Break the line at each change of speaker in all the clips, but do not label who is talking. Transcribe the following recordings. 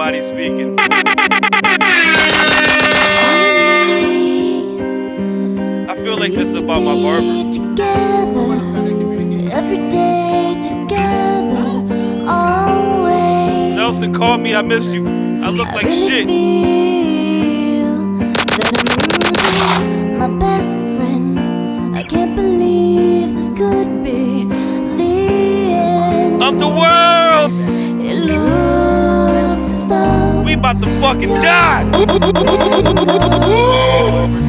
Roddy speaking. I feel like this is about my barber.
Together, every day together, always.
Nelson called me. I miss you. I look
I
like
really
shit.
Feel that I'm losing my best friend. I can't believe this could be the end.
I'm the world.
It looks as though
We about to fucking die.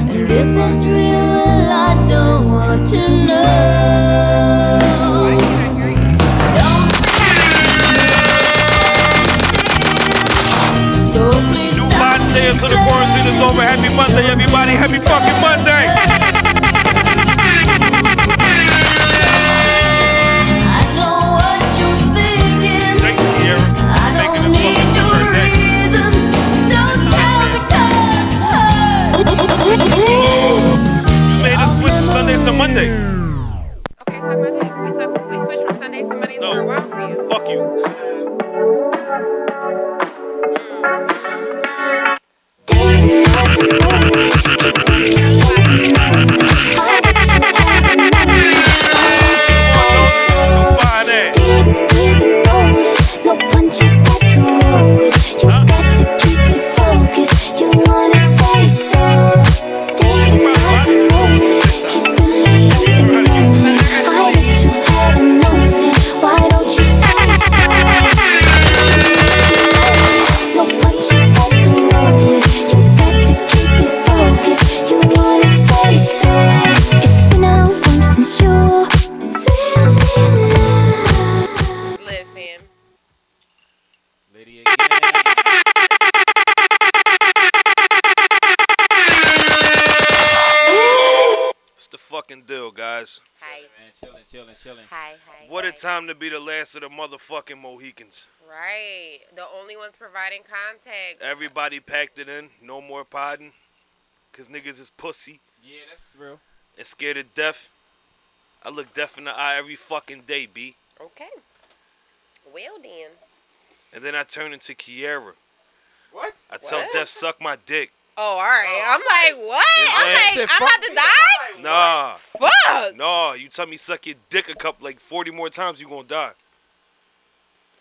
And if it's real, well, I don't want to know. Don't So please
New
stop
body day until the quarantine is over. Happy Monday, everybody. Happy fucking Monday.
I know what you're thinking.
Thanks, Kiara.
I
Thank you
don't
this
need
fucking
your
turn day.
reasons. Don't tell me 'cause it hurts.
You made us switch from Sundays to Monday.
Okay, suck my dick. We, su- we switched from Sundays to Mondays
No.
for a while for you.
Fuck you. Fine ass.
So it's been a long time since you feel me now.
It's lit, fam.
What's the fucking deal, guys?
Hi,
Chilling, chilling, chilling.
hi, hi.
What a time to be the last of the motherfucking Mohicans.
Right. The only ones providing
Eh.
contact.
Everybody packed it in. No more podding. Cause niggas is pussy
Yeah, that's real.
and scared of death. I look death in the eye every fucking day, B.
Okay. Well then.
And then I turn into Kiara.
What?
I tell
What?
death suck my dick.
Oh, all right. I'm like, what?
Yeah,
I'm
shit,
like, I'm about to die.
Nah,
Fuck.
nah. You tell me suck your dick a couple like 40 more times, you gonna die.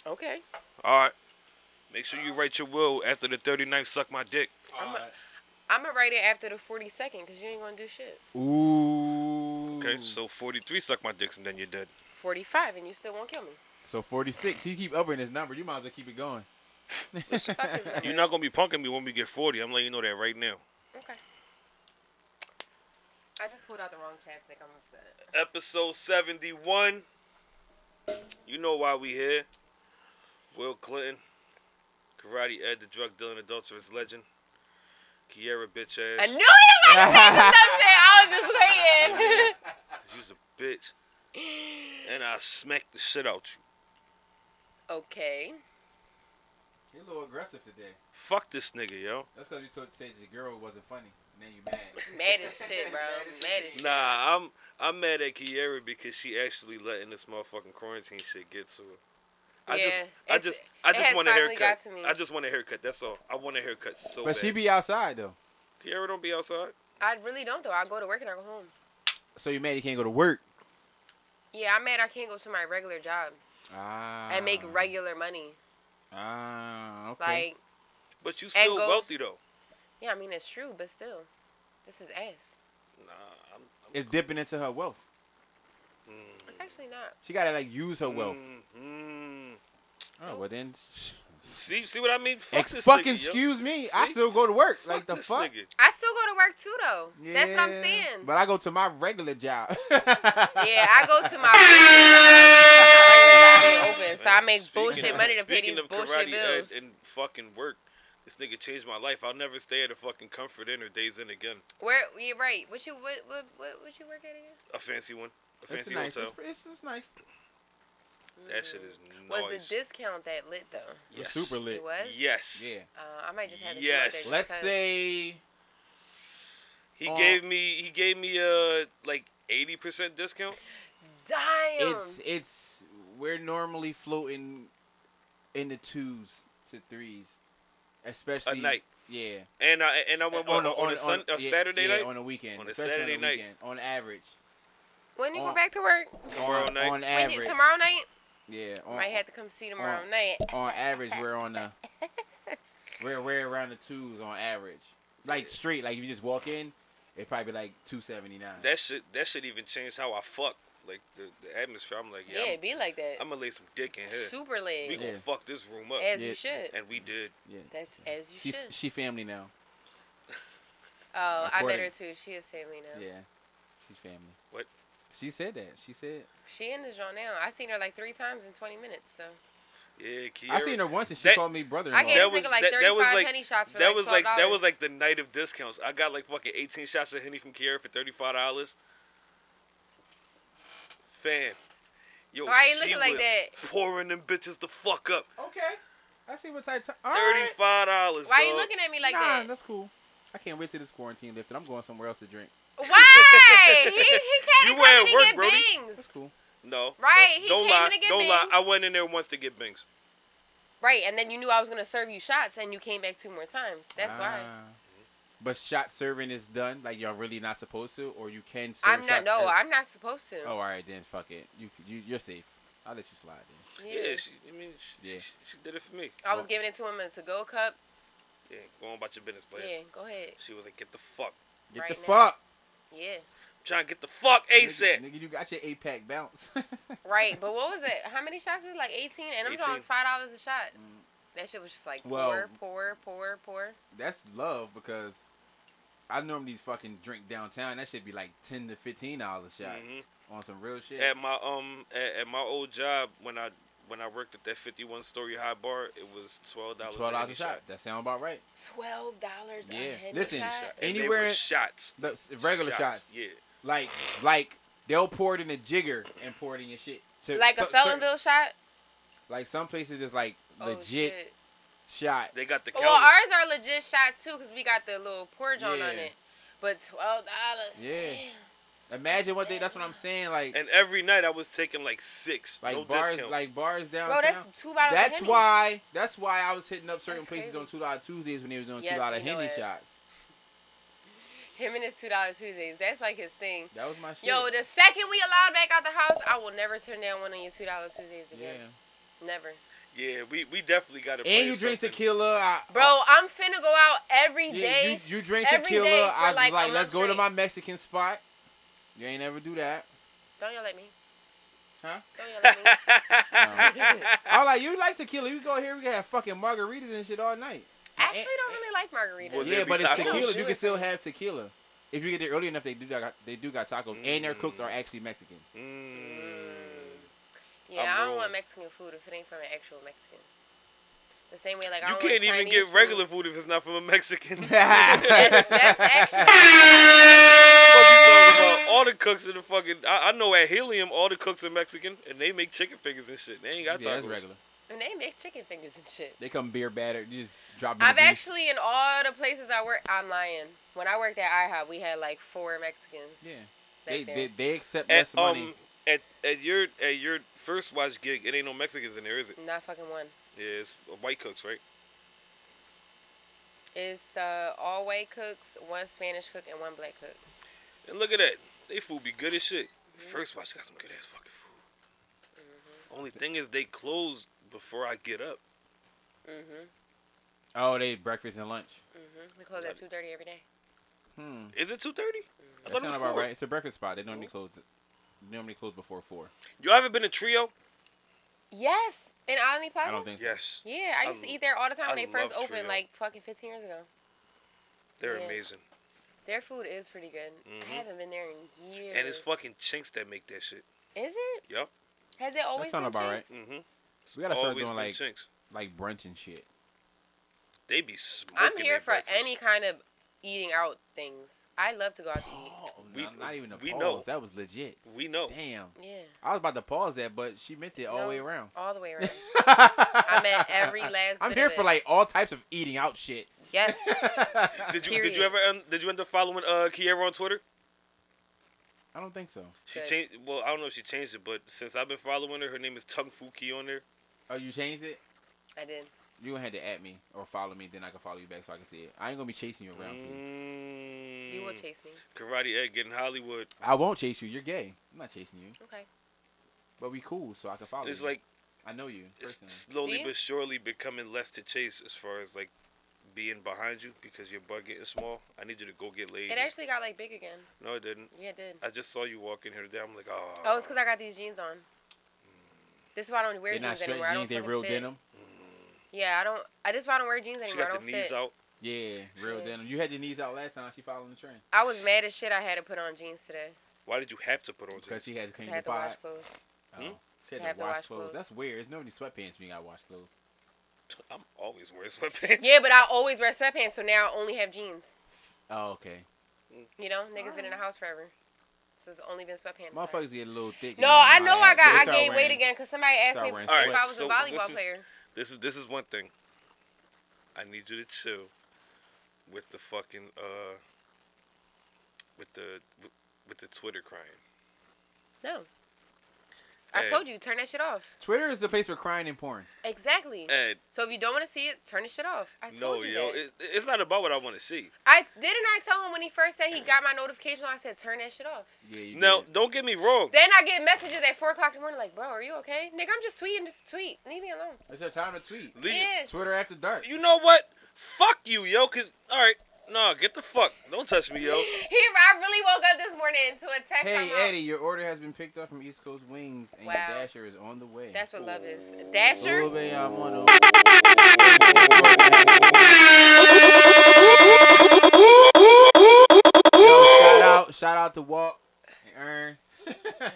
Okay.
All right. Make sure you write your will after the 39th suck my dick.
I'm gonna write it after the 42nd because you ain't gonna do shit.
Ooh.
Okay, so 43 suck my dicks and then you're dead.
45 and you still won't kill me.
So 46. You keep upping this number. You might as well keep it going.
Fuck is that?
You're not gonna be punking me when we get 40. I'm letting you know that right now.
Okay. I just pulled out the wrong chapstick. I'm upset.
Episode 71. You know why we here. Will Clinton, Karate Ed, the drug dealing adulterous legend. Kiara bitch
I
ass.
knew you were gonna say some shit. I was just waiting.
You's a bitch. And I smack the shit out you.
okay.
You're a little aggressive today.
Fuck this nigga, yo.
That's because you told said the girl wasn't funny. Now you mad.
Mad as shit, bro. Mad as shit.
Nah, I'm I'm mad at Kiara because she actually letting this motherfucking quarantine shit get to her. I
Yeah,
just, I
it's-
just, I
it
just
has
want a
finally
haircut.
got to me.
I just want a haircut. That's all. I want a haircut so
But
bad.
she be outside though.
Kiara don't be outside.
I really don't though. I go to work and I go home.
So you mad you can't go to work?
Yeah, I'm mad I can't go to my regular job
Ah.
and make regular money.
Ah. Okay.
Like,
But you still
go-
wealthy though.
yeah, I mean it's true, but still, this is ass.
Nah, I'm, I'm
it's dipping into her wealth.
It's actually not.
She gotta like use her wealth.
Mm, mm.
Oh well then.
See, see what I mean? Fuck
Ex-
this
fucking
nigga, yo.
excuse me. I
See?
still go to work.
Fuck
like the
this
fuck.
nigga.
I still go to work too though. That's what I'm
Yeah,
saying.
But I go to my regular job.
yeah, I go to my regular job and open, so I make
Speaking
bullshit
of-
money to pay
speaking
these
of
bullshit
Karate Ed
bills.
and fucking work. This nigga changed my life. I'll never stay at a fucking Comfort Inn or Days Inn again.
Where you right? What you what what what, what you work at again?
A fancy one. A
It's
fancy
nice.
hotel.
It's, it's, it's nice.
That shit is nice.
Was the discount that lit though?
Yes.
It's super
It
lit.
was.
Yes.
Yeah.
Uh, I might just have to
Yes.
come out there just
Let's
'cause.
say
He
Uh,
gave me he gave me a like eighty percent discount.
Damn.
it's it's we're normally floating in the twos to threes
especially
night.
Yeah,
And I and I went on, on, a, sun, a
yeah,
Saturday
yeah,
night
on a weekend,
On a
especially
Saturday
on a
night.
weekend, on average.
When you
On-
go back to work?
tomorrow
on,
night.
on
When
average.
you, tomorrow night?
yeah, on,
Might have to come see tomorrow
on-
night.
on average we're on the we're we're around the twos on average, like straight. Like if you just walk in, it probably be like two seventy nine.
that shit that shit even changed how I fuck. Like the, the atmosphere. I'm like,
Yeah,
yeah,
it be like that.
I'm, I'm gonna lay some dick in here.
Super
We
leg.
gonna
Yeah.
fuck this room up.
As
Yeah.
you should.
and we did.
Yeah,
That's as you
she
should.
she family now.
Oh, I bet
According-
her too. She is Taylor now.
Yeah, she's family.
What?
She said that. She said.
She in the genre now. I seen her like three times in 20 minutes. So
Yeah, Kiara.
I seen her once and she
That-
called me brother.
I gave
That
this
was-
nigga like
that-
35
that was like-
honey shots for
That
like
was
$12.
like that was like the night of discounts. I got like fucking 18 shots of Henny from Kiara for 35 dollars. Fam, yo,
Why you
she
looking like
was
that?
pouring them bitches the fuck up.
Okay, I see what type. All right.
35 dollars.
Why you looking at me like
nah,
that?
that's cool. I can't wait till this quarantine lifted. I'm going somewhere else to drink.
Why? He, he
You
came
were at
to
work,
get
Brody.
That's
bings.
cool.
No,
Right,
no,
he
don't
came
lie,
in to get
don't lie.
Bings.
I went in there once to get Bings.
Right, and then you knew I was gonna serve you shots, and you came back two more times. That's why.
Ah. But shot serving is done. Like y'all really not supposed to, or you can Ah, serve.
I'm not.
shots
No,
served.
I'm not supposed to.
Oh, all right then. Fuck it. You you you're safe. I'll let you slide. Then.
Yeah, she, I mean, she,
Yeah.
she, she did it for me.
I was giving it to him as a go cup.
Yeah, go on about your business, player.
Yeah, go ahead.
She was like, get the fuck.
Get
Right
the
now.
fuck.
Yeah.
I'm trying to get the fuck ASAP.
Nigga, nigga, you got your eight pack bounce.
Right, but what was it? How many shots was it? Like 18? And I'm
18.
doing five dollars a shot. That shit was just like
Mm. Well-
poor, poor, poor, poor.
That's love because I normally fucking drink downtown. That should be like ten to fifteen dollars a shot
Mhm.
on some real shit.
at my um at, at my old job when I when I worked at that fifty one story high bar, it was twelve dollars.
Twelve dollars a shot. That sound about right.
Twelve dollars
Yeah.
a head
Listen,
shot.
And they
Anywhere-
were shots,
The s- regular shots.
Yeah,
Like like they'll pour it in a jigger and pour it in your shit. To
Like a
so- certain-
Felonville shot?
Like some places it's like
Oh
legit
shit.
shot.
they got the
Well,
counters.
ours are legit shots too, cause we got the little porridge on
Yeah.
on it. But twelve dollars.
Yeah. Imagine what they. That's what I'm saying. Like
and every night I was taking like six.
like
no
bars
discount.
like bars downtown.
Bro, that's two bottles. of
That's
Henny.
why. That's why I was hitting up certain
That's
places
crazy.
on two dollar Tuesdays when they was doing
Yes,
two dollar
we know
Henny
it.
shots.
him and his two dollar Tuesdays. That's like his thing.
That was my shit.
Yo, the second we allowed back out the house, I will never turn down one of your two dollar Tuesdays
yeah. Oh.
again. Never.
yeah, we we definitely got to.
And you drink tequila, I,
Bro, I'm finna go out every day.
yeah, you, you drink
every
tequila.
day for
I was like,
a month
let's go to
straight.
my Mexican spot. You ain't never do that.
Don't yell at me.
Huh?
Don't yell at me.
I was like, you like tequila? You go here, we can have fucking margaritas and shit all night.
I actually don't really like margaritas.
Well,
yeah,
there be
but it's
tacos?
tequila. You
Sure.
can still have tequila if you get there early enough. They do got they do got tacos, and their cooks are actually Mexican.
Mm,
yeah,
I'm
I don't
wrong.
want Mexican food if it ain't from an actual Mexican. The same way, like I
you
don't
can't
want
even
Chinese
get
food.
regular food if it's not from a Mexican. Fuck
That's, that's actually
you talking about? All the cooks in the fucking. I, I know at Helium, all the cooks are Mexican, and they make chicken fingers and shit. They ain't
yeah,
got
that's
tacos.
regular.
and they make chicken fingers and shit.
They come beer battered. You just drop. them in
I've
the grease.
actually in all the places I work, I'm lying. When I worked at IHOP, we had like four Mexicans.
Yeah.
back
They,
there.
they, they accept
at
less money.
um at, at your at your first watch gig, it ain't no Mexicans in there, is it?
Not fucking one.
Yeah, it's white cooks, right?
It's uh, all white cooks, one Spanish cook, and one black cook.
And look at that, they food be good as shit.
Mm-hmm.
First watch got some good ass fucking food. Only thing is they close before I get up.
oh, they breakfast and lunch.
Mm-hmm, We close at two thirty every day.
Hmm.
Is it two thirty? I
That's
thought it was
not Mm-hmm. about
four.
right. It's a breakfast spot. They normally close. They normally close before four.
You ever been to Trio?
Yes, in Alani Plaza.
I don't think. so.
Yes,
Yeah, I used
I
to eat there all the time when
I
they first
love
opened,
Trio.
like fucking 15 years ago.
they're
Yeah.
amazing,
Their food is pretty good.
Mm-hmm.
I haven't been there in years.
and it's fucking chinks that make that shit.
Is it?
Yup.
Has it always
sound
been
about right.
Chinks?
Mm-hmm.
We gotta start
Always
doing
been
like
chinks.
like brunch and shit.
They be smoking.
I'm here
their
for
breakfast.
any kind of eating out things. I love to go out to eat.
We-
not, not even a
Oh, we
pause.
know.
That was legit.
We know.
Damn.
Yeah.
I was about to pause that, but she meant it all the way
No,
around.
All the way around. I'm at every last
I'm
bit
here
of
for
it.
like all types of eating out shit.
Yes.
I
Did you did you
Period.
ever um, did you end up following uh Kiera on Twitter?
don't think so.
She
Good.
changed. Well, I don't know if she changed it, but since I've been following her, her name is Tung Fu Ki on there.
Oh, you changed it?
I did.
You gonna have to at me or follow me, then I can follow you back so I can see it. I ain't gonna be chasing you around. P.
Mm.
You will chase me.
Karate Ed getting Hollywood.
I won't chase you. You're gay. I'm not chasing you,
Okay.
but we cool, so I can follow.
It's
you.
like
I know you.
it's
personally.
Do
slowly
you?
but surely becoming less to chase as far as like being behind you because your butt getting small. I need you to go get laid.
It actually got like big again.
no, it didn't.
Yeah, it did.
I just saw you walk in here today. I'm like, oh.
Oh, it's because I got these jeans on. This is why I don't wear
They're not
jeans
straight
anymore. I don't
jeans. They're
fucking
real
fit.
denim.
Yeah, I don't. I just why I don't wear jeans
she
anymore. I
got
don't
the knees
fit.
out.
Yeah, real
Shit.
denim. You had your knees out last time. She following the trend
I was mad as shit. I had to put on jeans today
Why did you have to put on jeans?
because she had to
because
clean
I
the
had to
pot.
wash clothes.
Hmm?
Oh, She
To
had
have
to
to
wash
wash
clothes.
clothes.
That's weird. There's normally sweatpants being gotta wash clothes.
I'm always wearing sweatpants.
Yeah, but I always wear sweatpants, so now I only have jeans.
Oh, okay.
You know, niggas been in the house forever, so it's only been sweatpants.
Motherfuckers get a little thick.
No,
now,
I
my
know I
abs. They
got I
start
gained weight
wearing-
again because somebody asked
start
me
wearing
if
sweats.
I was
All
a
right, so
volleyball
this is-
player.
This is this is one thing. I need you to chill with the fucking uh with the with, with the Twitter crying.
No, I
Hey.
told you turn that shit off.
Twitter is the place for crying and porn.
Exactly.
Ed,
So if you don't want to see it, turn the shit off. I told
no,
you
yo,
that.
it, it's not about what I want to see.
I didn't. I tell him when he first said he got my notification. I said turn that shit off.
Yeah, you
Now,
did.
don't get me wrong.
Then I get messages at four o'clock in the morning, like, bro, are you okay? Nigga, I'm just tweeting, just tweet. Leave me alone.
It's your time to tweet.
Leave-
Yeah.
Twitter after dark.
You know what? Fuck you, yo. Cause all right, no, get the fuck. Don't touch me, yo.
He, I really woke up this morning to a text.
Hey
I'm out.
Eddie, your order has been picked up from East Coast Wings, and
Wow.
your dasher is on the way.
That's what love is. Dasher.
Ooh, baby, I'm on shout out, shout out to Walt and Earn.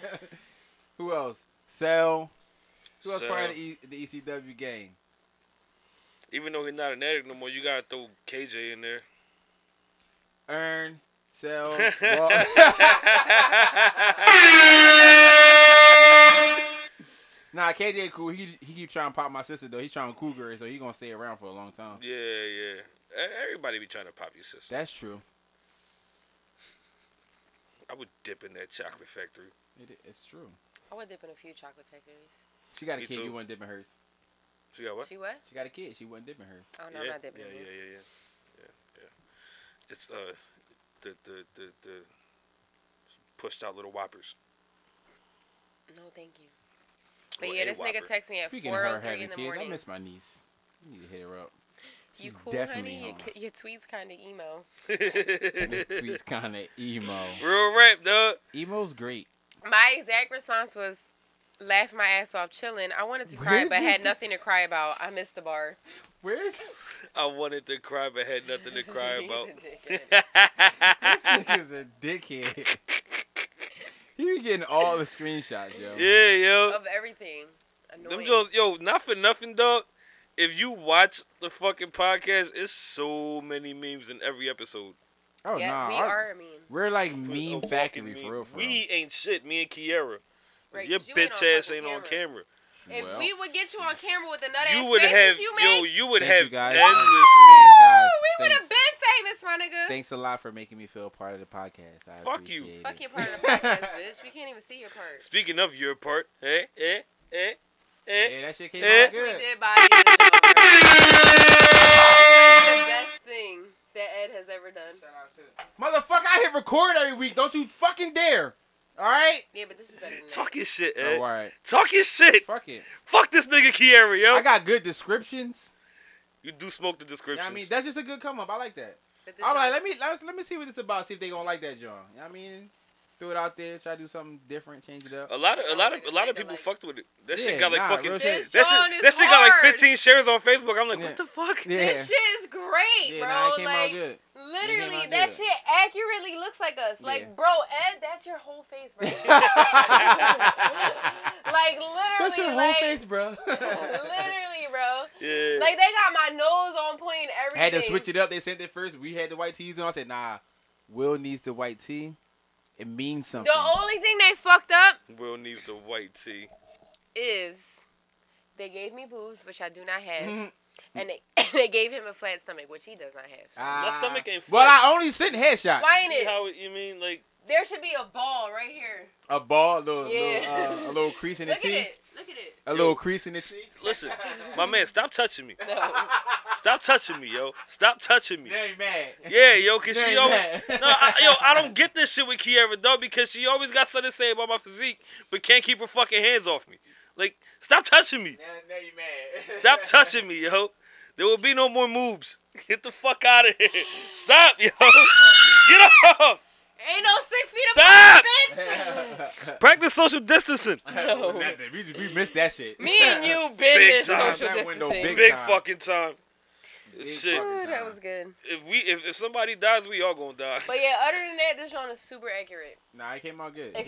Who else? Cell. Who else
Cell.
part of the, e- the ECW gang?
Even though he's not an addict no more, you gotta throw KJ in there.
Earn, Cell, Walt. nah, KJ cool. He he keep trying to pop my sister though. He's trying to cougar, her, so he gonna stay around for a long time.
Yeah, yeah. E- Everybody be trying to pop your sister.
That's true.
I would dip in that chocolate factory.
It, i- it's true.
I would dip in a few chocolate factories.
She got a
Me
kid.
too.
You wasn't dipping hers.
She got what?
She what?
She got a kid. She wasn't dipping hers.
Oh no,
yeah,
I'm not dipping.
yeah,
in
yeah,
it.
yeah, yeah, yeah, yeah. It's uh, the the the the pushed out little whoppers.
No, thank you. But
Or
yeah,
a
this
Whopper.
nigga texted me at
Speaking of her
4:03
having
in the
kids, I
morning.
miss my niece. You need to hit her up.
You
She's
cool,
definitely
honey? Your,
home.
ki- your tweets kind of emo.
Nick tweets kind of emo.
Real rap, dog.
Emo's great.
My exact response was, "Laugh my ass off, chilling. I wanted to cry,
Really?
but had nothing to cry about. I missed the bar."
Where's
I wanted to cry but had nothing to cry
He's a
about.
dickhead.
this nigga's a dickhead? He be getting all the screenshots, yo.
yeah, yo.
of everything.
Them
Annoying.
Jones, yo, not for nothing, dog. If you watch the fucking podcast, it's so many memes in every episode.
Oh
yeah,
nah,
we
our-
are. I mean,
We're like
A
meme
walking
factory
meme.
for real, for real.
We ain't shit. Me and Kiera.
Right,
Your
'cause you ain't
bitch
on
ass
fucking
ain't on camera.
If
Well.
we would get you on camera with the nut ass
You would
faces
have,
you
yo,
make,
you would
Thank
have
you, guys.
endless memes.
Guys,
we would have
thanks,
been famous, my nigga.
thanks a lot for making me feel part of the podcast. I
Fuck you.
appreciate
Fuck
it.
your part of the podcast, bitch. We can't even see your part.
Speaking of your part, eh, eh, eh, eh.
Yeah, that shit came
Eh?
out
We
good.
did buy you the dog. The best thing that Ed has ever done.
Motherfucker, I hit record every week. Don't you fucking dare. All right.
Yeah, but this is better than that.
Talk your shit,
Oh,
eh.
all right.
Talk your shit.
Fuck it.
Fuck this nigga Kiera, yo.
I got good descriptions.
you do smoke the
You know
descriptions.
what I mean, that's just a good come up. I like that.
But this
All right,
is-
let me let's, let me see what it's about. See if they gonna like that, John. You know what I mean, throw it out there. Try to do something different. Change it up.
a lot of a lot of a lot of
Nigga,
people
like-
fucked with it. That
Yeah,
shit got like
nah,
fucking
real
that
shit.
shit
This
that
John is
shit got like
hard.
15 shares on Facebook. I'm like,
Yeah.
what the fuck?
Yeah.
This shit is great,
yeah,
bro.
nah, it came
like,
out good. It
Literally,
came out
that
good.
shit accurately looks like us.
Yeah.
Like, bro, Ed, that's your whole face, bro. like, literally,
That's your whole
like,
face, bro.
literally, bro.
Yeah.
Like, they got my nose on point and everything.
had to switch it up. They sent it first. We had the white tees on. I said, nah. Will needs the white tee. It means something.
The only thing they fucked up
Will needs the white tee.
is they gave me boobs, which I do not have,
Mhm.
and, they, and they gave him a flat stomach, which he does not have. So.
Ah.
My stomach ain't
But
flat.
I only sent headshots.
Why ain't
See
it?
how it- you mean like
There should be a ball right here.
A ball, a little,
Yeah.
little, uh, a little crease in the
Look at
tee.
it.
Look at it.
A little crease in the seat.
Listen, my man, stop touching me. Stop touching me, yo. Stop touching me.
Now you mad.
Yeah, yo, cause
Now
she
you
always no,
mad.
I, yo, I don't get this shit with Kiara though because she always got something to say about my physique, but can't keep her fucking hands off me. Like, stop touching me.
Now, now you mad.
Stop touching me, yo. There will be no more moves. Get the fuck out of here. Stop, yo. Get off.
Ain't no six feet
Stop.
apart, bitch.
Practice social distancing.
Nothing. We, we missed that shit.
Me and you been this
time.
social
That window
distancing.
big.
Big
time.
fucking time.
Big
Shit.
fucking
Ooh, that
time.
was good.
If we if, if somebody dies, we all gonna die.
But yeah, other than that, this joint is super accurate.
Nah, it came out good. It came out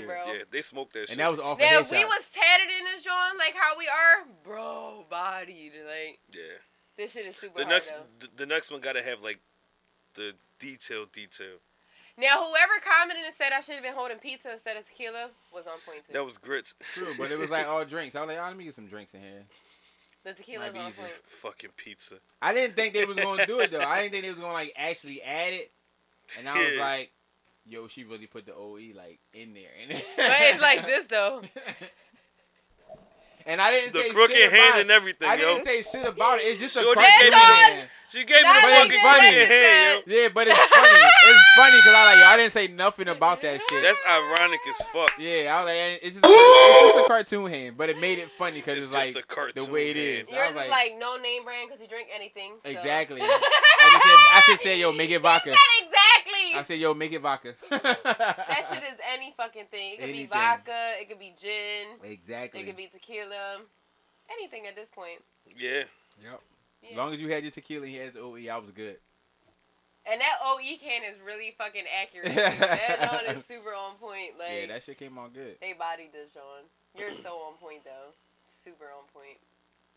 real good.
bro.
Yeah, they smoked that shit.
And that was off.
Now
Now
if we was tatted in this joint like how we are, bro, bodied. Like
yeah.
this shit is super
The
hard
next
though.
the, the next one gotta have like the detail detail.
Now whoever commented and said I should have been holding pizza instead of tequila was on point too.
That was grits.
true, but it was like all drinks. I was like, oh, let me get some drinks in here.
the tequila's
might be
on
easy.
point.
Fucking pizza.
I didn't think they was gonna do it though. I didn't think they was gonna like actually add it. And I was
Yeah.
like, yo, she really put the OE like in there. And
But it's like this though.
And I didn't
The
say
crooked
shit
hand
about
and
it.
everything,
I
yo.
didn't say shit about it. It's just a
Shorty
crooked
gave me-
hand.
She gave me
Not
the
like
fucking
that,
crooked
that's
hand, yo.
Yeah, but it's funny. it's funny because I like I didn't say nothing about that shit.
That's ironic as fuck.
yeah, I was like, it's just, a, it's just a cartoon hand, but it made it funny because
It's
it's,
just
like
a cartoon
the way it
hand.
is. I
Yours
was
is like no name brand because you drink anything. so-
exactly. I just said, I just said, yo, make it vodka.
Said exactly.
I said, yo, make it vodka.
that shit is any fucking thing. It could
Anything.
be vodka. It could be gin.
exactly.
It could be tequila. Anything at this point.
Yeah.
Yep.
Yeah.
As long as you had your tequila, and he has OE. I was good.
and that OE can is really fucking accurate. too. that one is super on point. Like
Yeah, that shit came out good.
they bodied this, John. You're so on point though. Super on point.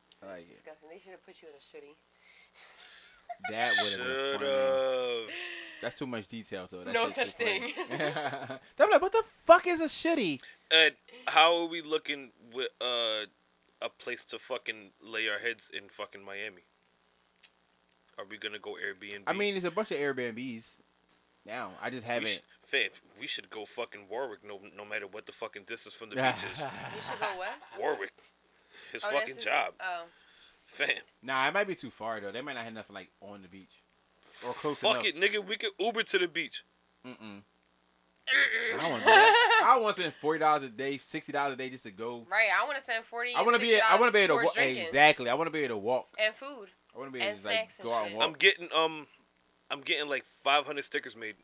It's
I like it.
disgusting. They should have put you in a shitty.
That would have been
Should
funny.
have.
That's too much detail, though. That
No
shit's too
such thing.
funny. I'm like, what the fuck is a shitty?
And how are we looking with uh, a place to fucking lay our heads in fucking Miami? Are we gonna go Airbnb?
I mean, it's a bunch of Airbnbs now. I just
we sh-
haven't.
fam, we should go fucking Warwick. No, no matter what the fucking distance from the beaches,
You should go what?
Warwick, his
Oh, that's
fucking
his-
job,
Oh.
fam.
nah, it might be too far though. They might not have nothing like on the beach or close
Fuck
enough.
it, nigga. We could Uber to the beach.
Mm-mm. I don't want to do that. I want to spend forty dollars a day, sixty dollars a day just to go.
Right. I want to spend forty.
I want to be. I want to be able to walk.
drinking
Exactly. I want to be able to walk.
and food.
I want to be able
And
to like
snacks and
go out and
shit.
walk.
I'm getting um, I'm getting like 500 stickers made.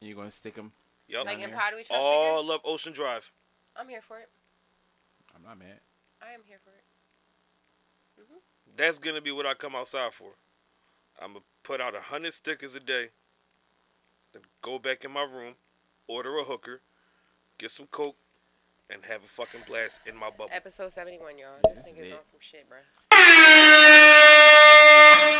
and you're gonna stick them.
Yup.
Like
I'm
in
here. Oh,
Pod We Trust
All
Niggas.
up Ocean Drive.
I'm here for it.
I'm not mad.
I am here for it.
That's gonna be what I come outside for. I'm gonna put out a hundred stickers a day. Then go back in my room, order a hooker, get some coke, and have a fucking blast in my bubble.
Episode 71, y'all. This
This is
nigga's
it.
on some shit, bro.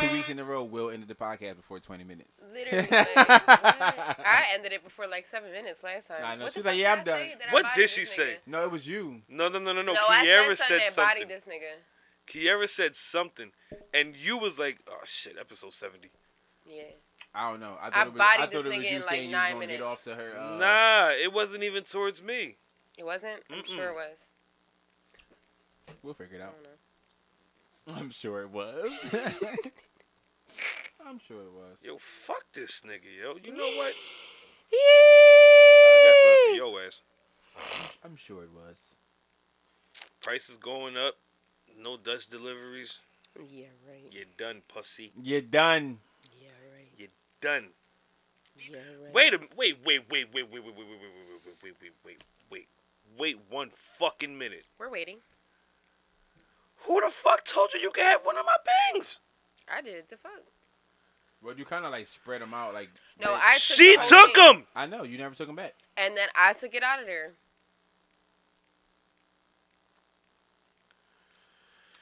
Two weeks in a row, Will ended the podcast before 20 minutes.
Literally. like, what? I ended it before like seven minutes last time.
I know.
What the
She's like,
fuck
yeah,
did
I'm
I say
done.
that I
What
bodied
did
this
she
nigga?
say?
No, it was you.
No, no, no, no, no.
No,
Kiara
I
said
said something that
something.
bodied this nigga.
Kiara said something, and you was like, "Oh shit, episode 70."
Yeah.
I don't know. I thought
I
it was,
bodied
I thought
this
it was
nigga
you saying
in, like,
you was
nine
gonna get
minutes.
off to her. Uh,
nah, it wasn't even towards me.
It wasn't? I'm sure
Mm-mm.
it was.
We'll figure it
I
out.
don't know.
I'm sure it was. I'm sure it was.
Yo, fuck this nigga, yo. You know what? I got something
Yeah.
for your ass.
I'm sure it was.
Prices going up. No Dutch deliveries.
Yeah, right.
You're done, pussy.
You're done.
Yeah, right.
Done.
Yeah, right.
Wait a wait wait wait wait wait wait wait wait wait wait wait wait wait wait wait one fucking minute.
We're waiting.
Who the fuck told you you could have one of my bangs?
I did. The fuck?
Well, you kind of like spread them out. Like
No,
like-
I took
She
the whole
took
thing,
them.
I know you never took them back.
And then I took it out of there.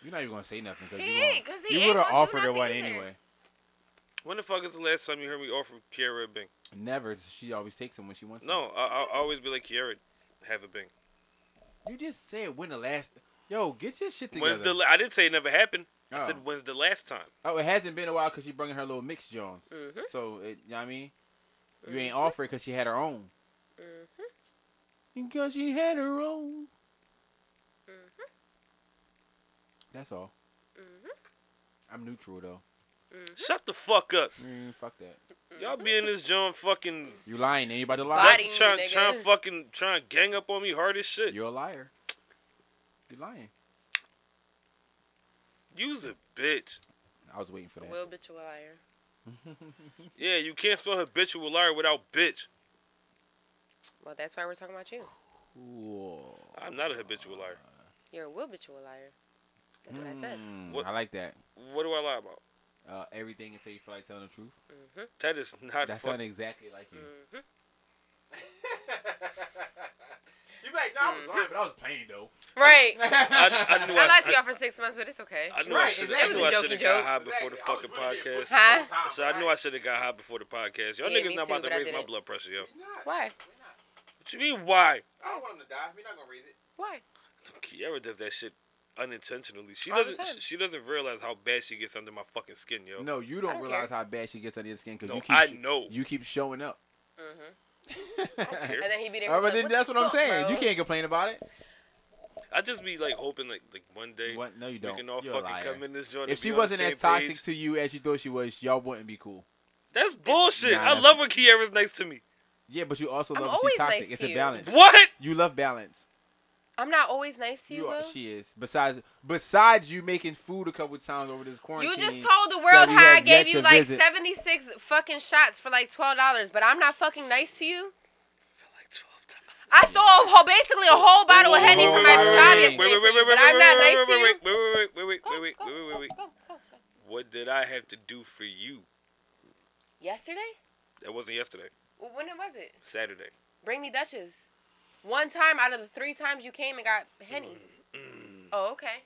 You're not even gonna say nothing because
He ain't, because he
you
ain't
would've
gonna do
offered her
nothing
one
either.
anyway.
When the fuck is the last time you heard me offer Kiara a bang?
Never. She always takes them when she wants.
No, I, I always be like Kiara, have a bang.
them. You just said when the last. Yo, get your shit together.
When's the? la- I didn't say it never happened. I said
Oh.
when's the last time?
Oh, it hasn't been a while because she bringing her little mix Jones.
Mhm.
So, it, you know what I mean? You
Mm-hmm.
ain't offer it because she had her own. Because she had her own.
hmm
That's all.
Mm-hmm.
I'm neutral though.
Shut the fuck up.
Mm, fuck that.
Y'all be in this John fucking
You lying? Anybody lie?
Body.
trying trying
you, nigga.
trying fucking trying to gang up on me hard as shit.
You're a liar. You lying?
You's a bitch.
I was waiting for that.
Will bitch a liar.
Yeah, you can't spell habitual liar without bitch.
Well, that's why we're talking about you.
Cool.
I'm not a habitual liar.
You're a will bitch a liar. That's what I said.
Mm,
What-
I like that.
What do I lie about?
Uh, everything until you feel like telling the truth.
That is not
That
fuck-
sounded exactly like you.
Mm-hmm.
you be like, no, I was lying, but I was playing though.
Right.
Mm. I, I knew I,
I lied
I-
to y'all for six months, but it's okay.
I knew I
Right,
should
exactly. It was a
have
jokey
got
joke.
high before the fucking podcast.
Huh?
So I knew I should have got high before the podcast. Y'all
Yeah,
niggas
me
not
too,
about
but
to
I
raise my
didn't.
blood pressure, yo.
Why?
What you mean why?
I don't want him to die. We're not gonna raise it.
Why?
Kiara does that shit unintentionally. She
All the time.
doesn't. She doesn't realize how bad she gets under my fucking skin, yo.
No, you don't,
don't
realize how bad she gets under your skin because
No,
you keep.
I
sh-
know. Mm-hmm.
You keep showing up.
I, don't care.
And then he be there.
Oh, but
like,
then
the
that's what I'm
fuck,
saying.
bro?"
You can't complain about it.
I just be like hoping like like one day
What? No, you
we
don't.
can all
You're a
fucking
liar.
come in this joint.
If
and
she
be on the
wasn't
same
as toxic
page.
to you as you thought she was, y'all wouldn't be cool.
that's bullshit.
Nah,
I
that's-
love when Kiara's nice to me.
Yeah, but you also
I'm
love
always
she's toxic.
nice
it's
to
a
you.
balance.
What?
You love balance.
I'm not always nice to you,
You are,
Will.
she is. Besides, besides you making food a couple times over this quarantine.
You just told the world
we
how I
have
gave
yet to
you like
visit.
76 fucking shots for like $12, but I'm not fucking nice to you.
Like 12 times.
I stole a whole, basically a whole bottle of
wait,
Henny
wait,
from
wait,
my
wait,
job
wait,
yesterday.
wait,
for you, But I'm not nice to you.
wait, wait, wait, wait, wait, wait, wait, wait,
Go,
wait,
go,
wait, wait, wait.
go, go, go.
What did I have to do for you?
Yesterday?
That wasn't yesterday.
Well, When was it?
Saturday.
Bring me Dutchess. One time out of the three times you came and got Henny.
Mm.
Mm.
Oh, okay.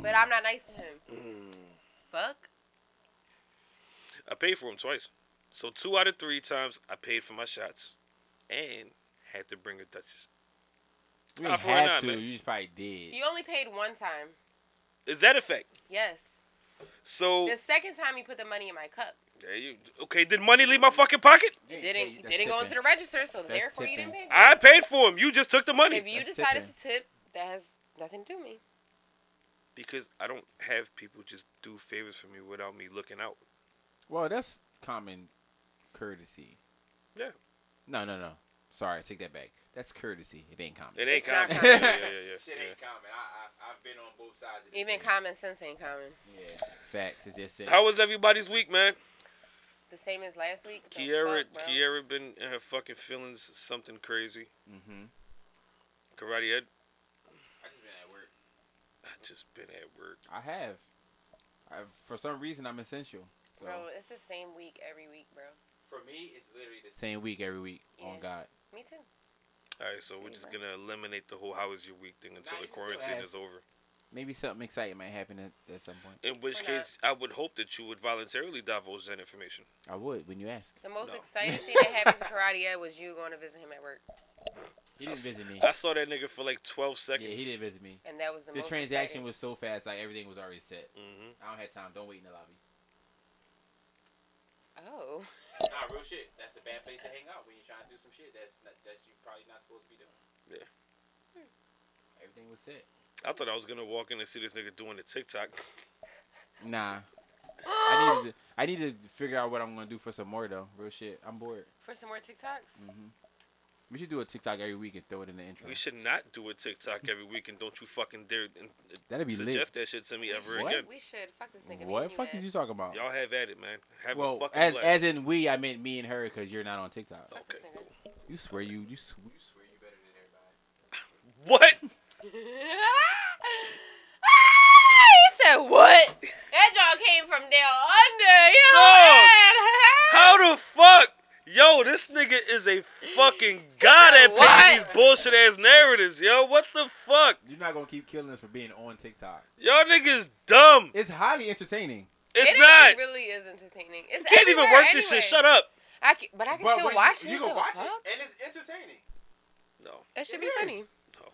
But I'm not nice to him. Fuck.
I paid for them twice. So two out of three times I paid for my shots, and had to bring a Duchess.
You
Nah,
didn't
for right now,
have to.
man.
You just probably did.
You only paid one time.
Is that a fact?
Yes.
So
The second time you put the money in my cup.
there you okay? Did money leave my fucking pocket?
Yeah,
It
yeah,
didn't
that's
didn't go
tipping.
into the register, so therefore you
tipping.
didn't pay for
I paid for them. You just took the
it.
money
If you
That's
decided
tipping.
to tip, that has nothing to do with me.
because I don't have people just do favors for me without me looking out.
Well, that's common courtesy.
Yeah,
No, no, no. Sorry, I take that back. That's courtesy. It ain't common.
it ain't
It's not
common.
common.
yeah, yeah, yeah, yeah,
Shit
yeah.
ain't common. I, I I've been on both sides. Of this
Even
Mm.
thing.
common sense ain't common.
Yeah. Facts. It's just it.
How was everybody's week, man?
The same as last week. The
Kiara,
fuck, bro?
Kiara been in her fucking feelings something crazy.
Mhm.
Karate Ed,
I just been at work.
I just been at work.
I have. I, for some reason, I'm essential. So.
Bro, it's the same week every week, bro.
For me, it's literally the same.
Same week every week. On
Yeah.
God.
Me too.
All right, so we're just gonna eliminate the whole "How is your week?" thing until
Nah,
the
you can still
quarantine
ask.
is over.
Maybe something exciting might happen at, at some point.
In which
We're not.
case, I would hope that you would voluntarily divulge that information.
I would when you ask.
The most
No.
exciting thing that happened to Karate Ed was you going to visit him at work,
He didn't visit me.
I saw that nigga for like 12
Yeah,
seconds.
he didn't visit me.
and that was the,
The
most
transaction
exciting.
was so fast, like everything was already set.
hmm
I don't have time. Don't wait in the lobby.
Oh,
Nah, real shit. That's a bad place to hang out when you're trying to do some shit that's not, that you probably not supposed to be doing.
Everything was set.
I thought I was gonna walk in and see this nigga doing the TikTok.
Nah. I need to. I need to figure out what I'm gonna do for some more though. Real shit. I'm bored.
for some more TikToks.
We should do a TikTok every week and throw it in the intro.
We should not do a TikTok every week, and don't you fucking dare and, and
That'd be lit.
suggest that shit to me ever
What?
again.
We should fuck this nigga.
What
make
the
me
fuck
mad.
is you talking about?
Y'all have at it, man. Have a
Well,
fucking
as
blast.
as in we, I meant me and her because you're not on TikTok.
Fuck this nigga.
You swear you you sw-
You swear you better than everybody.
what?
Ah! he said what? That y'all came from down under. You know what
How the fuck? Yo, this nigga is a fucking god at picking
What?
these bullshit ass narratives, yo. What the fuck?
you're not gonna keep killing us for being on TikTok.
Y'all niggas dumb.
It's highly entertaining.
It's
It
not.
actually really is entertaining. It's
you can't even work this shit. Shut up.
I can, but I can
But
still
when
watch
you-
it.
you can
the
watch it.
fuck?
And it's entertaining.
No.
That should
It
be
is.
funny. Oh.
No.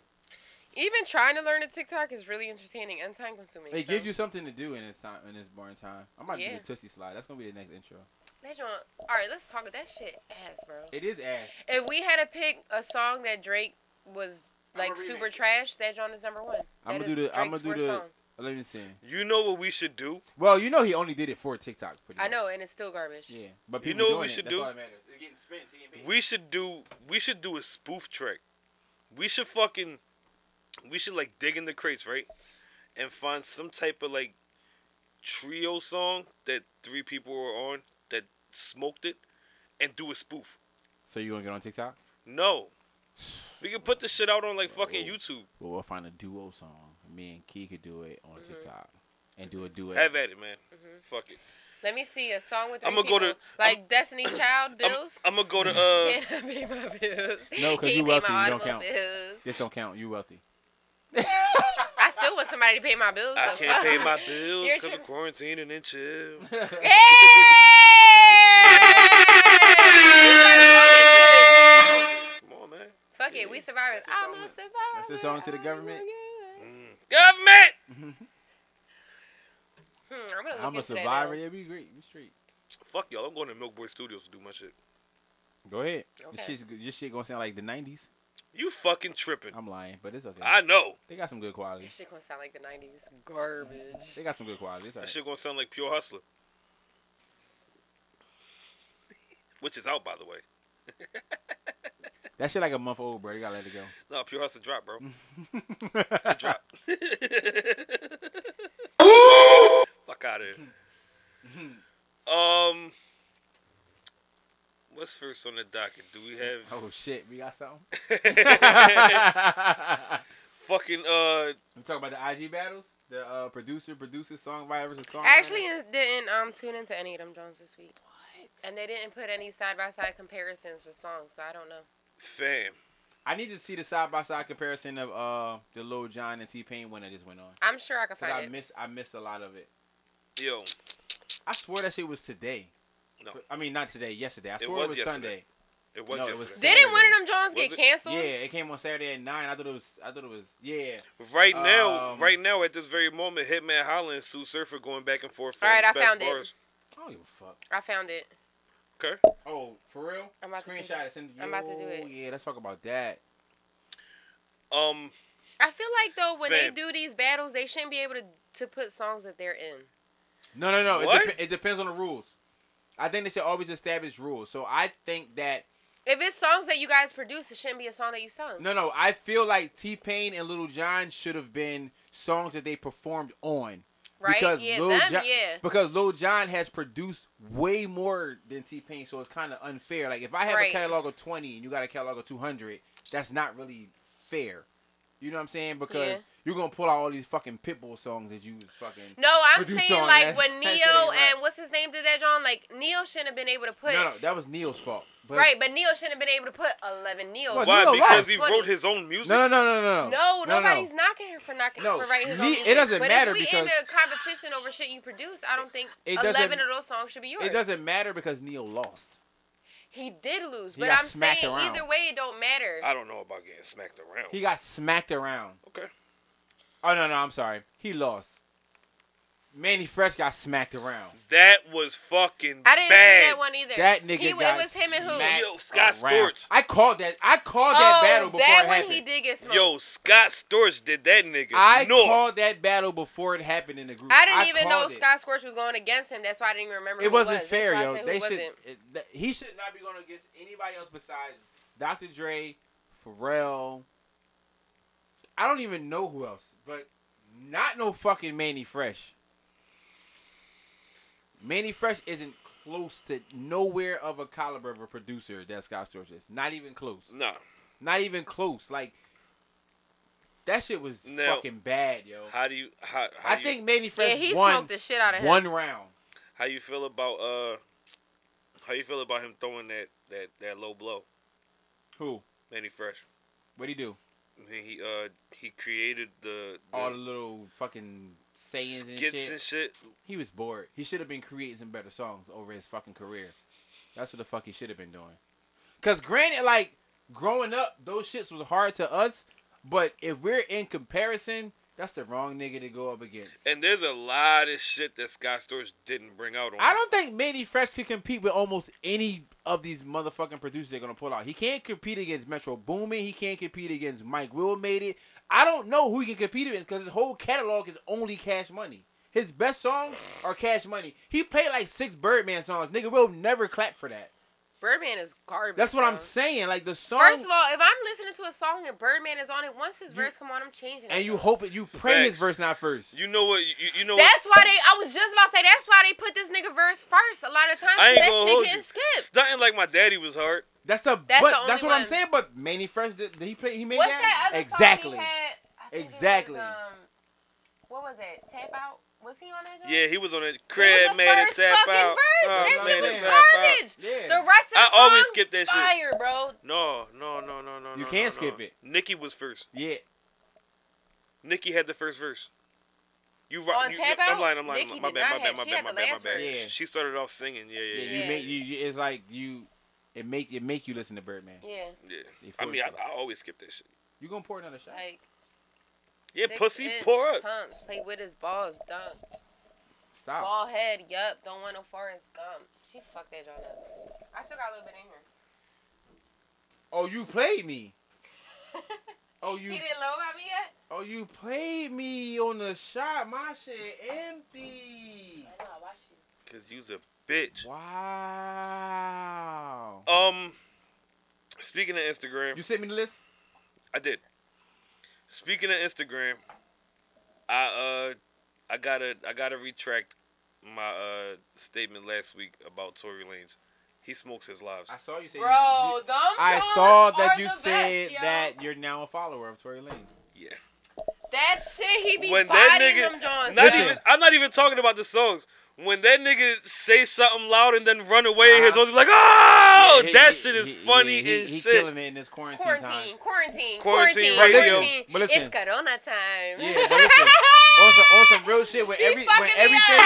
Even trying to learn a TikTok is really interesting and time consuming.
It
so.
gives you something to do in this time in this boring time. I might
Yeah.
do the Tootsie slide. That's gonna be the next intro.
That joint. All right, let's talk. That shit ass, bro.
It is ass.
If we had to pick a song that Drake was like
remix
super
it.
trash, that joint is number one.
I'm
That
gonna do
is
the. I'm gonna
Drake's
do
worst
the
song.
Let me see.
You know what we should do?
Well, you know he only did it for TikTok. Pretty
I
much.
know, and it's still garbage.
Yeah, but
You know
people
what
doing
we
it,
should
that's
do?
all that matters.
It's getting spent. It's getting paid.
We should do we should do a spoof track. We should fucking we should like dig in the crates, right? And find some type of like trio song that three people were on that smoked it and do a spoof.
So you gonna get on TikTok?
No. We can put this shit out on like fucking YouTube.
Well, we'll find a duo song. Me and Key could do it on
Mm-hmm.
TikTok and do a duet.
Have at it, man. Fuck it.
Let me see a song with 3
I'ma go
people.
to-
like Destiny's Child, bills.
I'm, I'm gonna go to uh
Can I pay my bills?
No, 'cause
Can
you
pay
wealthy,
my
you don't
automobile
count.
bills?
This don't count. You wealthy.
I still want somebody to pay my bills.
I
the
can't pay
fuck?
my bills
You're
because
tri-
of quarantine and then chill. Come on, man.
Fuck it, we survivors. I'm a survivor.
That's the song to the government.
Government.
Hmm, I'm gonna look
I'm a
into that
survivor.
now.
Yeah, we great. We straight.
Fuck y'all. I'm going to Milk Boy Studios to do my shit.
Go ahead. This
Okay.
shit's, good- this shit gonna sound like the '90s.
You fucking tripping.
I'm lying, but it's okay.
I know.
they got some good quality.
This shit gonna sound like the '90s garbage.
They got some good quality. It's all
That
right.
shit gonna sound like Pure Hustler. Which is out, by the way.
That shit like a month old, bro. You gotta let it go.
No, Pure Hustler drop, bro. It drop. Fuck out of here. Um, what's first on the docket? Do we have
Oh shit, we got something. Oh.
fucking uh?
I'm talking about the IG battles, the uh, producer, producer, songwriters, and songwriters.
I actually didn't um tune into any of them Jones this week. And they didn't put any side by side comparisons to songs, so I don't know.
Fam,
I need to see the side by side comparison of uh the Lil Jon and T Pain one that just went on.
I'm sure I can
Cause
find
I
it.
miss I missed a lot of it.
yo,
I swear that shit was today.
No.
I mean not today, yesterday. I swear
was
it was
yesterday.
Sunday.
it was
No, it was
yesterday.
Didn't one of them Jones
Was
get
it?
canceled?
Yeah, it came on Saturday at nine. I thought it was I thought it was yeah.
Right now,
Um,
right now, at this very moment, Hitman Holland and Sue Surfer going back and forth. for
Alright,
the
I
best
found it.
I don't give a fuck.
I found it.
Okay.
Oh, for real?
I'm about to do
Screenshot
that.
it, send it.
I'm about to do
Yo,
it.
Yeah, let's talk about that.
Um,
I feel like though when
Fam.
they do these battles, they shouldn't be able to to put songs that they're in.
No, no, no. It,
What?
dep- it depends on the rules. I think they should always establish rules. So I think that
If it's songs that you guys produce, it shouldn't be a song that you sung.
no, no. I feel like T Pain and Little John should have been songs that they performed on.
right?
Because
yeah,
Lil
them,
Jon-
yeah.
Because Lil John has produced way more than T Pain, so it's kind of unfair. Like if I have
Right.
a catalog of twenty and you got a catalog of two hundred, that's not really fair. You know what I'm saying? Because
Yeah.
you're gonna pull out all these fucking Pitbull songs that you was fucking.
No, I'm
Produce
saying
on
like
that.
when
That
Neo
shit ain't right.
and what's his name did that John, like Neo shouldn't have been able to put
No, no, that was Neil's fault. But
right, but Neo shouldn't have been able to put eleven Neos.
Well,
why?
Lil
Because
Nas.
he
Funny.
wrote his own music.
No, no, no, no, no, no.
No, nobody's knocking him for knocking
No,
for writing his
me-
own
it
music.
doesn't
but
matter
if we in
because-
a competition over shit you produce, I don't think
It doesn't-
eleven of those songs should be yours.
It doesn't matter because Neil lost.
He did lose,
He
but
got
I'm saying
smacked around.
either way, it don't matter.
I don't know about getting smacked around.
He got smacked around.
okay.
Oh no, no, I'm sorry. He lost. Manny Fresh got smacked around.
That was fucking
I didn't
bad.
see that one either.
That nigga
He, it
got
was him and who?
smacked
Yo, Scott
around.
Storch.
I called that. I called that
oh,
battle before
that
it
one
happened.
he did get smoked.
Yo, Scott Storch did that nigga.
I
North.
called that battle before it happened in the group.
I didn't even know
called it.
Scott Scorch was going against him. That's why I didn't remember.
It
who
wasn't
was.
fair,
That's why I
yo.
said who
They should.
wasn't.
it- that- he should not be going against anybody else besides Dr. Dre, Pharrell. I don't even know who else, but not no fucking Manny Fresh. Manny Fresh isn't close to nowhere of a caliber of a producer that Scott Storch is. Not even close.
Nah.
Not even close. Like that shit was
Now-
fucking bad, yo.
How do you how, how
I
you,
think Manny Fresh
Yeah, he
won
smoked the shit out of him.
one round.
how you feel about uh how you feel about him throwing that that that low blow,
Who?
Manny Fresh?
What'd he do?
I mean, he uh he created the, the
all the little fucking sayings and
skits
shit.
and shit.
He was bored. He should have been creating some better songs over his fucking career. That's what the fuck he should have been doing. Cause granted, like growing up, those shits was hard to us. But if we're in comparison, That's the wrong nigga to go up against.
And there's a lot of shit that Scott Storch didn't bring out on.
I don't think Manny Fresh could compete with almost any of these motherfucking producers they're gonna pull out. He can't compete against Metro Boomin. He can't compete against Mike Will made it. I don't know who he can compete against because his whole catalog is only Cash Money. His best songs are Cash Money. He played like six Birdman songs. Nigga will never clap for that.
Birdman is garbage.
That's what I'm
bro.
saying. Like the song,
First of all, if I'm listening to a song and Birdman is on it, once his verse come on, I'm changing it.
and you hope it, you pray his
Facts.
verse not first.
You know what? You, you know
That's why they. I was just about to say. That's why they put this nigga verse first. A lot of times
what? I ain't
that
gonna hold
shit
you.
getting skipped.
Stunting like my daddy was hard.
That's the
That's
but
the only
that's what I'm
one.
saying. But Manny Fresh did, did he play? He made
What's
that
that other
exactly.
song he had? I think it was,
Exactly.
um, what was it? Tap out. Was he on that? joint?
Yeah, he was on it.
It
Crab
was the
made it
first
tap
fucking
out. Uh,
verse. that shit
made
was
it
yeah.
tap out.
garbage.
Yeah.
The rest of the
I always
song,
skip that shit.
fire, bro.
No, no, no, no, no.
You
no,
can
no,
skip
no.
it.
Nikki was first.
yeah.
Nikki had the first verse. You rock.
On
you,
Tap
I'm
Out?
lying. I'm lying.
Nikki
my
did
bad.
not
My bad.
have-
My
she
bad.
had
My
the
bad. My
last
bad.
verse. Yeah.
She started off singing. Yeah, yeah,
Yeah,
yeah.
you
Yeah.
make you, you. It's like you. It make it make you listen to Birdman.
Yeah,
yeah.
They
I mean,
forced it.
I, I always skip that shit.
you gonna pour another shot?
like
Yeah,
six
pussy,
inch
pour up.
Pumps, play with his balls, dunk.
Stop.
Ball head, yup. Don't want no Forrest Gump. She fucked that joint up. I still got a little bit in here.
Oh, you played me. Oh
He
you.
didn't low about me yet.
Oh you played me on the shot. My shit empty.
I know. I watched you.
Cause you's a bitch.
Wow.
Um, speaking of Instagram,
You sent me the list.
I did. Speaking of Instagram, I uh, I gotta I gotta retract my uh statement last week about Tory Lanez. He smokes his lives.
I saw you say. you-
Bro,
you-
them
I
joints
saw
are
that you
the best,
said
yo.
that you're now a follower of Tory Lanez.
Yeah.
That shit he be
When that
bodying
nigga,
them Johns.
not
Listen.
even I'm not even talking about the songs. When that nigga say something loud and then run away, in his
Uh-huh.
own like, oh,
Yeah, he-
that
he-
shit is
he-
funny
he,
as
he,
shit.
killing it in this quarantine,
quarantine,
time.
quarantine,
Quarantine
quarantine,
radio.
quarantine.
But listen-
It's Corona time.
Yeah, but listen, on some, on some real shit, when,
He
every, when
fucking me
everything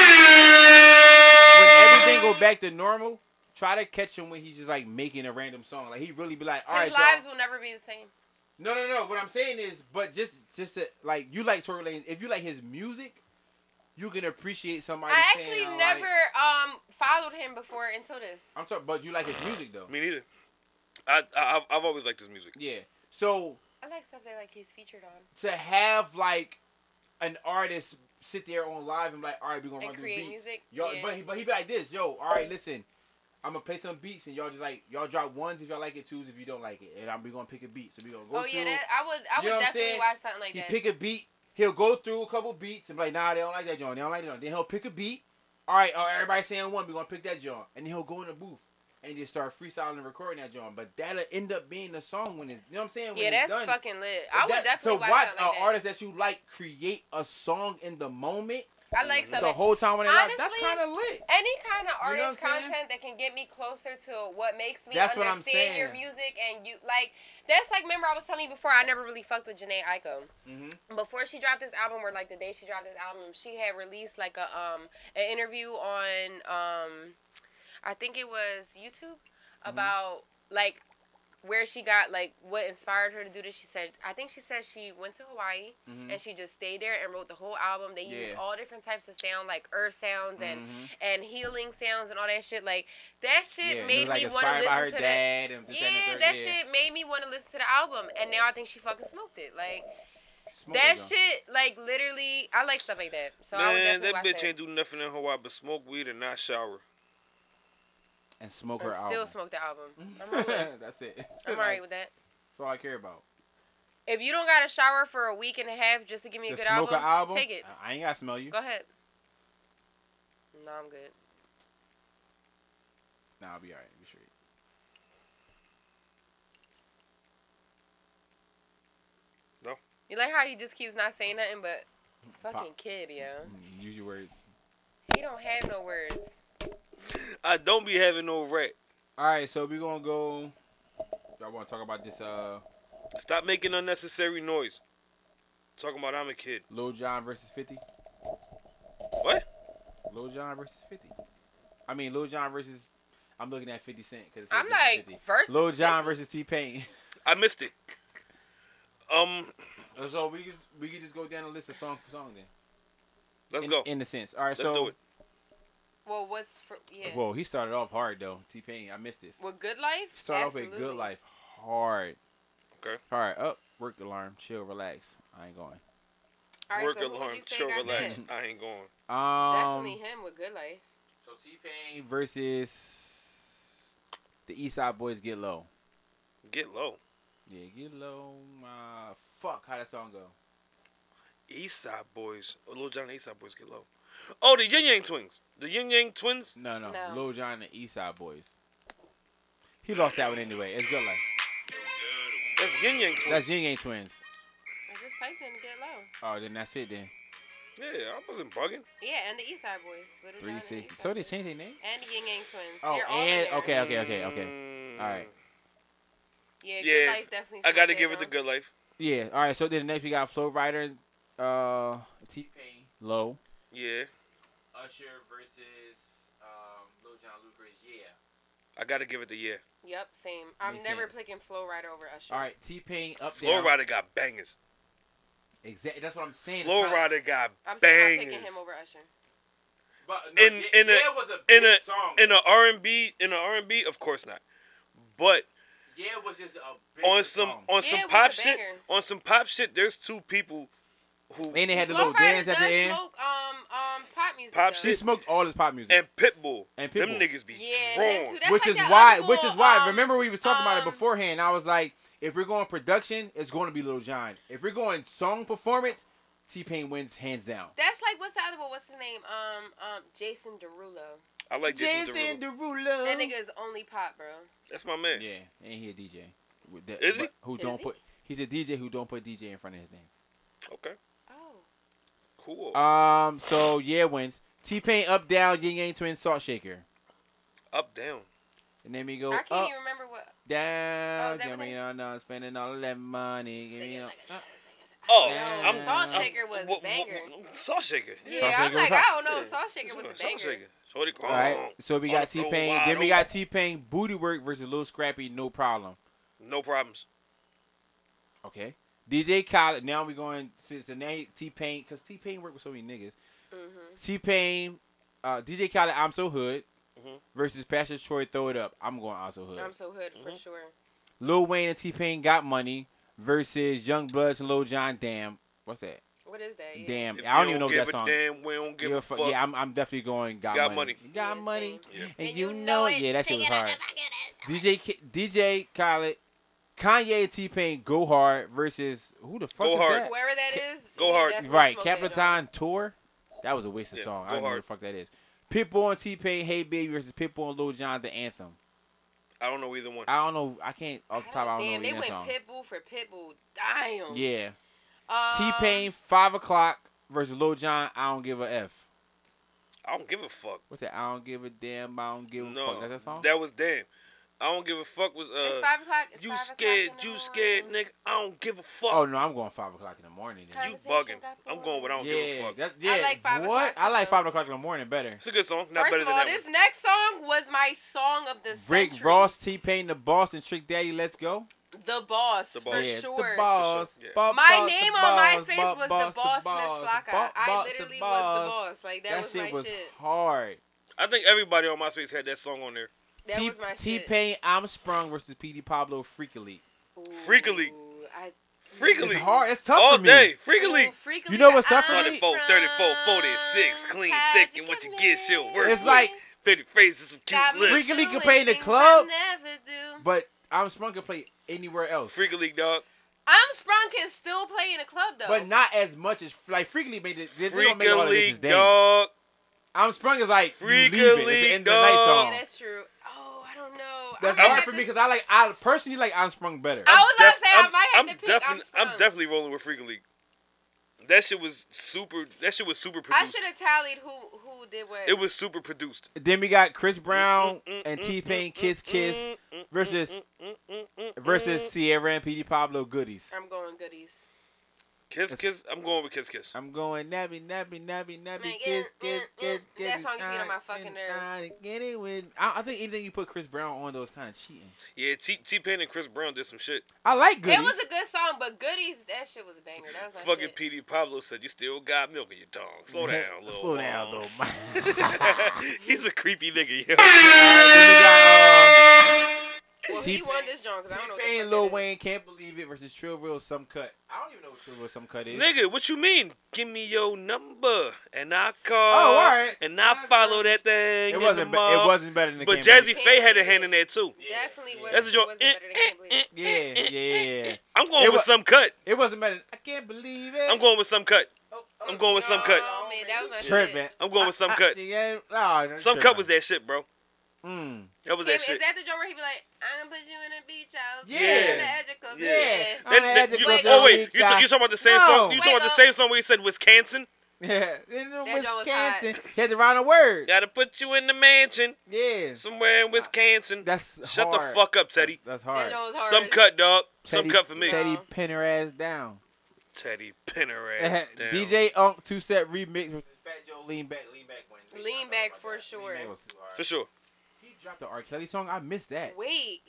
when everything go back to normal, try to catch him when he's just like making a random song. Like he really be like, all right,
His
y'all."
lives will never be the same.
no, no, no. What I'm saying is, but just just to, like you like Tory Lanez, if you like his music, you can appreciate somebody.
I
saying,
actually
"Oh,
never
Like,
um followed him before until this.
I'm talking, but you like his music though.
Me neither. I, I I've- I've always liked his music.
Yeah. So
I like stuff that like he's featured on.
to have like an artist sit there on live and be like, all right, we're gonna
And
run
create
these beats.
music,
Y'all,
yeah. Oh,
but he, but he be like this, yo. All right, listen, I'm gonna play some beats and y'all just like y'all drop ones if y'all like it, twos if you don't like it, and I'm we gonna pick a beat. So we gonna go
oh
through.
yeah, that, I would I
You know what
would
I'm
definitely
saying?
watch something like
he
that.
pick a beat. He'll go through a couple beats and be like, nah, they don't like that joint. They don't like that joint. Then he'll pick a beat. All right, oh, everybody saying one. We gonna pick that joint, and then he'll go in the booth and just start freestyling and recording that joint. But that'll end up being the song when it's you know what I'm saying. When
yeah,
it's
that's
done.
fucking lit. I would
That-
definitely
to
watch,
watch
something
an
like that.
artist that you like create a song in the moment
I like
the
something.
whole time when they live. That's
Honestly,
kind of lit.
Any kind of
You know what
artist
I'm saying?
content that can get me closer to what makes me
That's what I'm
understand your
saying.
music and you like that's like remember I was telling you before I never really fucked with Janae Eiko. Before she dropped this album, or like the day she dropped this album, she had released like a um an interview on um I think it was YouTube
Mm-hmm.
about like where she got like what inspired her to do this. She said I think she said she went to Hawaii and she just stayed there and wrote the whole album. They used
Mm-hmm. Yeah. Mm-hmm.
all different types of sound like earth sounds and and healing sounds and all that shit. Like that shit
it
made
was, like,
me want to
inspired by her
listen to that.
dad and this,
Yeah,
and the third,
that
yeah.
shit made me want to listen to the album, and now I think she fucking smoked it. Like
Smoke
that
joint.
shit, like literally, I like stuff like that. So I would
Man,
definitely
that
watch
bitch
that.
ain't do nothing in Hawaii but smoke weed and not shower.
and smoke
And
her
still
album.
smoke the album. I'm alright.
That's it.
I'm alright with that.
That's all I care about.
If you don't got a shower for a week and a half just to give me a
The
good
smoke
album,
her album.
take it.
I- I ain't gotta smell you.
Go ahead. No, I'm good.
Nah, I'll be alright. Be straight.
You like how he just keeps not saying nothing but fucking kid, yo.
Mm, Use your words.
He don't have no words.
I don't be having no rat.
All right, so we gonna go. Y'all want to talk about this uh
Stop making unnecessary noise. Talking about I'm a kid.
Lil John versus Fifty?
What?
Lil John versus Fifty. I mean Lil John versus. I'm looking at Fifty Cent because
I'm like, versus
Lil John
50.
versus T Pain.
I missed it. Um,
So we could, we could just go down the list of song for song then.
Let's
in,
go.
In a sense. All right,
Let's
so.
do it.
Well, what's for yeah?
Whoa, he started off hard though. T Pain, I missed this.
Well, good life.
Start off
Absolutely.
with good life hard.
Okay.
All right, up, work alarm, chill, relax. I ain't going.
All right,
Work
so who would
alarm,
you say
chill,
got
relax.
that?
I ain't going.
Um,
Definitely him with good life.
So T Pain.
versus the East Side Boys, get low.
Get low.
Yeah, get low. Uh, fuck, how that song go?
East Side Boys. Oh, Lil Jon and East Side Boys get low. Oh, the Yin Yang Twins. The Yin Yang Twins.
No, no,
No.
Lil Jon and East Side Boys. He lost that one anyway. It's good life.
That's Yin Yang Twins.
That's Ying Yang Twins.
I just typed in to get low.
Oh, then that's it then.
yeah, I wasn't bugging.
Yeah, and the East Side Boys. Little John
Three
and the
sixty.
East
So
Side
they
Boys.
changed their name.
And the Yin Yang Twins.
Oh,
They're all in
and
there.
okay, okay, okay, okay.
Mm,
All right.
Yeah, good
Yeah,
life definitely.
I gotta
snuck
give
in
it the
on.
good life.
Yeah. All right. So then next we got Flow Rider, uh, T Pain, Low.
Yeah,
Usher versus um, Lil Jon Lucas. Yeah.
I gotta give it the yeah.
Yep, same. I'm
Makes
never
sense.
picking Flow Rider over Usher.
All right. T Pain up
Flow
down.
Rider got bangers.
Exactly. That's what I'm saying. It's
Flow
not-
Rider got
I'm still not
bangers.
picking him over Usher.
But no,
In-
yeah,
in a-
yeah was a
in
big
a-
song.
In the R and B, in the R and B, of course not. But
yeah was just a big
on some
song.
on
Yeah, it
some
was
pop
a
shit,
banger.
on some pop shit, there's two people who
And they had the
Flow
little
Rider
dance
does
at the end.
smoke um um pop music.
Pop
though.
She
shit.
smoked all his pop music,
and Pitbull.
And
Them
Pitbull.
niggas be
Yeah, him
wrong.
too. That's
which
like
is
that
why.
other
Which
boy,
is why.
um,
Remember we was talking about it
um,
beforehand. I was like, if we're going production, it's going to be Lil Jon. If we're going song performance, T Pain wins hands down.
That's like what's the other one? What's his name? Um um Jason Derulo.
I like Jason Derulo.
Derulo.
That nigga is only pop, bro.
That's my man.
Yeah, and he a DJ. With that-
Is he?
but Who
Is
don't
he?
put? He's a DJ who don't put DJ in front of his name.
Okay,
Oh.
cool.
Um. So yeah, wins. T Pain up down. Yin Yang Twin Salt Shaker.
Up down.
And then we go
I
up
can't even remember what
down.
is that
give
what
me
they-
on on spending all of that money. Give me
singing
on.
like a shit.
Oh,
Yeah.
I'm,
Salt
I'm-
Shaker was
wha- wha-
banger.
Salt shaker.
Yeah,
Salt
I'm
Shaker was
like,
hot.
I don't know.
Yeah.
Salt Shaker was a
Salt
banger.
shaker. Shorty Crumb.
All right. So we got
On the
T
floor,
Pain.
wide
Then we got
open.
T Pain Booty Work versus Lil Scrappy. No problem.
No problems.
Okay. DJ Khaled. Now we going Cincinnati. T Pain. Cause T Pain worked with so many niggas.
Mm-hmm.
T Pain. Uh, DJ Khaled. I'm so hood.
Mhm.
Versus Pastor Troy. Throw it up. I'm going. Mm-hmm. I'm so hood.
I'm so hood
Mm-hmm.
for sure.
Lil Wayne and T Pain got money versus Young Bloods and Lil John. Damn, what's that?
What is that? Yeah.
Damn,
If
I don't
you
even know
give
that song.
A damn, we don't give
Give
a fuck. Yeah,
Yeah, I'm, I'm definitely going. Got,
Got
money.
money.
Got
Yeah,
money.
Yeah.
And, you know it. Yeah, that shit was hard. DJ K- DJ Khaled, Kanye and T Pain go hard versus who the fuck
Go
is
hard.
that?
Wherever that is.
Go
you
hard.
definitely
Right,
smoke that joint.
Capitan Tour. That was a wasted
Yeah,
song. I
go
don't know what
hard.
the fuck that is. Pitbull and T Pain, Hey Baby versus Pitbull and Lil Jon, the anthem.
I don't know either one.
I don't know. I can't off the top. I don't
Damn,
know
they
either
went
song.
Pitbull for Pitbull. Damn.
Yeah. T
Um,
Pain, five o'clock versus Lil Jon. I don't give a f.
I don't give a fuck.
What's that? I don't give a damn. I don't give a
No,
fuck. That's that song.
was damn. I don't give a fuck. Was
It's
uh,
five o'clock. It's
you
five o'clock
scared?
in the
You
morning.
scared, nigga? I don't give a fuck.
oh no, I'm going five o'clock in the morning. Then.
you
Conversation
bugging?
got
I'm going with I don't
yeah,
give a fuck.
That's, yeah.
like five
what?
o'clock
I like
too.
five o'clock in the morning better.
It's a good song. Not
First
better
of
than
all,
that.
this
one.
next song was my song of the
Rick
century.
Ross, T Pain, the boss, and Trick Daddy. Let's go.
The boss,
The
for
Boss.
yeah,
sure.
the boss.
Yeah.
Bo-
My
boss, the
name on
boss,
MySpace
bo-
was
boss,
the boss, Miss
boss, the
Flocka.
bo-
I
boss, the
literally was
boss.
the boss. Like that,
That
was
shit
my
was
shit.
hard.
I think everybody on MySpace had that song on there.
That
T-
was my
T
shit.
Pain, I'm sprung versus P D Pablo, Freak Elite.
Freakily.
Ooh, I-
Freakily.
It's hard. It's tough
all
for me.
day. Freakily.
Ooh, freakily
You know what's
that
up for
I'm
24,
from.
34, 46, clean,
How'd
thick,
you
and what
come
you get,
in?
shit worth.
It's like-
50 phrases, some cute
Got me
lips.
Freakily could
doing
play in the
things I
club.
never do.
But I'm sprung can play anywhere else.
Freaky League, dog.
I'm sprung can still play in a club though.
But not as much as like Freakily made it. They, they don't make a lot
Freaky
of bitches
League,
dance.
dog.
I'm sprung is like you leave
Freaky
it. It's the
League,
end of the night
dog.
song.
yeah, that's true. Oh, I don't know.
That's
I might
hard
have
for me
to-
because I like I personally like I'm sprung better.
I was gonna
Def-
say I
I'm-
might have
I'm
to pick. I'm
definitely-
sprung.
I'm definitely rolling with Freaky League. That shit was super. That shit was super
I
produced.
should have tallied who who did what.
It was super produced.
Then we got Chris Brown
Mm, mm,
and
mm,
T Pain
mm,
Kiss
mm,
Kiss
mm, mm,
versus
mm, mm, mm, mm,
versus
Mm-hmm.
mm.
Sierra and P D Pablo Goodies.
I'm going goodies.
Kiss,
That's-
kiss. I'm going with kiss, kiss.
I'm going nabby, nabby, nabby, nabby, kiss,
Man, yeah,
kiss,
yeah, yeah.
kiss, kiss.
mm. That song is getting on my
I
fucking
can-
nerves.
I get it with. I, I think anything you put Chris Brown on though is kind of cheating.
Yeah, T T Pain and Chris Brown did some shit.
I like Goody.
It was a good song, but Goodies, that shit was a banger. That was my
Fucking
shit.
PD Pablo said, "You still got milk in your tongue. Slow down, little
Slow down,
mom."
though. My-
He's a creepy nigga, yo.
Well, he
T-Pain-
won this joint because I don't know. what the
T-Pain,
fuck
Lil
that is.
Wayne, can't believe it versus Trill Real, some cut. I don't even know what Trill Real, some cut is.
Nigga, what you mean? Give me your number and I call.
Oh, all right.
And I follow that thing.
it
in
wasn't.
The
Be- it
mall.
wasn't better than. the
But
Can't
Jazzy
Believe
Faye had a hand in that too.
Definitely was.
That's a joint. Eh,
wasn't better than Can't Believe It.
It. Yeah, yeah, yeah.
I'm going
It
with
wa-
some cut.
It wasn't better. Than- I can't believe it.
I'm going with some cut. I'm going with some cut.
Oh man, that was my
tripping.
shit.
I'm going with some cut.
Yeah, no, no,
Some cut
tripping.
was that shit, bro.
Mm.
That was that
Is
shit.
that the joint where he be like, "I'm gonna put you in a beach house,
Yeah.
on the edge of coastal,
Yeah.
yeah.
That-
On the
that-
edge of
you-
Costa
oh wait, you
Rica.
ta- you talking about the same
No.
song? You talking about the
Fuego.
same song where he said Wisconsin?
Yeah, in
joint was hot.
Wisconsin. He had to rhyme a word.
Gotta put you in the mansion
Yeah.
somewhere in Wisconsin.
That's
Shut the
hard.
fuck up, Teddy.
That's
That
hard.
joint was Uh-huh. hard.
Some cut, dog. Some
Teddy-
cut for me.
Teddy-
Teddy
No.
pin her ass down.
Teddy Pinner ass.
Eh,
down.
DJ Unk two step remix. versus Fat Joe lean back, lean back wins.
Lean Back for sure.
Lean Back was too hard.
for sure.
He dropped the R. Kelly song. I missed that.
Wait,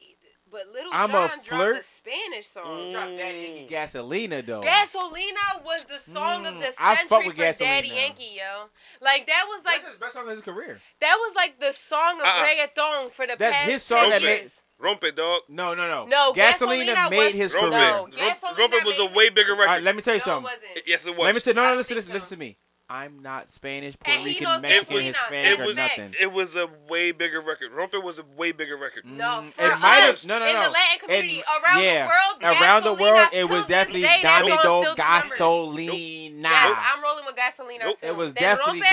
but Little
I'm a
John dropped
flirt.
the Spanish song.
Mm.
He dropped that Yankee Gasolina though.
Gasolina was the song of the
Mm, I fuck
century
with
for Daddy
Gasolina.
Yankee, yo. Like that was like
That's his best song of his career.
that was like the song of
Uh-uh.
reggaeton for the
That's
past
his song
10
that made-
years.
Rompe, dog.
No, no, no.
No,
Gasolina,
Gasolina
made
was-
his
Rompe.
career.
No,
Rom-
Gasolina
Rompe was a
made-
way bigger
All
record.
right, let me tell you
No, it
something.
wasn't.
yes, it was.
Let me tell no,
I
no, listen,
think
listen,
so.
listen to me. I'm not Spanish, Puerto
And he
Rican,
knows
Mexican,
Gasolina.
Hispanic,
It
or
was-
nothing.
it was a way bigger record. Rompe was a way bigger record.
No,
Mm,
for
it
us,
might have- no, no,
in the
no.
Latin
It-
community, around
yeah,
the world,
around the world,
Gasolina,
it was
till this
definitely
day, that
Dame
song's
Do
still numbers.
Gasolina.
Yes, I'm rolling with Gasolina
Nope.
too.
It was
Then
definitely
Rompe,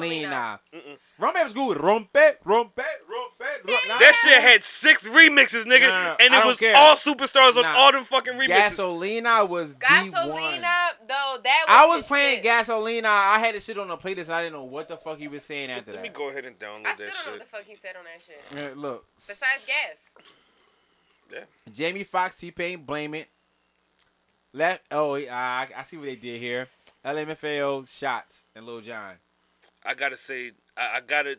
Gasolina.
Mm-mm.
Rompe was good. Rompe, rompe, rompe, rompe. Nah.
That shit had six remixes, nigga,
Nah, nah,
and
I
it
don't
was
care.
all superstars on
Nah.
all them fucking remixes.
Gasolina was the one.
Gasolina, though, that was
I was
his
playing
shit.
Gasolina. I had the shit on the playlist. I didn't know what the fuck he was saying after
Let me
that.
go ahead and download
I
that
still don't know what
shit.
the fuck he said on that shit.
Yeah, Look,
Besides gas.
Jamie Foxx, T Pain, blame it. Left. Oh, I, I see what they did here. LMFAO shots and Lil Jon.
I gotta say, I, I gotta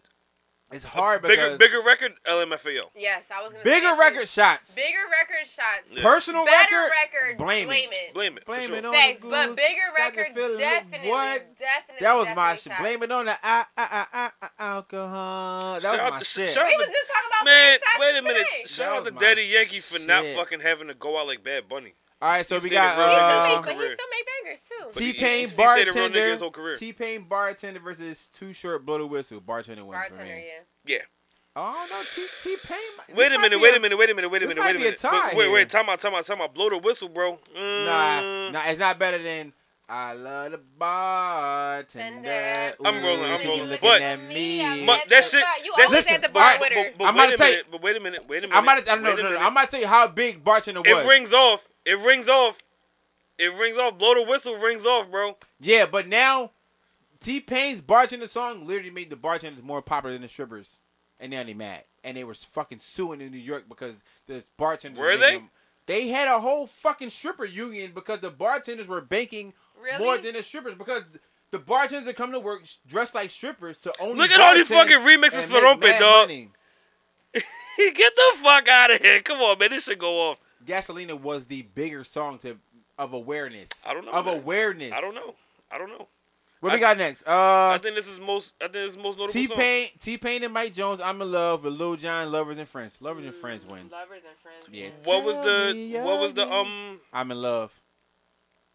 It's hard
bigger
because
bigger record. LMFAO.
Yes, I was gonna say
bigger
that too.
record shots,
Bigger record shots.
Yeah.
personal
Better
record,
record.
blame, it.
it.
Blame it.
Blame
for sure.
it on
Facts,
the
but
goose,
bigger
got the
record
feeling,
definitely,
What?
definitely.
That was
definitely
my shit.
shots.
Blame it on the ah, ah, ah, ah, ah, alcohol. That
Shout
was
out
my
to-
shit.
shout out
We was just talking about
Man,
man, shots
wait a minute.
today.
Shout
That
out to
was my
Daddy Yankee for not
shit.
fucking having to go out like Bad Bunny.
All right, so
He's
we
been a
got
real
he
nigga his
still
uh,
whole
make, but he
career.
still made bangers too.
But he-
T
he
Pain
stayed a real nigga
bartender.
his whole career.
T Pain bartender versus Too Short Blow the Whistle. Bartender wins for
Bartender,
me.
yeah.
Oh no, T T Pain.
Wait a minute, wait a minute, wait a minute, wait a
this
minute, wait
might
a
be a
minute.
tie
Wait, wait,
here.
wait, time out, time out, time out. Blow the whistle, bro.
Nah,
Mm.
nah, it's not better than I love the bartender.
Tender.
I'm rolling, I'm
she
rolling.
looking
But-
at me.
I'm
Ma-
at
that
the
shit-
bar. You
that-
always
listen,
at the bar
alright,
with her.
But, but
I'm
wait
about
a
to tell you-
minute, but wait a minute, wait a minute.
I'm about to, I
wait
no,
a
no, no,
minute.
I'm about to tell you how big bartender was.
It rings off. It rings off. It rings off. Blow the whistle rings off, bro.
Yeah, but now T Pain's bartender song literally made the bartenders more popular than the strippers, and now they mad, and they were fucking suing in New York because the bartenders
Were
made
they?
them- they had a whole fucking stripper union because the bartenders were banking
Really?
more than the strippers because the bartenders that come to work dressed like strippers to only
Look at all these
bartend
fucking remixes
and
for
make
Rompe,
mad
dog.
money.
Get the fuck out of here. Come on, man. This should go off.
Gasolina was the bigger song to of awareness.
I don't know,
Of
man.
awareness.
I don't know. I don't know.
What we
I-
got next? Uh,
I think this is most. I think this is most notable.
T
song.
Pain, T Pain and Mike Jones. I'm in love with Lil Jon, Lovers and Friends. Lovers and Friends
Mm,
wins.
Lovers and friends.
Yeah.
wins.
What was
Tell
the?
me
What was the?
again.
Um.
I'm in love.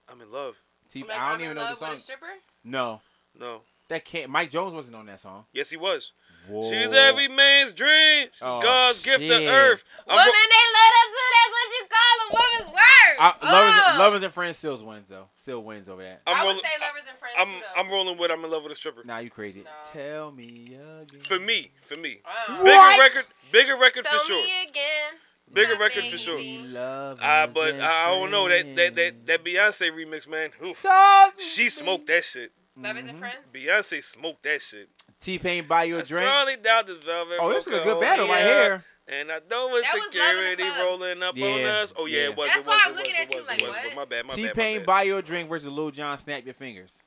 I'm in love.
T.
Like,
I
I'm
don't
in
even know
love
the
with
song.
a stripper.
no,
No.
that can't. Mike Jones wasn't on that song.
Yes, he was.
Whoa.
She's every man's dream. She's
Oh,
God's gift to
shit.
earth. I'm
Women,
ro-
they let us do. That's what you call a woman's word.
I, lovers,
Ugh.
lovers and friends still wins though. Still wins over that.
I'm
I would
rolling.
say lovers and friends
I'm.
too. though.
I'm rolling with. I'm in love with a stripper.
Nah, you crazy.
No.
Tell me again.
For me. For me.
Wow.
Bigger
What?
record. Bigger record
Tell
for sure.
me again.
Bigger
my
record for sure.
baby.
Lovers
Ah, but
and
I don't know that that that,
friends.
that Beyonce remix, man. Oof.
Tell me-
She smoked that shit.
Lovers
Mm-hmm.
and friends.
Beyonce smoked that shit.
T Pain buy you a
I
drink.
strongly doubt this velvet.
Oh, this is a
Roca
good battle right
Olea
here.
And I know it's
That was Love in the
security
Club.
rolling up on
Yeah,
us. Oh yeah,
yeah.
it was.
That's
it was,
why
it
I'm
was,
looking
it
at
was,
you
it
like,
was, it was.
what?
My bad. My
T
bad. My
Pain,
bad.
buy your drink versus Lil Jon, snap your fingers.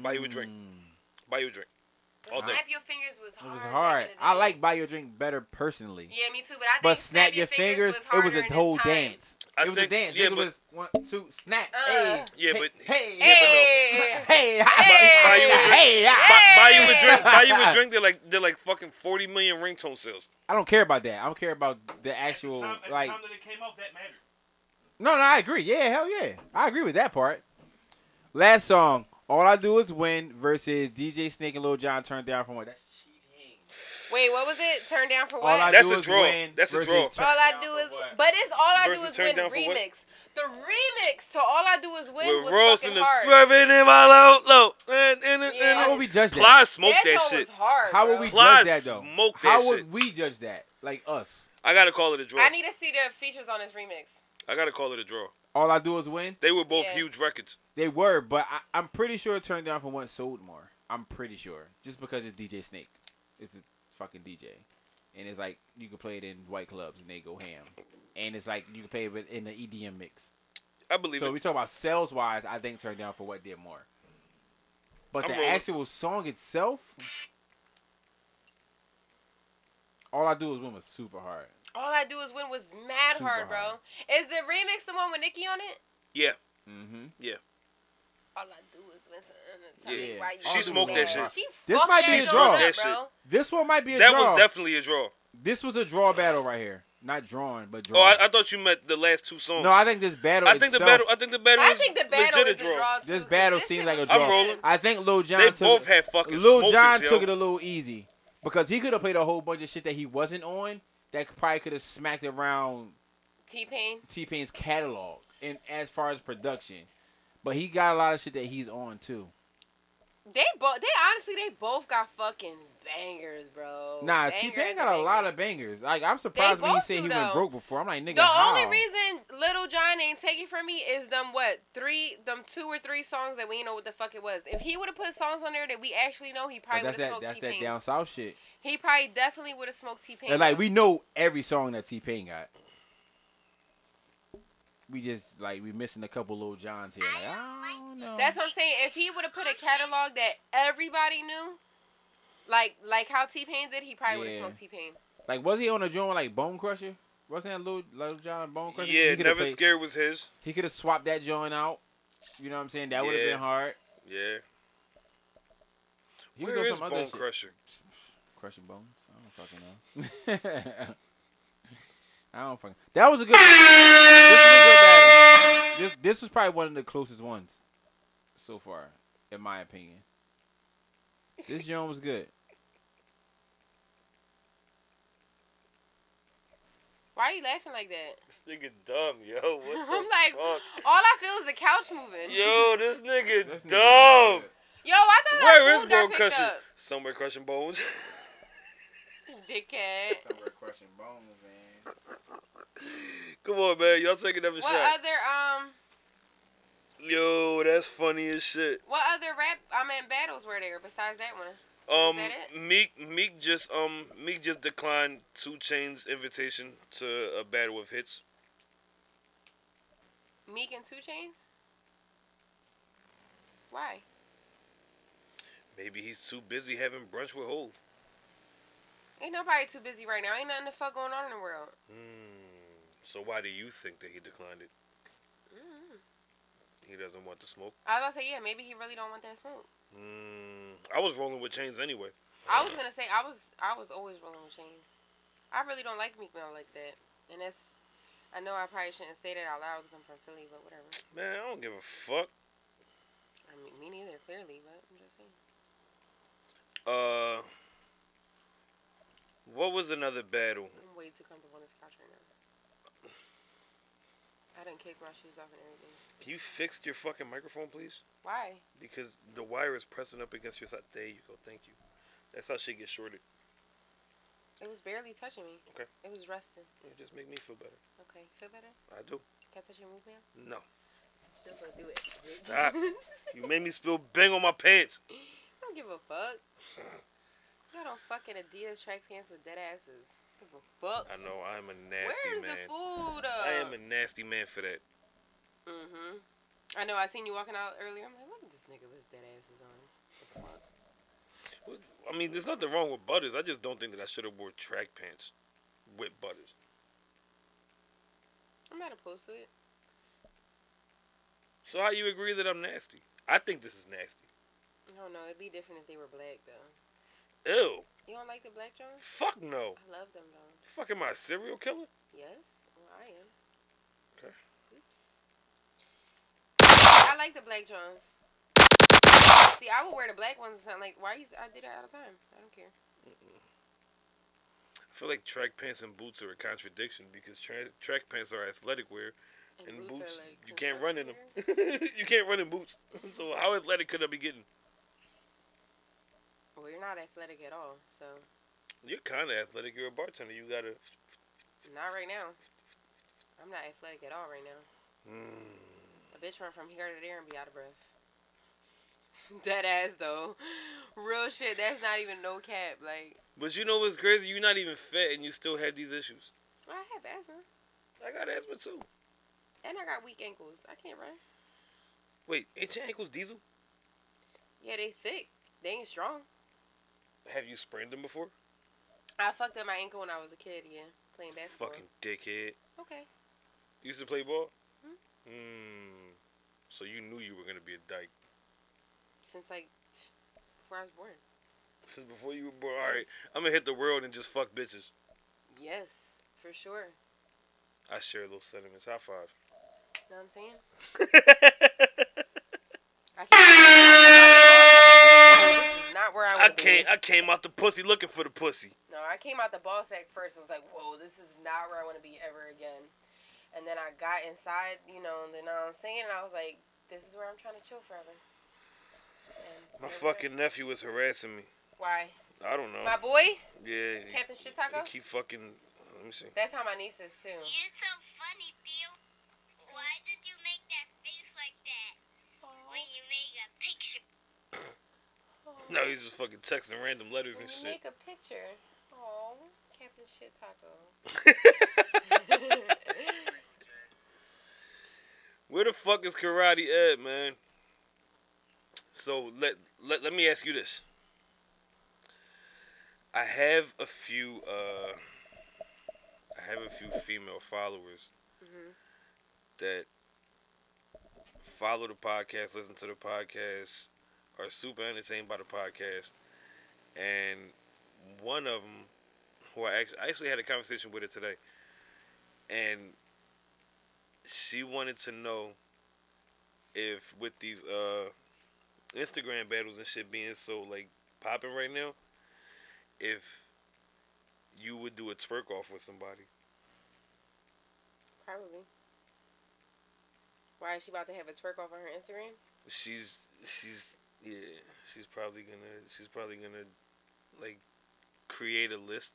Buy you a
Mm.
drink. Buy you a drink. All day.
Snap your fingers was
It
hard.
was
back
hard.
in the
I
day.
like buy your drink better personally.
Yeah, me too. But I think
But snap your fingers, it was
harder
a
in this
whole
time.
dance.
I
it was
think-
a dance.
yeah,
it
but-
was one, two, snap.
Uh.
hey,
Yeah,
hey,
but-
hey,
Hey.
hey, hey,
Buy you a drink.
hey,
Buy,
I-
buy you a drink. Buy you a drink. They're like they're like fucking forty million ringtone sales.
I don't care about that. I don't care about the
At the
actual
time- at the
like.
time that it came out, that mattered.
No, no, I agree. Yeah, hell yeah, I agree with that part. Last song, all I do is win versus DJ Snake and Lil Jon turned down from what? That's cheating.
Wait, what was it? Turn down for
All
what?
I
That's
do
a
is
draw.
win
That's a
versus
draw.
turn-
all I
Down
do
for
is,
what?
but it's all I do
Versus
is
turn
win
down for what?
remix. The remix to all I do is win
With
was
Ross
fucking
and them
hard.
swerving in my low low. And, and, and,
Yeah.
How would
and,
we judge that?
Ply smoked
that
that
joint
shit.
was hard.
How
bro.
would we
Ply
judge that though?
smoked that
How
shit.
would we judge that? Like us.
I gotta call it a draw.
I need to see the features on this remix.
I gotta call it a draw.
All I do is win.
They were both
Yeah.
huge records.
They were, but I, I'm pretty sure it turned down for one sold more. I'm pretty sure, just because it's DJ Snake, it's a fucking DJ, and it's like you can play it in white clubs and they go ham, and it's like you can play it in the EDM mix.
I believe
So
it.
we talk about sales wise, I think turned down for what did more. But
I'm
the
rolling.
actual song itself, all I do is win was super hard.
All I do is win was mad
Super
hard, bro.
hard.
Is the remix the one with Nicki on it?
yeah.
Mm-hmm.
All I do is win. to- Tell
Yeah.
me why you
She
mad.
smoked that shit.
She
This
fucked
might
that
be a
joint
draw.
up,
That
bro.
shit.
This one might be a
That
draw.
was definitely a draw.
this was a draw battle right here. Not drawing, but
Oh,
drawing.
I, I thought you meant the last two songs.
no, I think this battle.
I think the
itself-
battle. I think the battle.
I
was
think the battle
legit
is
a
a
draw.
draw. too,
This
'cause
battle
this
seemed
shit
like a
was
draw.
I'm rolling.
I think Lil Jon
They
took
both had fucking
Lil
smokers,
Jon
yo.
took it a little easy because he could have played a whole bunch of shit that he wasn't on that could- probably could have smacked around
T Pain.
T Pain's catalog and as far as production, but he got a lot of shit that he's on too.
They both. They honestly, they both got fucking bangers, bro.
Nah,
Oh, Banger
T Pain
after
got a
banger.
lot of bangers. Like I'm surprised when he
both
said
do,
he
though.
went broke before. I'm like nigga.
The
how?
only reason Little John ain't taking from me is them what three, them two or three songs that we ain't know what the fuck it was. If he would have put songs on there that we actually know, he
But
probably would
that's
have
that.
smoked
That's
T
that
Pain.
down south shit.
He probably definitely would have smoked T Pain.
And like we know every song that T Pain got. We just like we missing a couple little Johns here. Like, I don't know.
That's what I'm saying. If he would have put a catalog that everybody knew, like like how T Pain did, he probably would have
Yeah.
smoked T Pain.
like was he on a joint with like Bone Crusher? Wasn't that little little John Bone Crusher?
Yeah,
he coulda
never
played-
scared was his.
He could have swapped that joint out. You know what I'm saying? That would have
Yeah.
been hard.
Yeah.
He
Where
was on
is
some other
Bone
shit.
Crusher?
Crushing bones. I don't fucking know. I don't fucking. That was a good. This was a good battle. This this was probably one of the closest ones so far, in my opinion. This joint was good.
Why are you laughing like that?
This nigga dumb, yo. What the
I'm like,
fuck?
all I feel is the couch moving.
Yo, this nigga
This nigga was
dumb.
good.
Yo, I thought
Where
Where
is
food got
Bone
picked
Crusher?
up.
Somewhere crushing bones.
Dickhead.
Somewhere crushing bones, man.
Come on, man. Y'all taking another
What
shot.
other um?
Yo, that's funny as shit.
What other rap? I mean, battles were there besides that one?
Um,
that it?
Meek Meek just um Meek just declined Two Chain's invitation to a battle of hits.
Meek and Two Chains. Why?
Maybe he's too busy having brunch with Hov.
Ain't nobody too busy right now. Ain't nothing the fuck going on in the world.
Hmm. So why do you think that he declined it?
Mm-hmm.
He doesn't want to smoke.
I was about to say, yeah, maybe he really don't want that smoke.
Mm, I was rolling with chains anyway.
I was gonna say I was I was always rolling with chains. I really don't like Meek Mill like that, and that's I know I probably shouldn't say that out loud because I'm from Philly, but whatever.
Man, I don't give a fuck.
I mean, me neither, clearly, but I'm just saying.
Uh, what was another battle?
I'm way too comfortable on this couch right now. I done kicked my shoes off and everything.
Can you fix your fucking microphone, please?
Why?
Because the wire is pressing up against your side. There you go. Thank you. That's how shit gets shorted.
It was barely touching me.
Okay.
It was resting.
It just make me feel better.
Okay. Feel better?
I do.
Can I touch your move now?
No.
Still gonna do it. bitch.
Stop. you made me spill bang on my pants.
I don't give a fuck. Got on fucking Adidas track pants with dead asses. Give a fuck.
I know I'm a nasty
Where's
man.
the food? Uh,
I am a nasty man for that.
Mm-hmm. I know. I seen you walking out earlier. I'm like, look at this nigga with his dead asses on. The fuck?
I mean, there's nothing wrong with butters. I just don't think that I should have wore track pants with butters.
I'm not opposed to it.
So how you agree that I'm nasty? I think this is nasty.
I don't know. It'd be different if they were black though.
Ew.
You don't like the black Jones?
Fuck no.
I love them though.
Fuck am I a serial killer?
Yes. Well, I am.
Okay.
Oops. I like the black Jones. See, I would wear the black ones or something like. Why you? s- I did it all the time. I don't care.
I feel like track pants and boots are a contradiction because tra- track pants are athletic wear and, boots,
are, like,
you can't run in them.
construction wear.
you can't run in boots. So how athletic could I be getting?
Well, you're not athletic at all, so
You're kind of athletic. You're a bartender. You gotta.
not right now. I'm not athletic at all right now.
hmm.
A bitch run from here to there and be out of breath. Dead ass though. Real shit. That's not even no cap. Like
But you know what's crazy? You're not even fat and you still have these issues.
well, I have asthma
I got asthma too.
and I got weak ankles. I can't run.
Wait, ain't your ankles diesel?
Yeah, they thick. They ain't strong.
Have you sprained them before?
I fucked up my ankle when I was a kid. Yeah, playing basketball.
Fucking dickhead.
Okay.
You used to play ball? Hmm. So you knew you were gonna be a dyke
Since like before I was born.
since before you were born. All right, I'm gonna hit the world and just fuck bitches.
Yes, for sure.
I share those sentiments. High five.
Know what I'm saying? I can't. this is not where I
I
want to be.
came, I came out the pussy looking for the pussy.
No, I came out the ball sack first and was like, whoa, this is not where I want to be ever again. And then I got inside, you know, and then I was singing, and I was like, this is where I'm trying to chill forever. And
My
here we are.
fucking Oh. nephew was harassing me.
Why?
I don't know.
My boy,
Yeah. he-
Captain
he
Shit Taco?
keep fucking. Let me see.
That's how my niece is, too.
You're so funny, Theo. Why did you make that face like that when you make a picture?
No, he's just fucking texting random letters
When
and
you
shit.
make a picture, oh, Captain Shit Taco.
Where the fuck is karate at, man? So let let let me ask you this. I have a few uh I have a few female followers that follow the podcast, listen to the podcast, are super entertained by the podcast, and one of them who I actually I actually had a conversation with her today, and she wanted to know if with these uh Instagram battles and shit being so like popping right now, if you would do a twerk off with somebody.
Probably. Why is she about to have a twerk off on her Instagram?
She's she's yeah, she's probably gonna she's probably gonna like create a list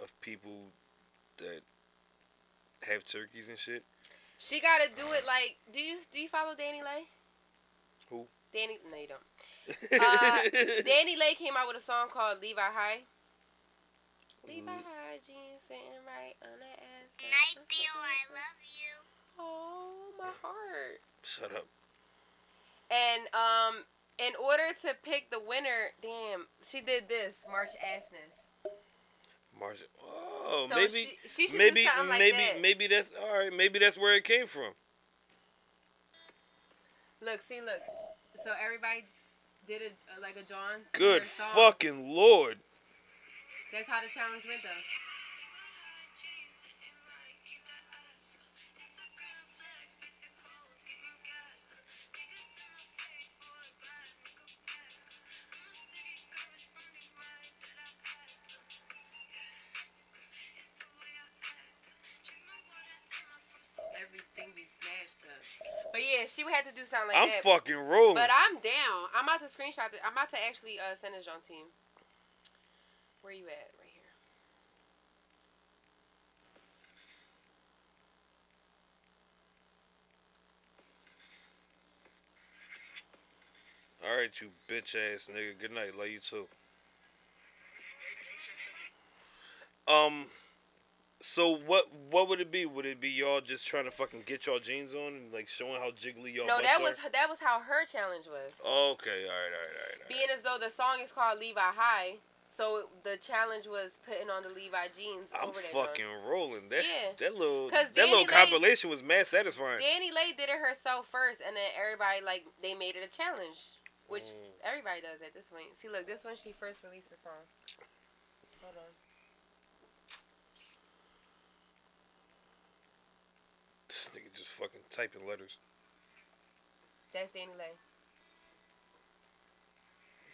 of people that have turkeys and shit.
She gotta do it like. Do you do you follow Danny Lay?
Who?
Danny? No, you don't. Uh, Danny Lay came out with a song called "Levi High." Levi
Mm.
High jeans sitting right on that ass.
Night, Theo, I love you.
Oh my heart.
Shut up.
And um, in order to pick the winner, damn, she did this March assness.
Margin. Oh,
So
maybe
she- she should do
maybe
something like
maybe
that.
maybe that's all right. Maybe that's where it came from.
Look, see, look. So everybody did a, like a John. Cena
Good
song.
fucking lord.
That's how the challenge went though. Everything be smashed up. But yeah, she would have to do something like
I'm
that.
fucking rolling.
But I'm down. I'm about to screenshot it. I'm about to actually uh, send this on to you. Where you at? Right here.
all right, you bitch ass nigga. Good night. Love you too. Um, so what what would it be? Would it be y'all just trying to fucking get y'all jeans on and like showing how jiggly y'all?
No,
butts
that
are?
was that was how her challenge was.
Oh. Okay, all right, all right, all right.
Being as though the song is called Levi High, so the challenge was putting on the Levi jeans
I'm
over that
fucking rolling. That
Yeah.
sh that little
'Cause
that little
Danny Lane-
compilation was mad satisfying.
Joint. Danny Lay did it herself first, and then everybody like they made it a challenge, which
Mm.
everybody does at this point. See, look, this one she first released the song. Hold on.
This nigga just fucking typing letters.
That's Danny Lay.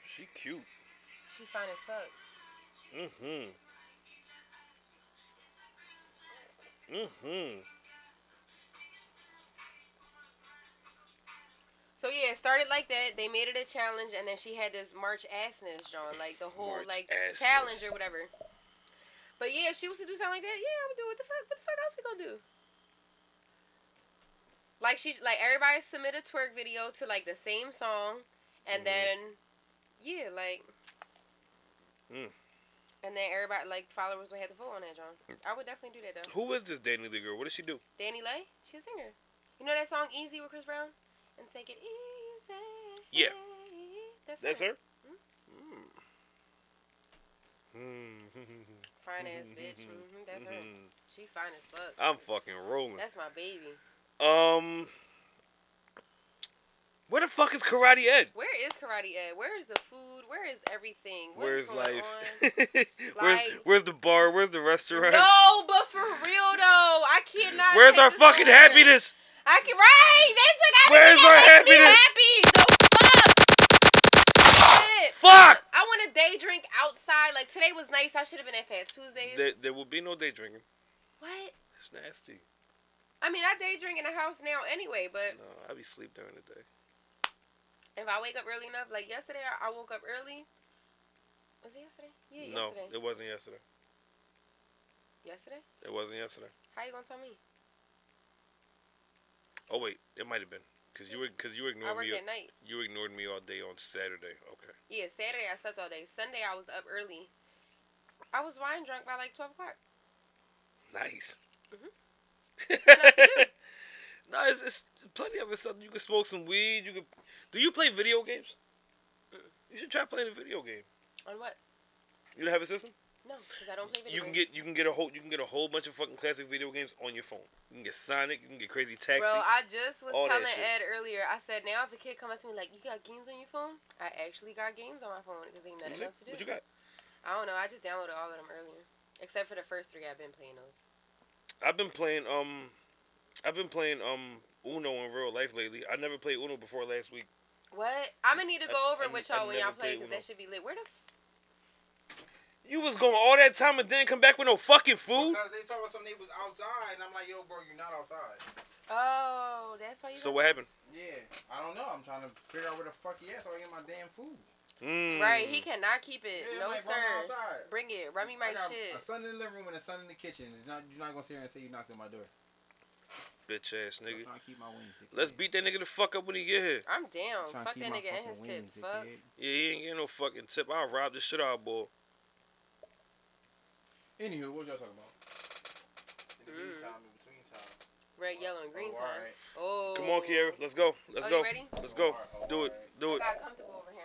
She cute.
She fine as fuck.
Mm-hmm. Mm-hmm.
So yeah, it started like that. They made it a challenge, and then she had this March assness, John, like the whole
March
like
assness.
challenge or whatever. But yeah, if she was to do something like that, yeah, I would do it. what the fuck. What the fuck else we gonna do? Like she, like everybody submit a twerk video to like the same song, and then yeah, like.
Mm-hmm. Mm.
And then everybody, like followers, would have to vote on that, John. I would definitely do that though.
Who is this Danny Lee girl? What does she do?
Danny Lay, she's a singer. You know that song "Easy" with Chris Brown, and take it easy.
Yeah.
that's,
That's
her.
her? Mm. Mm.
Fine ass bitch. hmm that's her.
mm-hmm.
She fine as fuck.
I'm fucking rolling.
That's my baby.
Um Where the fuck is Karate Ed?
Where is karate at? Where is the food? Where is everything? What
Where's
is going
life?
on?
where's
Like-
where's the bar? Where's the restaurant?
No, but for real though, I cannot.
Where's
take
our
this
fucking
so much.
happiness?
I can right. That's like
Where's
Where's
our
that makes me
happiness?
happy. The fuck. Shit.
Fuck!
I want a day drink outside. Like today was nice. I should have been at Fat Tuesdays.
There, there will be no day drinking.
what?
It's nasty.
I mean, I day drink in the house now anyway, but
No, I be sleep during the day.
if I wake up early enough, like yesterday, I I woke up early. Was it yesterday? Yeah,
no,
yesterday.
it wasn't yesterday.
Yesterday?
It wasn't yesterday.
How you gonna tell me?
Oh wait, it might have been because you were because you
I
ignored
worked
me.
at night.
You ignored me all day on Saturday. Okay.
Yeah, Saturday I slept all day. Sunday I was up early. I was wine drunk by like twelve o'clock.
Nice.
Mhm. nothing else to do.
no, it's, it's plenty of it. Something you can smoke some weed. You can. Do you play video games?
Mm-mm.
You should try playing a video game.
On what?
You don't have a system.
No, because I don't play video
You can
games.
get you can get a whole you can get a whole bunch of fucking classic video games on your phone. You can get Sonic. You can get Crazy Taxi.
Bro, I just was
all that
telling
shit.
Ed earlier. I said now if a kid comes up to me like, "You got games on your phone?" I actually got games on my phone because ain't
Let me
nothing
see.
else to do.
What you got?
I don't know. I just downloaded all of them earlier, except for the first three. I've been playing those.
I've been playing um, I've been playing um Uno in real life lately. I never played Uno before last week.
What? I'm gonna need to
I-
go over
I-
it with
I
y'all when y'all
never
play
played
because
Uno.
that should be lit. Where the f-
You was going all that time and didn't come back with no fucking food.
Because they talking about something they was outside, and I'm like, yo, bro, you're not outside.
Oh, that's why you.
So
got
what
those?
happened?
Yeah, I don't know. I'm trying to figure out where the fuck he is so I get my damn food.
Mm.
Right, he cannot keep it.
Yeah,
no
like, bro, I'm
sir.
outside.
Bring it. Run me
I
my
got A
shit.
son in the living room and a son in the kitchen. It's not you're not gonna sit here and say you knocked on my door.
bitch ass
I'm
nigga.
trying to keep my wings. thick,
Let's
kid.
beat that nigga the fuck up when he get here.
I'm
I'm down.
trying to
Oh, Fuck
keep my
that nigga
fucking
and his
wings,
tip.
thick,
Fuck.
kid.
Yeah, he ain't getting no fucking tip. I'll rob the shit out of boy.
Anywho, what y'all talking about? In the
Mm.
meantime, in between time.
Red, yellow, and green
Oh,
time.
alright.
Oh.
Come on, Kiera. Let's go. Let's
Oh,
go.
you ready?
Let's go.
Alright,
Do it.
alright.
Do
I
it.
got comfortable over here.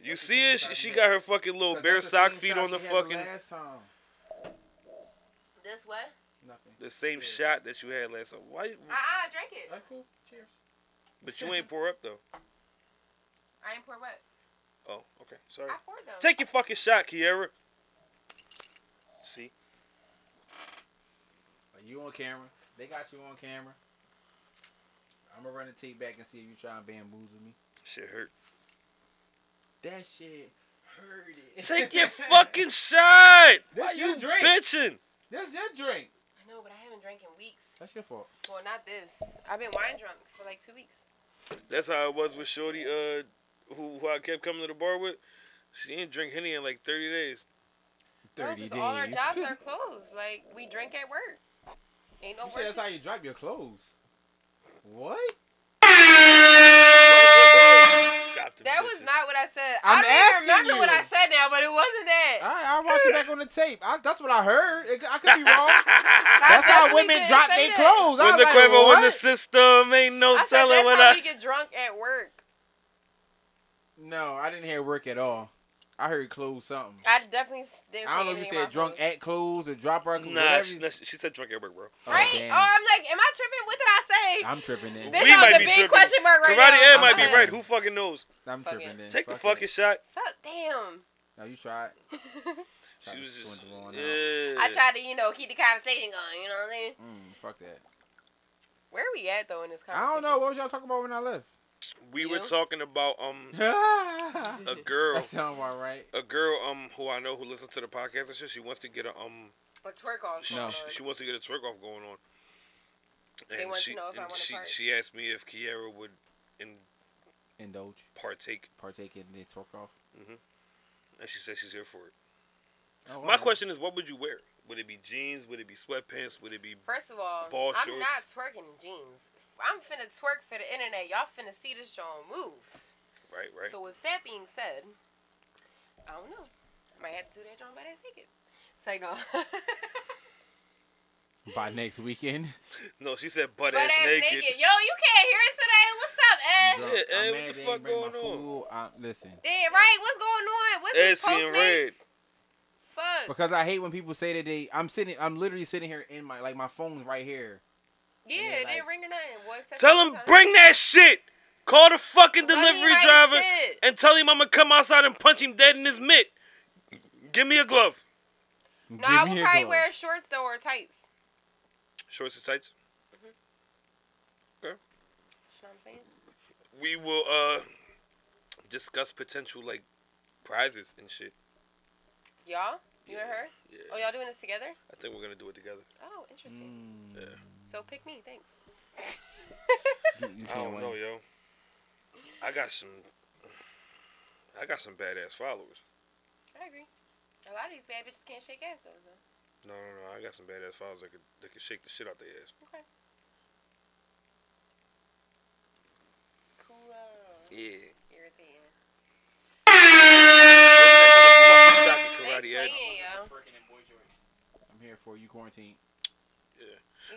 You see it? She, she got her fucking little
'Cause
bare
that's the
sock
same
feet
shot
on the
she had
fucking
Last time.
This what?
Nothing.
the same shot that you had last time. Why? you-
Ah, uh-uh, drink it.
Alright, cool. Cheers.
But you ain't pour up though.
I ain't pour what?
Oh, okay. Sorry.
I poured them.
Take your fucking shot, Kiera. See,
Are you on camera? They got you on camera. I'm gonna run the tape back and see if you try and bamboozle me.
shit hurt.
That shit hurt it.
Take your fucking shot. Why
That's your
you
drink.
bitching?
That's your drink.
I know, but I haven't drank in weeks.
That's your fault.
Well, not this. I've been wine drunk for like two weeks.
That's how it was with Shorty, uh, who, who I kept coming to the bar with. She didn't drink henny in like thirty days.
No, because all our jobs are closed. Like we drink at work. Ain't no
You said
work.
that's how you drop your clothes. What?
Dropped them
That was
bitches.
not what I said.
I'm
I don't even
asking
remember what
you.
I said now, but it wasn't that.
All right, I'll watch it back on the tape. I, that's what I heard. It- I could be wrong. That's how
definitely
women
didn't
drop
say
their
that.
clothes. I
when
was
the
like,
quiver,
what?
when the system, ain't no
I said
telling
that's
when
how
I.
we get drunk at work.
No, I didn't hear work at all. I heard clothes something.
I definitely s- didn't say
I don't know if you
anything
said
about
drunk
clothes.
at clothes or drop our clothes.
Nah,
whatever
she,
you-
nah, she said drunk at work, bro.
Oh,
right?
damn.
Or I'm like, am I tripping? What did I say?
I'm tripping in.
This
We
is
might
a
be
big
tripping.
question mark right
Karate
now.
Ed might be
Okay.
right. Who fucking knows?
I'm
Fuck
tripping
it.
in.
Take the
Fuck
fucking
it.
shot.
So damn.
No, you try it. Try
She
to
was just.
swindle on out.
Yeah.
I tried to, you know, keep the conversation going. You know what I'm saying?
Mm, fuck that.
Where are we at though in this
I don't
conversation?
know. What was y'all talking about when I left?
We were
You?
talking about um a
that
girl,
sound about right.
a girl um who I know who listens to the podcast and shit. She wants to get a um
A twerk off.
she,
No.
she, she wants to get a twerk off going on. And
They want to
she
know if I
and
wanna
she,
part.
she asked me if Kiara would in
Indulge,
partake,
partake in the twerk off.
and she said she's here for it.
Oh,
My
wow.
question is, what would you wear? Would it be jeans? Would it be sweatpants? Would it be
First of all,
Ball
I'm
shorts.
not twerking in jeans. I'm finna twerk for the internet. Y'all finna see this joint move.
right? Right.
So with that being said, I don't know. I might have to do that joint by that second. Say no.
By next weekend,
no, she said butt,
Butt
ass,
ass
naked.
naked. Yo, you can't hear it today. What's up, eh? Ed?
Yeah, hey,
I'm
what
mad
the
they
fuck
ain't bring my
going on?
food. I- listen,
Yeah, right. What's going on? What's
Ed
this
seeing
Postmates?
red.
Fuck.
because I hate when people say that they. I'm sitting. I'm literally sitting here in my like my phone's right here.
Yeah,
then,
it didn't
like-
ring or nothing. Boy, except
Tell
for
him
this time.
bring that shit. Call the fucking
Let me
delivery
write
driver
shit.
and tell him I'm gonna come outside and punch him dead in his mitt. Give me a glove.
No, I would probably wear shorts though or tights.
Shorts and tights.
You know what I'm saying?
We will uh discuss potential like prizes and shit.
Y'all, you and her.
Yeah.
Oh, y'all doing this together?
I think we're gonna do it together.
Oh, interesting.
Mm.
Yeah.
So pick me, thanks.
I don't know, yo. I got some. I got some badass followers.
I agree. A lot of these bad bitches can't shake ass though. though.
No, no, no. I got some badass followers that could that could shake the shit out their ass.
Okay. Cool.
Yeah.
Irritating. They
Karate Ed.
playing, yo.
I'm here for you, quarantine.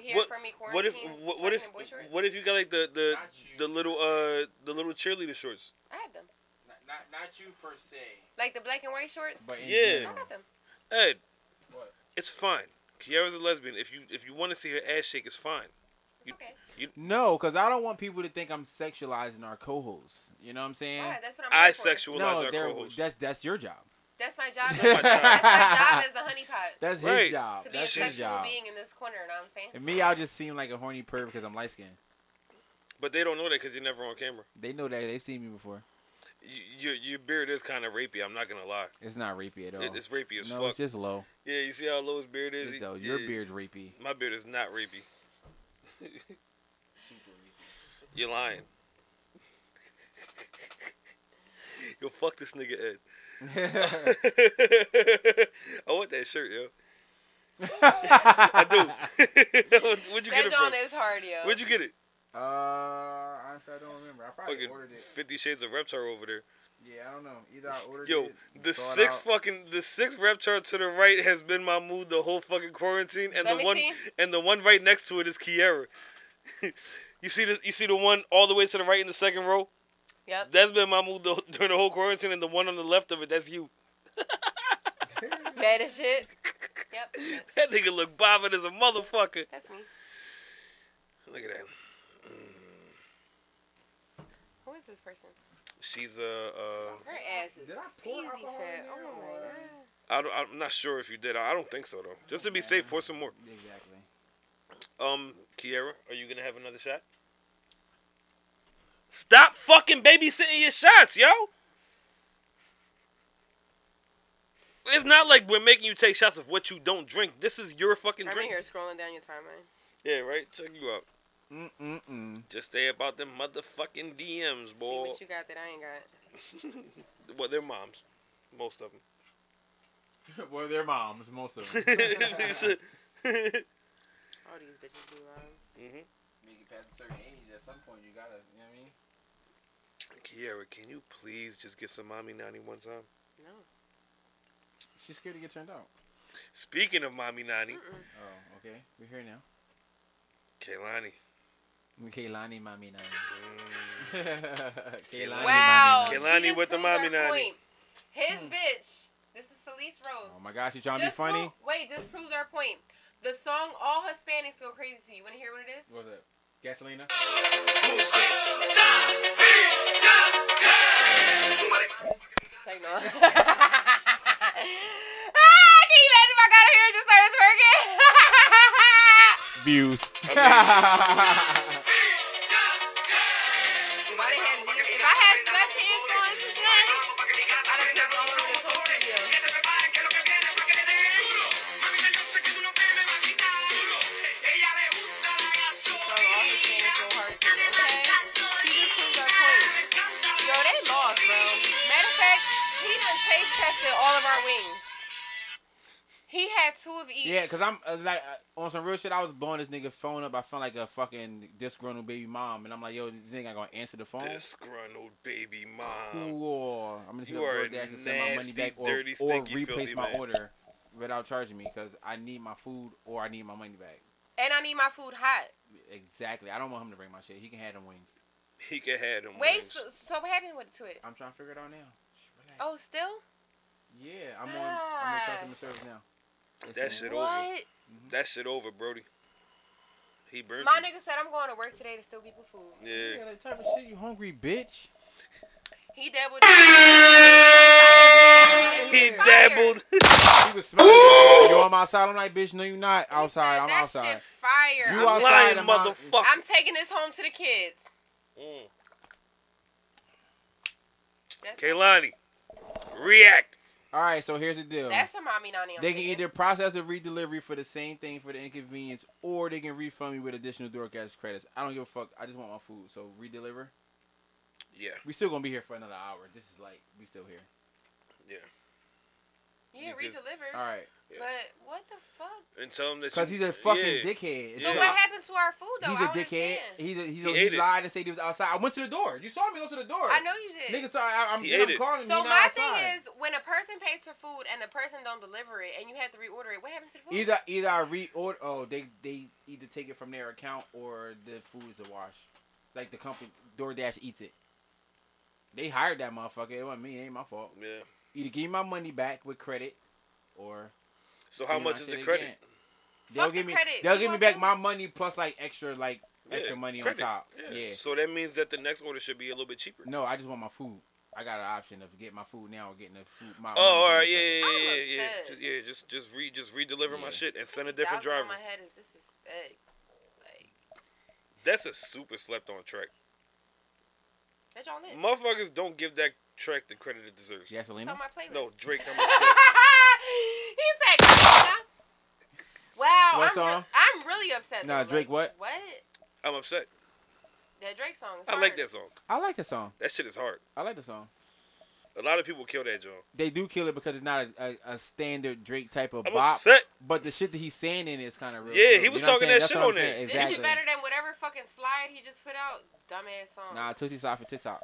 You hear
What-
from me
What
quarantine?
if what, what if
twerking boy shorts?
what if you got like the the
Not you.
the little uh the little cheerleader shorts?
I have them.
Not, not, not you per se,
Like the black and white shorts.
but in
Yeah.
I
general.
got them.
Ed,
What?
it's fine. Kiara's a lesbian. If you if you want to see her ass shake, it's fine.
It's
You-
okay.
No, because I don't want people to think I'm sexualizing our co-hosts. You know what I'm saying?
Why? That's what I'm.
I
here for.
sexualize
No,
our
they're-
co-host.
that's that's your job.
That's my job.
my job.
That's my job as a honeypot.
That's
Right.
his job.
To be
That's
a
his
sexual
job.
being in this corner, you know what I'm saying?
And me, I'll just seem like a horny perv because I'm light skinned.
But they don't know that because you're never on camera.
They know that they've seen me before.
Y- Your your beard is kind of rapey. I'm not gonna lie.
It's not rapey at all.
It, it's rapey as
no,
fuck.
it's just low.
yeah, you see how low his beard is.
It's
He-
low. Your
yeah,
beard's rapey.
My beard is not rapey. You're lying. yo, fuck this nigga Ed. I want that shirt, yo. I do. What- Where'd you get
That
it from?
John is hard, yo.
Where'd you get it?
Uh, honestly, I don't remember. I probably
Fucking
ordered it.
Fifty Shades of Reptar over there.
Yeah, I don't know. Either I ordered
Yo,
it.
the
saw it
six
out.
fucking the six Reptar to the right has been my mood the whole fucking quarantine, and
Let
the
me
one
see.
and the one right next to it is Kiera. you see the you see the one all the way to the right in the second row.
Yep.
That's been my mood the, during the whole quarantine, and the one on the left of it, that's you.
Mad as shit. Yep.
That nigga look bothered as a motherfucker.
That's me.
Look at that.
Who is this person?
She's uh, uh
Her ass is
Did I pour
easy
alcohol in
fat.
there
Oh my
or-
god.
I don't, I'm not sure if you did. I don't think so though. Just to be safe, pour some more.
Exactly.
Um, Kiera, are you gonna have another shot? Stop fucking babysitting your shots, yo. It's not like we're making you take shots of what you don't drink. This is your fucking
I'm in
drink.
here scrolling down your timeline.
Yeah, right. Check you out.
Mm-mm-mm.
Just stay about them motherfucking DMs,
See
boy.
what you got that I ain't got.
Well, they're moms, most of them.
well, they're moms, most of them.
All these bitches do rhymes.
Mm-hmm.
past a certain age, at some point, you gotta, you know what I mean?
Kiara, can you please just get some mommy ninety one time?
No.
She's scared to get turned out.
Speaking of Mommy Nani,
Mm.
Oh, okay. We're here now.
Kaylani.
Mm, Kaylani, mommy, nani.
Mommy,
Wow.
mommy,
she
mommy. Kehlani
just
with the
proved her
mommy nanny.
point. His bitch. This is Celeste Rose.
Oh my gosh, she trying to be
Just
funny.
prove- wait, just proved her point. The song All Hispanics Go Crazy to You. Want to hear what it is?
What was it? Gasolina.
It's like, no. ah, can you imagine if I got her here and just started twerking?
Views.
if I had, if I had sweatpants on today, I'd have kept on with this whole video. So All Hispanics Go Hard to You, okay? She just proved her point. Yo, they lost, bro. Matter of fact, he done taste tested all of our wings. He had two of each.
Yeah, because I'm uh, like uh, on some real shit. I was blowing this nigga phone up. I felt like a fucking disgruntled baby mom, and I'm like, yo, this nigga ain't gonna answer the phone.
Disgruntled baby mom.
cool. I'm just
um, you
gonna
are
go
a
dash and send my money
nasty,
back or,
dirty,
or
stinky, filthy
replace my
man.
order without charging me because I need my food or I need my money back.
and I need my food hot.
Exactly. I don't want him to bring my shit. He can have them wings.
He could have them.
Wait,
wings.
so, so what happened with, to it?
I'm trying to figure it out now. Shh, relax.
Oh, still?
Yeah, I'm on. I'm in
God.
customer service now. It's
that
in-
shit over.
What?
That shit over, Brody. He burnt.
My
you.
nigga said I'm going to work today to steal people food.
Yeah.
Yeah, that type of shit. You hungry, bitch?
He dabbled. This
He
shit fire.
dabbled.
He was smiling. you I'm outside. I'm like, bitch. No, you not
He
outside.
said,
I'm
that
outside.
Shit fire.
You
I'm,
outside,
Lying
I'm out.
motherfucker.
I'm taking this home to the kids.
Mm.
That's,
Kaylani, react.
All right, so here's the deal.
that's a mommy nanny. I'm
They can
thinking.
either process a redelivery for the same thing for the inconvenience, or they can refund me with additional DoorDash credits. I don't give a fuck. I just want my food. So redeliver.
Yeah,
We still gonna be here for another hour. This is like we still here.
yeah.
yeah,
because-
redeliver.
All right,
Yeah.
But what the fuck?
And tell him that
because
you-
he's a fucking
yeah.
dickhead. It's
So
like-
Yeah.
What happened to our food though?
He's
I
a
don't
dickhead.
understand.
He's a, he's
He
a,
ate
he
it.
lied and said he was outside. I went to the door. You saw me go to the door.
I know you did.
Nigga, sorry. I, I'm,
He
then
ate
I'm
it.
calling.
so
he
my
not
thing
outside.
is, when a person pays for food and the person don't deliver it, and you have to reorder it, what happens to the food?
either either I reorder. Oh, they they either take it from their account or the food is a wash. Like the company DoorDash eats it. They hired that motherfucker. It wasn't me. It ain't my fault.
Yeah.
Either give me my money back with credit, or
So how
send me my
much is
shit
the credit?
again. They'll
Fuck the
give me
credit.
they'll
We
give me
want
back
food.
my money plus like extra like
Yeah,
extra money
credit.
on top. yeah.
So that means that the next order should be a little bit cheaper.
No, I just want my food. I got an option of getting my food now or getting the food. My
Oh, all right, yeah, yeah,
I'm
yeah, yeah, yeah.
upset.
Just, yeah, just just re just redeliver my
Yeah.
shit and send a different
Thousand
driver.
on my head is disrespect. Like,
That's a super slept on track.
bitch on it.
Motherfuckers don't give that track the credit it deserves.
It's
Gasolina.
on my playlist.
No, Drake. I'm upset.
he said, "Gasolina." "Wow,
What
I'm,
song?
re- I'm really upset."
Nah,
though.
Drake what?
Like, What?
I'm upset.
That Drake song is
I like
hard.
that song.
I like the song.
That shit is hard.
I like the song.
A lot of people kill that song.
They do kill it because it's not a, a, a standard Drake type of
I'm
bop.
upset.
But the shit that he's saying in it is kind of real.
Yeah,
too.
he
You
was
know what
talking
I'm saying?
that
That's
shit
what I'm
on there.
saying.
This
Exactly.
shit better than whatever fucking slide he just put out. Dumbass song.
Nah, Tootsie Slide for TikTok.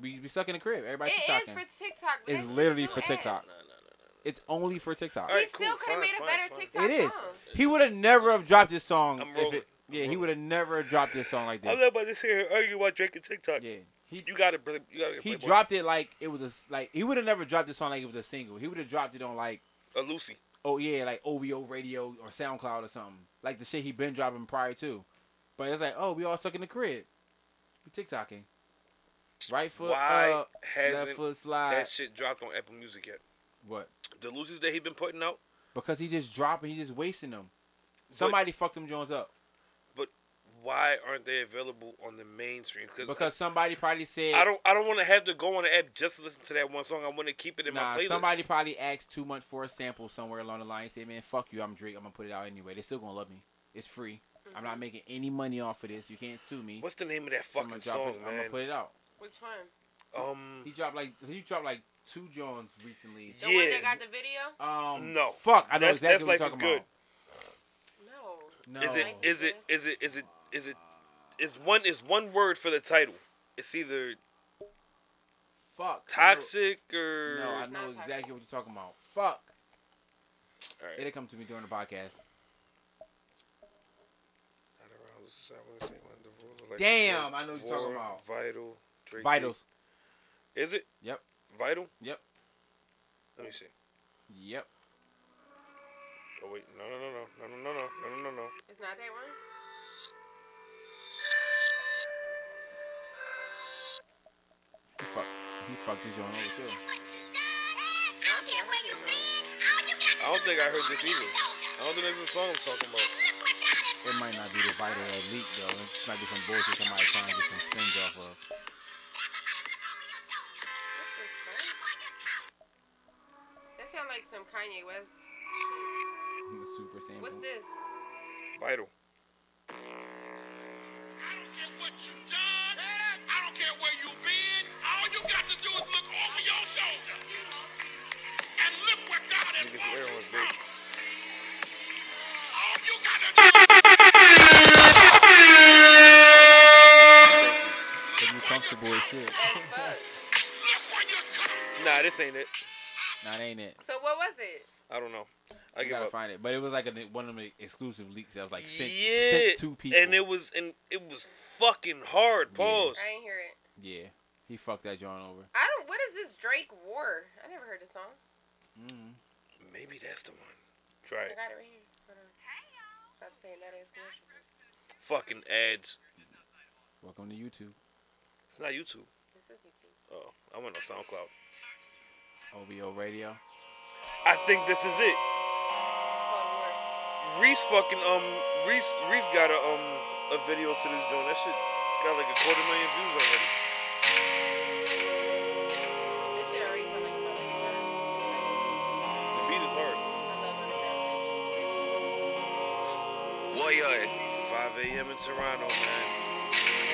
We be stuck in the crib. Everybody
it
TikToking.
is for TikTok. But
It's
that shit's
literally
still
for TikTok.
ass.
Nah, nah, nah,
it's only for TikTok.
All right,
he still
cool,
could
fine,
have made a
fine,
better
fine.
TikTok
It is.
song.
He would have never have dropped this song.
I'm
if
rolling.
it- yeah,
I'm
he
rolling.
would have never have dropped this song like
nah. I'm
this.
not about to sit here and argue about Drake and TikTok.
Yeah, he
You gotta, br- you gotta.
he
Playboy.
dropped it like it was a s- like he would have never dropped this song like it was a single. He would have dropped it on like
a Lucy.
oh yeah like OVO radio or SoundCloud or something like the shit he been dropping prior to. But it's like oh we all stuck in the crib, we TikToking. Right foot
Why
up, left
hasn't
foot slide.
that shit dropped on Apple Music yet?
what?
The Lucy's that he been putting out.
Because he just dropping, he just wasting them. Somebody fucked them Jones up
but why aren't they available on the mainstream?
because somebody probably said
I don't I don't want to have to go on the app just to listen to that one song. I want to keep it in
Nah,
my playlist.
somebody probably asked too much for a sample somewhere along the line. and Say, man, fuck you. I'm Drake. I'm gonna put it out anyway. They're still gonna love me. It's free. I'm not making any money off of this. You can't sue me.
What's the name of that
So I'm
fucking
gonna drop
song,
it- I'm gonna
man?
put it out.
Which one?
Um,
He dropped like he dropped like two Johns recently.
The one
Yeah.
that got the video?
Um,
No.
Fuck, I know
That's-
exactly
That's
what you're
Life
talking
is
about. No,
No.
is it is it is it is it is it is one is one word for the title? It's either
fuck I know-
toxic or
No, I know
not
exactly what you're talking about. Fuck,
All right.
It'll come to me during the podcast.
Not around the side when I say when the rules are like
Damn,
war-
I know what you're
war,
talking about.
Vital. Drake
Vitals.
League. Is it?
Yep.
Vital?
Yep.
Let me see.
Yep.
Oh wait, no, no, no, no, no, no, no, no, no, no, no.
It's not that one.
He fucked. He fucked his own over too.
I don't think I heard this either. I don't think this is a song I'm talking about.
It might not be the vital elite though. It just might be some bullshit somebody trying to get some spins off of.
That sounds like some Kanye West.
The super sample.
What's this?
Vital. Niggas air horns, big.
If you comfortable as shit.
As fuck.
Nah, this ain't it.
Nah, that ain't it.
So what was it?
I don't know. I
You
give
gotta
up.
find it. But it was like a, one of the exclusive leaks that was like sent,
yeah,
sent to people.
and it was and it was fucking hard. Pause.
I ain't hear it.
yeah, he fucked that John over.
I don't. What is this Drake War? I never heard this song.
Mm-hmm.
Maybe that's the one. Try
I
it.
got it right here. Hold on. It's about to play another commercial.
Fucking ads.
Welcome to YouTube.
It's not YouTube.
This is YouTube.
Oh, I went on SoundCloud.
OVO Radio.
I think this is it.
It's called War.
Reese fucking um Reese Reese got a um a video to this joint. That shit got like a quarter million views already.
This shit already sound like it's about to be hard. Exciting.
The beat is hard.
I love underground bitch.
Warrior.
5 a.m. in Toronto, man.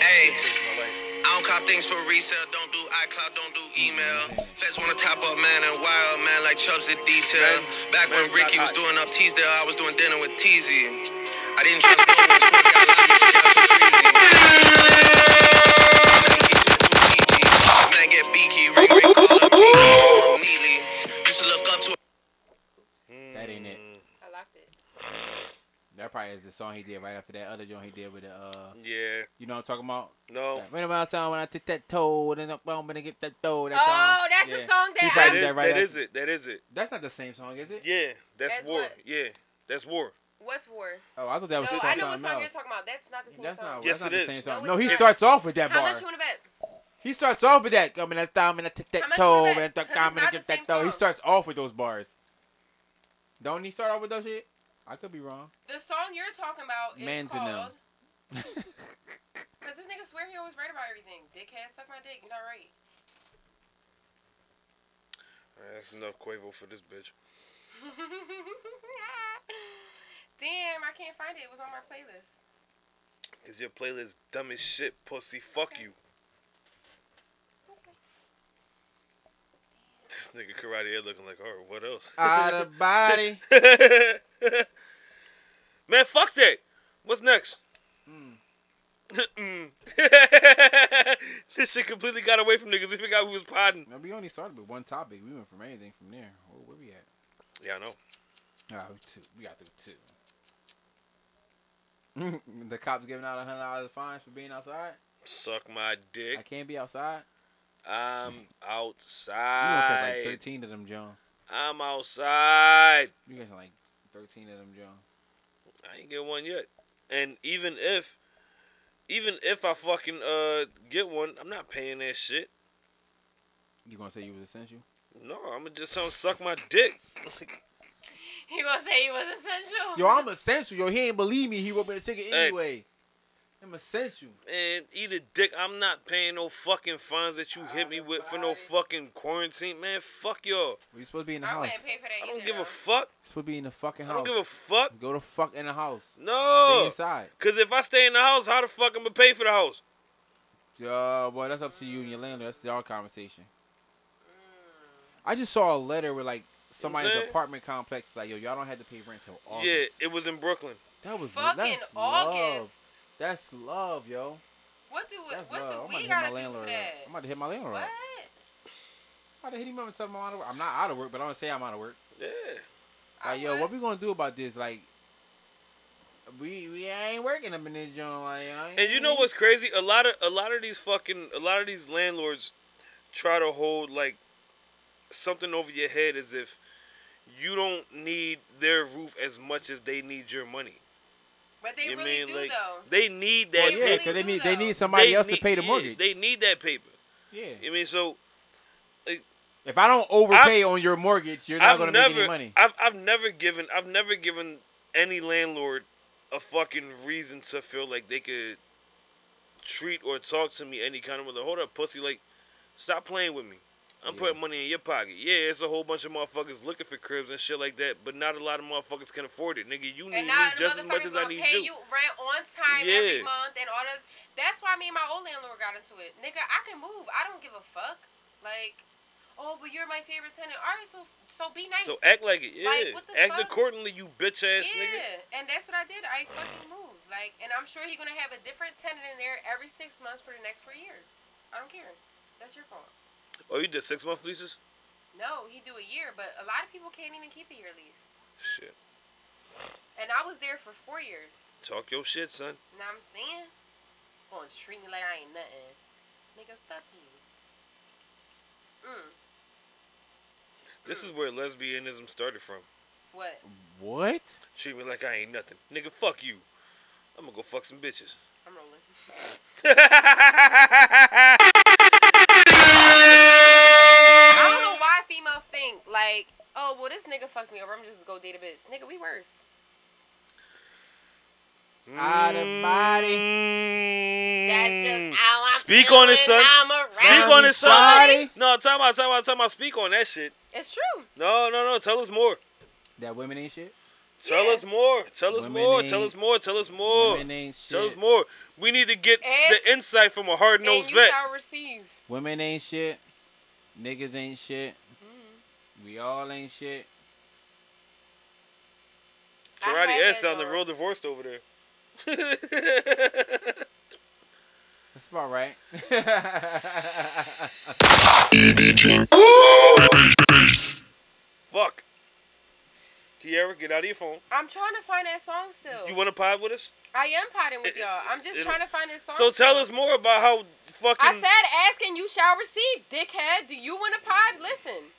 Hey,
Changed my life.
I don't cop things for resale. Don't do iCloud, don't do email. Feds wanna top up, man, and wire up, man, like Chubbs did detail. Back when Ricky was doing up Teasdale, I was doing dinner with Teasy. I didn't trust no one, so it got loud, it got too breezy. Nike, sweats with Kiki. Man, get beaky, Riri, call up Kiki, Neely. Used to look up to
That ain't it.
I locked it.
That probably is the song he did right after that other joint he did with the uh,
Mm, Yeah.
you know what I'm talking about?
No.
Like, When about time when I took that toe and then I'm gonna get that toe. That
Oh,
song.
that's
yeah.
the song
He
that
That
probably
I.
did
is,
that right
that
after-
is it. That is it.
That's not the same song, is it?
Yeah. That's,
That's
war.
what-
Yeah. That's war.
What's War?
Oh, I thought that
No,
was. the
I
song
know what song
else.
you're talking about. That's not the same
That's
song.
not,
Yes,
that's not
it
the
is.
same song.
No,
No,
it's
he
not.
starts off with that
How
bar.
much you wanna bet?
He starts off with that. I mean, that's time and I take
How
that
much
toe
you
and
wanna bet?
that
'Cause
time
it's
and I
not
get
the
that
same
toe. He
song.
starts off with those bars. Don't he start off with those shit? I could be wrong.
The song you're talking about is
Man's in
called.
them.
Cause this nigga swear he always right about everything. Dickhead, suck my dick. You're not right.
All right, that's enough Quavo for this bitch.
Damn, I can't find it. It was on my playlist.
Cause your playlist dumb as shit, pussy. Fuck you. This nigga karate head looking like, alright, what else?
Out of body.
Man, fuck that. What's next?
Hmm.
Mm. this shit completely got away from niggas. We forgot we was podding.
Now, we only started with one topic. We went from anything from there. Where, where we at?
Yeah, I know.
Ah, we two. We got through two. the cops giving out a hundred dollars fines for being outside.
Suck my
I
dick.
can't be outside.
I'm
You gonna catch like
outside.
thirteen of them Jones.
I'm outside.
You catch like thirteen of them Jones.
I ain't get one yet. And even if, even if I fucking uh get one, I'm not paying that shit.
You gonna say you was essential?
No, I'ma just tell 'em suck my dick.
He gonna say he was essential.
Yo, I'm essential. Yo, he ain't believe me. He wrote me the ticket
Hey.
anyway. I'm essential.
and eat a dick. I'm not paying no fucking fines that you hit me with for no fucking quarantine, man. Fuck y'all.
Were you supposed to be in the
I
house?
wouldn't pay for that
I
either.
don't give a
though.
fuck.
supposed to be in the fucking
I
house.
don't give a fuck.
Go to fuck in the house. Stay
No.
inside.
Cause if I stay in the house, how the fuck I'm gonna pay for the house?
Uh, well, that's up to you and your landlord. That's your conversation.
Mm.
I just saw a letter where like somebody's
saying?
apartment complex was like, yo, y'all don't have to pay rent till August.
Yeah, it was in Brooklyn.
that was
Fucking
that's Love.
August.
That's love, yo.
What do
That's
what
love. I'm
do
about to
we
hit
gotta
my
do for
landlord. up.
that?
I'm about to hit my landlord.
What?
up. I'm about to hit him up and tell him I'm out of work. I'm not out of work, but I'm gonna say I'm out of work.
Yeah.
Like, yo, what we gonna do about this? Like, we we ain't working up in this joint. Like, I ain't-
And you
Mm-hmm.
know what's crazy? A lot of a lot of these fucking a lot of these landlords try to hold like something over your head as if you don't need their roof as much as they need your money.
But they
you
really do
Like,
though.
They need
Well,
that.
yeah,
They really
paper.
because they
do,
need they
though.
need somebody
They
else
need-
to pay the
yeah,
mortgage.
they need that paper.
yeah.
I mean, so
If I don't overpay on your mortgage, you're not
I've
gonna make any
never,
money.
I've I've never given, I've never given any landlord a fucking reason to feel like they could treat or talk to me any kind of way. Hold up, pussy, like stop playing with me. I'm putting money in your pocket. Yeah, it's a whole bunch of motherfuckers looking for cribs and shit like that, but not a lot of motherfuckers can afford it, nigga. You need me
And now the
just as much
motherfuckers
as I need
gonna pay
you.
you rent on time every
Yeah.
month and all that. That's why me and my old landlord got into it. Nigga, I can move. I don't give a fuck. Like, oh, but you're my favorite tenant. All right, so so be nice.
So act like it, yeah.
Like, what the
act
fuck?
accordingly, you bitch ass nigga.
yeah, and that's what I did. I fucking moved. Like, and I'm sure he's gonna have a different tenant in there every six months for the next four years. I don't care. That's your fault.
Oh, you did six month leases?
No, he do a year, but a lot of people can't even keep a year lease.
Shit,
And I was there for four years.
talk your shit, son.
Know what I'm saying? Gonna treat me like I ain't nothing. Nigga, fuck you. Mm.
This
Hmm.
is where lesbianism started from.
What?
What?
Treat me like I ain't nothing. Nigga, fuck you. I'm gonna go fuck some bitches.
I'm rolling. I don't know why females think like, oh well, this nigga fucked me over. I'm just gonna go date a bitch. Nigga, we worse.
Out of body.
That's just how I'm.
Mm. Speak on it,
feeling.
son.
I'm around.
Speak on it, son.
Sorry.
No, time out, time out, time out. Speak on that shit.
It's true.
No, no, no. Tell us more.
That women ain't shit.
Tell us more. Tell us
Women
more. Tell
ain't-
us more. Tell us more.
Women ain't shit.
Tell us more. We need to get
Ask-
the insight from a hard
And
nosed
you
vet.
shall receive.
Women ain't shit. Niggas ain't shit.
Mm-hmm.
We all ain't shit.
I
Karate
had
S
that
sounded
dog.
real divorced over there.
That's about right.
Fuck. Kiara, get out of your phone.
I'm trying to find that song still.
You want to pod with us?
I am potting with
It-
y'all. I'm just
it-
trying to find this song.
So tell
still.
us more about how fucking.
I said, ask and you shall receive, dickhead. Do you want a pod? Listen.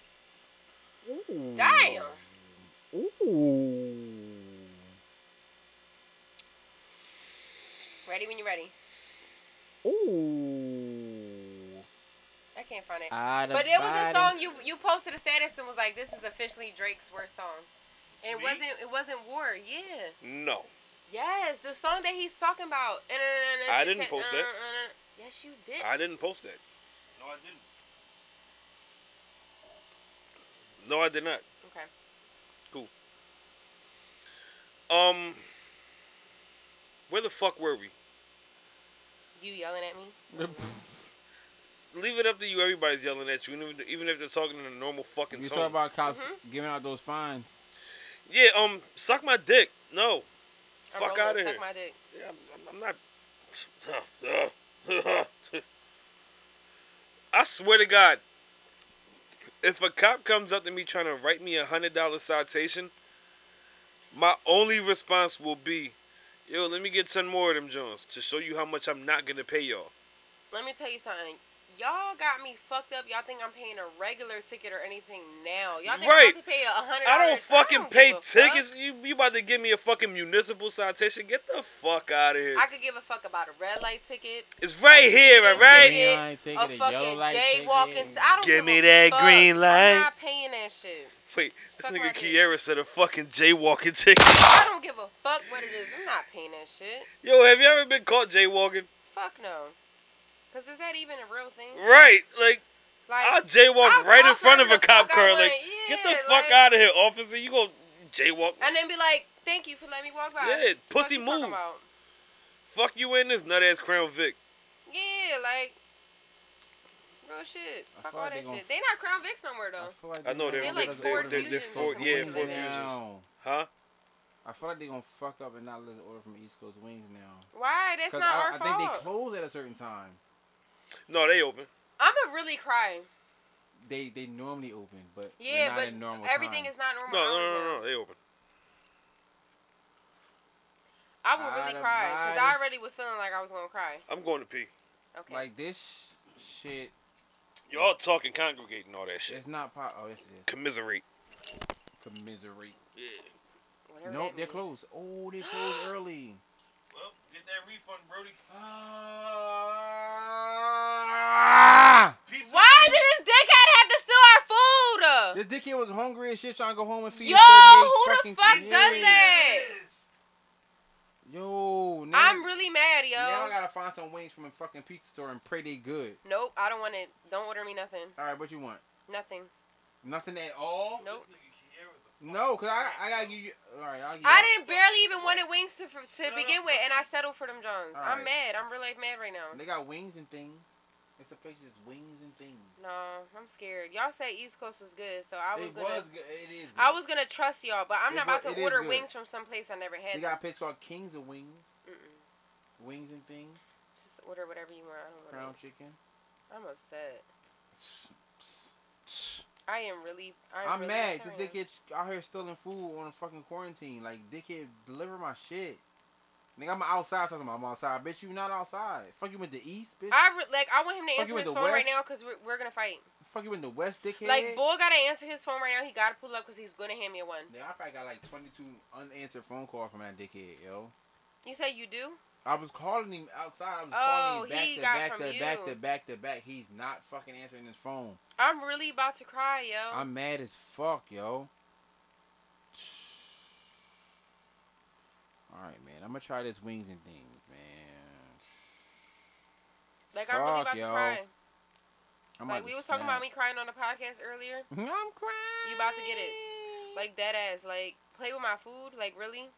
Damn. Ready when you're ready. I can't find it.
Out of
but it was
body.
a song you you posted a status and was like, "This is officially Drake's worst song." And it
Me?
wasn't it wasn't War. Yeah.
No.
Yes, the song that he's talking about.
I didn't post that.
Yes, you did.
I didn't post that. No, I didn't. No, I did not.
Okay.
Cool. Um, where the fuck were we?
You yelling at me?
Leave it up to you. Everybody's yelling at you, even if- even if they're talking in a normal fucking
You
tone.
talk about cops
Mm-hmm.
giving out those fines.
yeah. Um, suck my dick. No.
I'm
fuck
rolling.
out of
Suck
here.
my dick.
Yeah, I'm, I'm not. I swear to God, if a cop comes up to me trying to write me a hundred dollar citation, my only response will be, "Yo, let me get ten more of them Jones to show you how much I'm not gonna pay y'all."
Let me tell you something. Y'all got me fucked up. Y'all think I'm paying a regular ticket or anything now. Y'all think
Right.
I have to pay a hundred.
I don't
dollars?
fucking
don't
pay
give a fuck.
tickets. You you about to give me a fucking municipal citation? Get the fuck out of here!
I could give a fuck about a red light ticket,
it's right here,
Green
all right?
ticket,
Green light ticket,
a
a yellow
fucking
light
jaywalking.
ticket.
t- I don't
Give
give
me
a
that
fuck.
green light.
I'm not paying that shit.
Wait, this
Suck my
nigga
dick.
Kiera said a fucking jaywalking ticket.
I don't give a fuck what it is. I'm not paying that shit.
Yo, have you ever been caught jaywalking?
Fuck no. Cause is that even a real thing?
Right, like
Like
I'll jaywalk
I'll
right in
walk
front of
wherever
a
the
cop
fuck I
car.
want.
Like, get the
Yeah,
fuck
like-
out of here, officer! You gonna jaywalk?
and then be like, thank you for letting me walk by.
Yeah,
Fuck
pussy
you talking
move.
about?
Fuck you in this nut ass Crown Vic.
Yeah, like real shit.
I
Fuck
feel
all
like
that
they gon-
shit. They not Crown Vic somewhere though.
feel like
I know
gonna
they're
They're
let
like
us
Ford
order
they're,
from
they're
East
Fusions or
Ford,
Coast
yeah,
something
Wings
like
Ford
that.
Fusions. Huh?
now. I feel like they're gonna fuck up and not let us order from East Coast Wings now.
Why? That's
'Cause
not
I,
our
I
fault.
think they close at a certain time.
No, they open.
I'ma really cry.
they they normally open, but they're
Yeah,
not
but
in normal
everything
time.
is not normal.
No, no,
hours
no,
now.
no, no. They open.
I would really
Out of
cry because I
body.
already was feeling like I was gonna cry.
I'm going to pee.
Okay.
like this shit.
Y'all talking, congregating, all that shit.
It's not pop. Oh, yes, it is.
Commiserate.
Commiserate.
Yeah.
whatever
Nope,
that
they're
means.
closed. Oh, they closed early.
Well, get that refund, Brody.
Ah!
Pizza.
Why did this dickhead have to steal our food?
This dickhead was hungry as shit trying to go home and feed
Yo,
38
who
fucking
the fuck
kids.
does that?
Yo, now,
I'm really mad, yo.
now I gotta find some wings from a fucking pizza store and pray they good.
nope, I don't want it. Don't order me nothing.
All right, what you want?
Nothing.
Nothing at all?
Nope.
No, cause I I gotta give you. All right, I'll give you.
I didn't barely even wanted wings to, for, to
up,
begin with, and I settled for them Jones. I'm
Alright.
mad. I'm really mad right now.
They got wings and things. It's a place that's wings and things.
No, I'm scared. Y'all said East Coast was good, so I was
it
gonna.
was good. It is. Good.
I was gonna trust y'all, but I'm
It
not
wa-
about
it
to
is
order
good.
wings from some place I never
They
had.
got a place called Kings of Wings. Wings and things.
Just order whatever you want. I don't
Crown
want it.
chicken.
I'm upset. I am really. I'm,
I'm
really
mad.
upset
This
right now.
dickhead out here stealing food on a fucking quarantine. Like, dickhead, deliver my shit. Nigga, I'm outside. So I'm I'm outside. Bitch, you not outside. Fuck you in the east, bitch.
I re- like. I want him to
Fuck
answer
you with
his
the
phone right
West.
now because we're, we're gonna fight.
Fuck you in the west, dickhead.
Like, Bull gotta answer his phone right now. He gotta pull up because he's gonna hand me a one.
Nigga, I probably got like 22 unanswered phone calls from that dickhead, yo.
You say you do?
I was calling him outside. I was
Oh,
calling him back
he
to
got
back
from
to
you.
back to back to back. He's not fucking answering his phone.
I'm really about to cry, yo.
I'm mad as fuck, yo. All right, man. I'm gonna try this wings and things, man.
like, I'm really
fuck,
about
yo.
to cry.
I'm
Like,
about
we
to
was talking
snap.
about me crying on the podcast earlier.
I'm crying.
You about to get it. Like, dead ass. Like, play with my food. Like, really?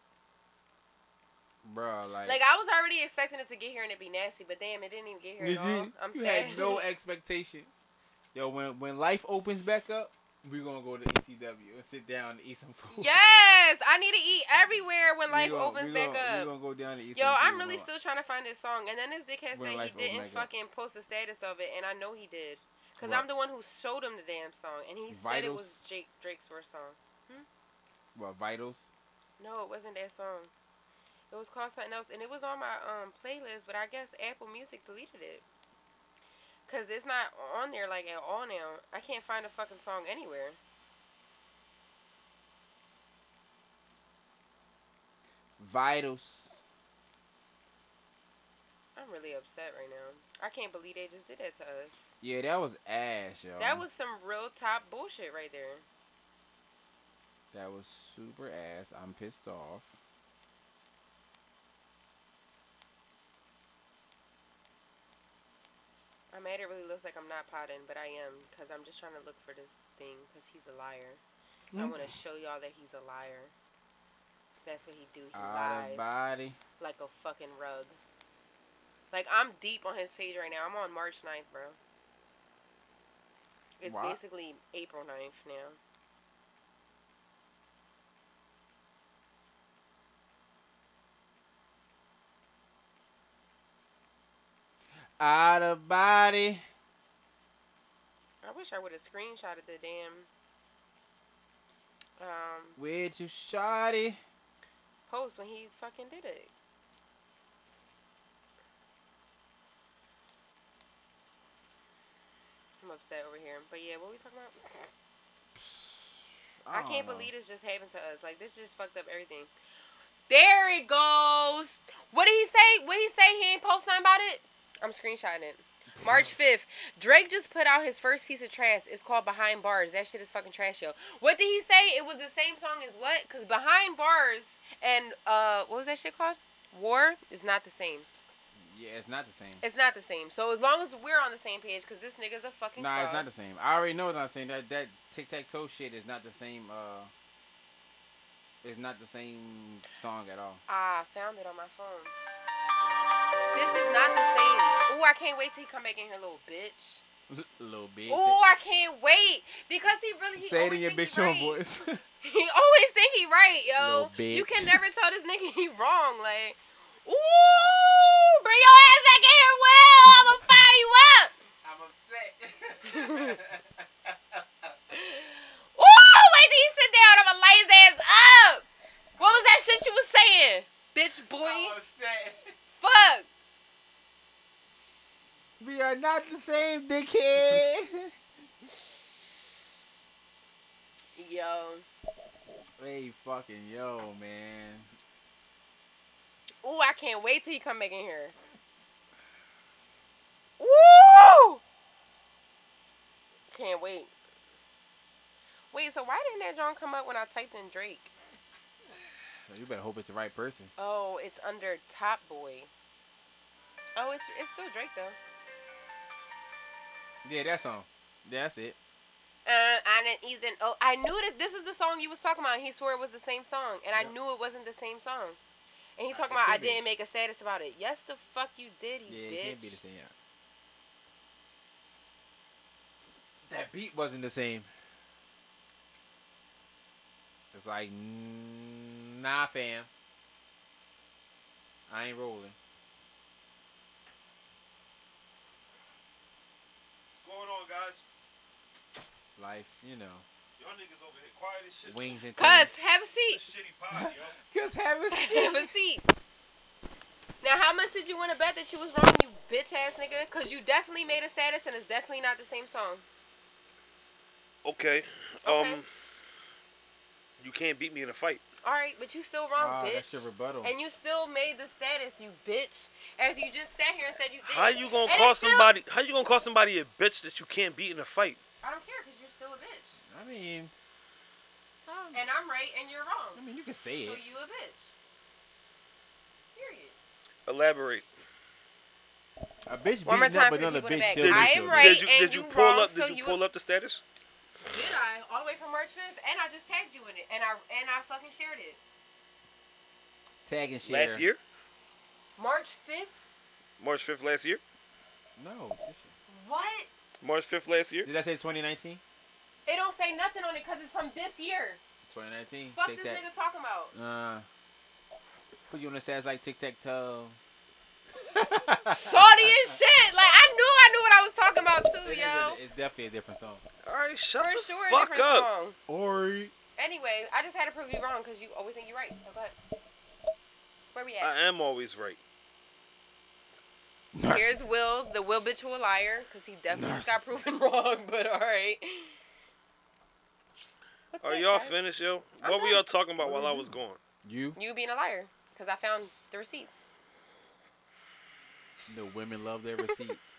bro? Like,
Like, I was already expecting it to get here and it be nasty, but damn, it didn't even get here
you,
at all.
did-
I'm
you
sad.
had no expectations. Yo, when when life opens back up, we gonna go to ECW and sit down and eat some food.
yes! I need to eat everywhere when
We
life
gonna-
opens
we
back
gonna-
up.
We gonna go down and eat
Yo,
some
I'm
food,
really
bro.
still trying to find this song. And then this dickhead
When
said he
life open
didn't
back up.
fucking post the status of it, and I know he did. Because
What?
I'm the one who showed him the damn song, and he said it
Vitals?
was Jake Drake's worst song.
What vitals?
No, it wasn't that song. It was called something else, and it was on my um playlist, but I guess Apple Music deleted it. Cause it's not on there like at all now. I can't find a fucking song anywhere.
Vitals.
I'm really upset right now. I can't believe they just did that to us.
Yeah, that was ass, yo.
That was some real top bullshit right there.
that was super ass. I'm pissed off.
I'm mad it really looks like I'm not potting, but I am, because I'm just trying to look for this thing, because he's a liar. And I want to show y'all that he's a liar. 'Cause that's what he do. He
Out of
lies.
body.
like a fucking rug. Like I'm deep on his page right now. I'm on March 9th, bro. It's
Why-
basically April 9th now.
Out of body.
I wish I would have screenshotted the damn um
Way too shoddy.
post when he fucking did it. I'm upset over here. But yeah, what we talking about? I,
don't
can't
know.
believe this just happened to us. Like this just fucked up everything. There it goes. What did he say? What he say? He ain't post nothing about it. I'm screenshotting it. March 5th. Drake just put out his first piece of trash. It's called Behind Bars. That shit is fucking trash, yo. What did he say? It was the same song as what? Because Behind Bars and, uh, what was that shit called? War is not the same.
Yeah, it's not the same.
It's not the same. So as long as we're on the same page, because this nigga's a fucking
Nah, it's
fraud.
not the same. I already know it's not the same. That that tic tac toe shit is not the same. Uh, it's not the same song at all.
Ah, I found it on my phone. This is not the same. Ooh, I can't wait till he come back in here, little bitch.
Little bit.
Ooh, I can't wait because he really he
Say it in
always
your
think
bitch
he
on
right.
voice.
He always think he right, yo.
Little
You can
bitch.
never tell this nigga he wrong. Like, ooh, bring your ass back in here, Will. I'ma fire you
I'm
up.
upset.
boy.
upset.
Fuck.
We are not the same, dickhead.
Yo.
hey, fucking yo, man.
Ooh, I can't wait till you come back in here. Ooh! Can't wait. Wait, so why didn't that John come up when I typed in Drake?
You better hope it's the right person.
Oh, it's under Top Boy. Oh, it's it's still Drake though.
Yeah, that song. Yeah, that's it.
Uh, I didn't even. Oh, I knew that this is the song you was talking about. He swore it was the same song, and I knew it wasn't the same song. And he talking about I didn't make a status about it. Yes, the fuck you did, you
Yeah,
bitch.
it can't be the same. Yeah. That beat wasn't the same. It's like, mm, nah, fam. I ain't rolling.
What's going on, guys?
Life, you know,
Y'all niggas over here quiet as shit.
wings and
Cuz, have a seat.
This shitty pod, yo.
Cause have a
Have a seat. Now, how much did you want to bet that you was wrong, you bitch ass nigga? Cause you definitely made a status, and it's definitely not the same song.
Okay.
Okay.
Um, you can't beat me in a fight.
All right, but you still
Ah,
wrong, bitch.
that's your Ah, rebuttal.
And you still made the status, you bitch. As you just sat here and said you did.
How you gonna
And
call
it's still-
somebody? How you gonna call somebody a bitch that you can't beat in a fight?
I don't care because you're still a bitch.
I mean,
And I'm right and you're
I
wrong.
mean, you can say
So
it.
you a bitch. Period.
Elaborate.
A bitch
One more
beating up
time for the
another
people
bitch.
in the back.
still
I
bitch
am
though.
right.
Did you,
and
did
you
you pull
wrong,
up?
so
Did you
you-
pull up the status?
Did I? All the way from March 5th. And I just tagged you in it. And I and I fucking shared it.
Tag and shit.
Last year,
March 5th?
March fifth last year,
No.
What?
March fifth last year.
Did I say 2019?
It don't say nothing on it because it's from this year.
2019.
Fuck
Take
this
that.
nigga talking about.
Uh, put you on the sides like tic tac toe.
Salty and shit. Like I knew I knew what I was talking about too,
It is
yo.
a- it's definitely a different song.
All right, shut
For
the
sure, a
fuck
different
up.
song.
Or
Anyway, I just had to prove you wrong because you always think you're right. So go ahead. Where we at?
I am always right.
Here's Will, the Will bitch who a liar, because he definitely just got proven wrong. But all right. What's
Are
next,
y'all
guys?
finished, yo?
I'm
What were
done.
y'all talking about while I was gone?
you,
You being a liar, because I found the receipts.
the women love their receipts.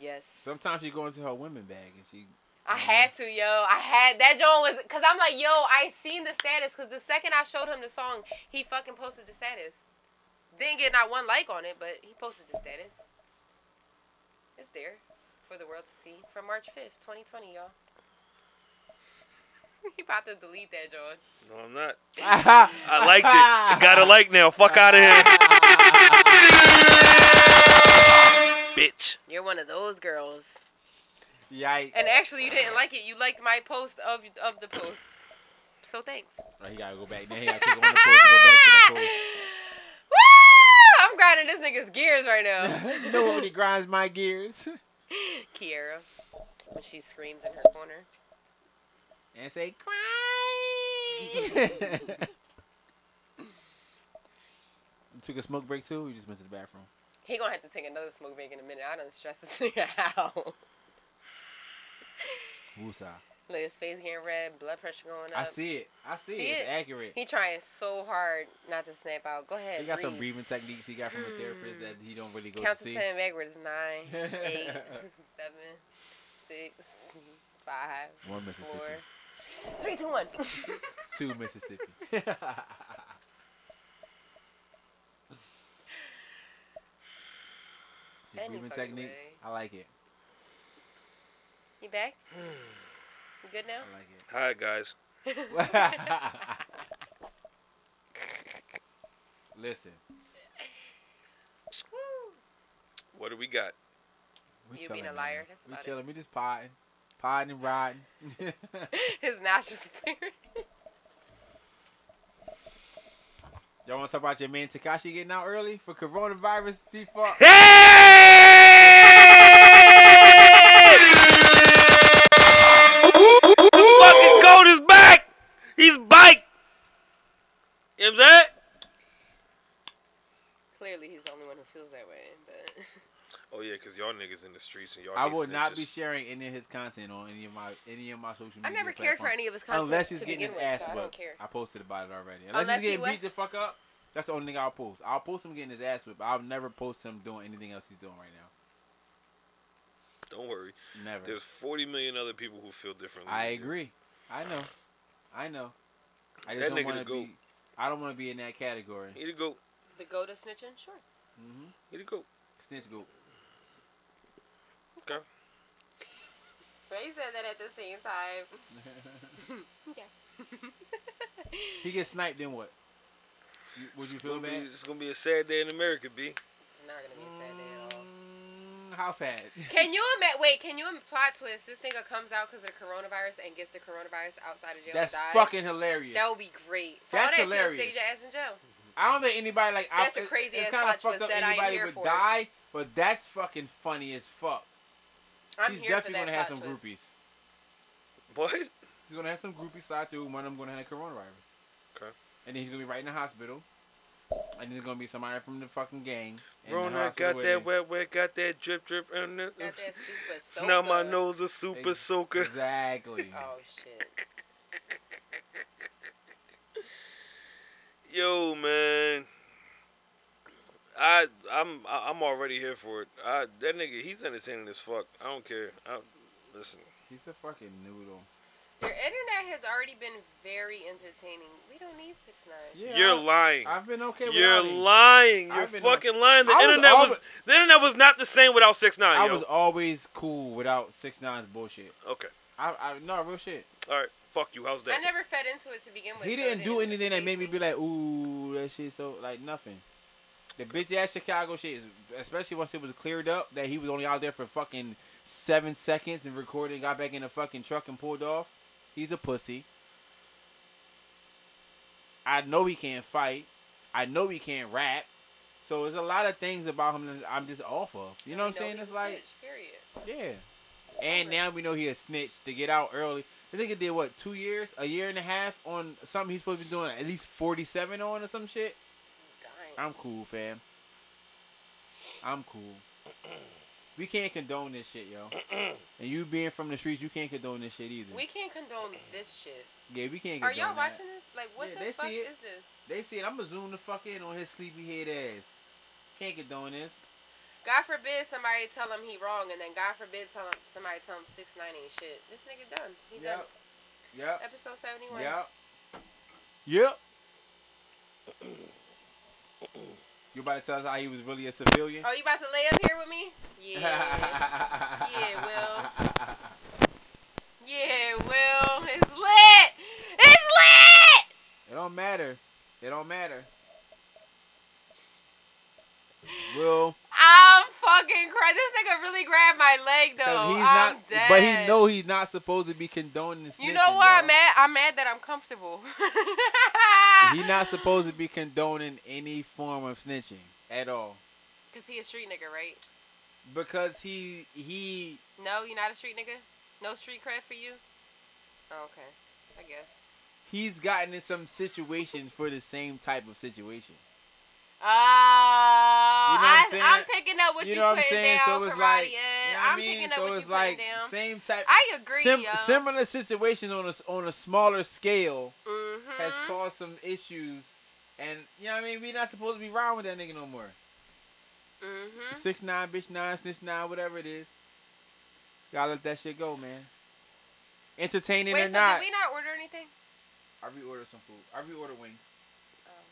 Yes.
Sometimes she go into her women bag and she.
I had to, yo. I had that John was, cause I'm like, yo, I seen the status, cause the second I showed him the song, he fucking posted the status. Didn't get not one like on it, but he posted the status. It's there for the world to see from March 5th, 2020, y'all. he about to delete that, John.
No, I'm not. I liked it. I got to like now. Fuck out of here, bitch.
You're one of those girls.
Yikes!
And actually, you didn't like it. You liked my post of of the post. So thanks.
Oh, he gotta go back. Then he gotta take on the post and go back to the post.
Woo! I'm grinding this nigga's gears right now.
You know what really grinds my gears?
Kiera when she screams in her corner.
And say cry. Took a smoke break too. We just went to the bathroom.
He gonna have to take another smoke break in a minute. I don't stress this nigga out.
Woosah.
Look, his face getting red, blood pressure going up.
I see it. I see,
See
it. It's
it?
accurate.
He trying so hard not to snap out. Go ahead.
He got some
breathe.
breathing techniques he got from a therapist that he don't really go
Count
to
to
see.
ten backwards. Nine, eight, seven, six, five,
One Mississippi,
four, three, two, one.
two Mississippi. She
Any
breathing
fucking
techniques.
way.
I like it.
you back? You good now?
I like it.
Hi guys.
Listen,
What do we got?
we
You
chilling,
being a
man.
liar. That's
We
about it.
chilling. We just potting, potting and riding.
His nostrils clear.
Y'all want to talk about your man Takashi getting out early for coronavirus default?
Fucking goat is back. He's back. You know what I'm saying?
really he's the only one who feels that way. But
Oh yeah, cause y'all niggas in the streets and y'all.
I
hate
will not
snitches.
be sharing any of his content on any of my any of my social media.
I never cared for
platforms.
any of his content
Oh, unless he's
to
getting his
begin
ass
with, so I
whipped.
don't care.
I posted about it already. Unless,
Unless he
he's getting
wha-
beat the fuck up, that's the only thing I'll post. I'll post him getting his ass whipped. I'll never post him doing anything else he's doing right now.
Don't worry.
Never.
There's 40 million other people who feel differently.
I
than you.
agree. I know. I know. I
That
just
nigga
don't want
the
to
goat.
be. I don't want to be in that category.
Here you go.
the go to snitching, sure.
Here you go.
Snitch goat.
Okay.
But he said that at the same time.
He gets sniped, then what? You, would you feel
Gonna be-
bad?
it's gonna be a sad day in America, b.
It's not gonna be a sad day at all.
Mm, how sad?
Can you imagine? Wait, can you im- plot twist? This nigga comes out because of the coronavirus and gets the coronavirus outside of jail.
That's
and dies.
fucking hilarious.
That would be great. For
That's
all that
hilarious.
shit, stay your ass in jail.
I don't think anybody like.
That's
I,
a crazy
it's
ass
kinda
plot
fucked
twist
up
that I am
anybody
here
would
for.
die, but that's fucking funny as fuck.
I'm
He's
here
definitely
for that
gonna have some
plot
groupies.
twist.
What?
He's gonna have some groupies side through. One of them gonna have the coronavirus.
Okay.
And then he's gonna be right in the hospital. And there's gonna be somebody from the fucking gang. in the
Rona
hospital
got
with
that
it.
wet, wet, got that drip, drip, and it-
Got that super soaker.
now my nose is super soaker.
Exactly.
Oh shit.
Yo, man. I I'm I- I'm already here for it. I that nigga he's entertaining as fuck. I don't care. I listen.
He's a fucking noodle.
Your internet has already been very entertaining. We don't need six nine.
Yeah.
You're lying.
I've been okay with
You're
Audi.
lying. You're
I've been
fucking lying. The
I was
internet was,
alwa-
the internet was not the same without six nine.
I
yo.
was always cool without six nines bullshit.
okay.
I, I no real shit.
All right. Fuck you. How's that?
I never fed into it to begin with.
He
so
didn't
it
do anything that
phase
made me be like, ooh, that shit so like nothing. The bitch ass Chicago shit, is, especially once it was cleared up that he was only out there for fucking seven seconds and recorded, got back in the fucking truck and pulled off. He's a pussy. I know he can't fight. I know he can't rap. So there's a lot of things about him that I'm just off of. You know what I'm
No,
saying?
he's
It's
a
like
snitch, period.
yeah. And now we know he a snitch to get out early. The nigga did what, two years, a year and a half on something he's supposed to be doing at least forty seven on or some shit.
Dying.
I'm cool, fam. I'm cool. We can't condone this shit, yo. And you being from the streets, you can't condone this shit either.
We can't condone this shit.
yeah, we can't.
Are
Condone
y'all
that.
watching this? Like, what
Yeah,
the
they
fuck
see it.
is this?
They said I'm gonna zoom the fuck in on his sleepy head ass. Can't condone this.
God forbid somebody tell him he wrong, and then God forbid tell him, somebody tell him six nine ain't shit. This nigga done. He done.
Yep. Yep.
Episode seventy one.
Yep. Yep. you about to tell us how he was really a civilian?
Oh, you about to lay up here with me? Yeah. yeah, Will. Yeah, Will. It's lit. It's lit.
It don't matter. It don't matter. Will,
I'm fucking crying. This nigga really grabbed my leg
'cause
though.
he's
I'm
not,
dead.
but he know he's not supposed to be condoning.
You
snitching,
know why
yo.
I'm mad? I'm mad that I'm comfortable.
He's not supposed to be condoning any form of snitching at all
Cause he a street nigga, right?
because he he
No, you not a street nigga. No street cred for you. Oh, okay, I guess.
he's gotten in some situations for the same type of situation.
Oh, I,
I'm saying?
Uh, I'm picking up what you,
know what I'm
putting
saying?
down,
so it's
karate.
like,
yeah,
you know what I
I'm
mean?
picking up
so
what you
it's
putting
like
down.
Same type.
I agree,
sim-
yo.
Similar situations on a s- on a smaller scale
mm-hmm.
has caused some issues, and you know what I mean. We're not supposed to be around with that nigga no more.
mm-hmm.
Six nine, bitch nine, snitch nine, whatever it is. Gotta let that shit go, man. Entertaining
Wait,
or
so
not,
did we not order anything
I reorder some food. I reorder wings.
Oh.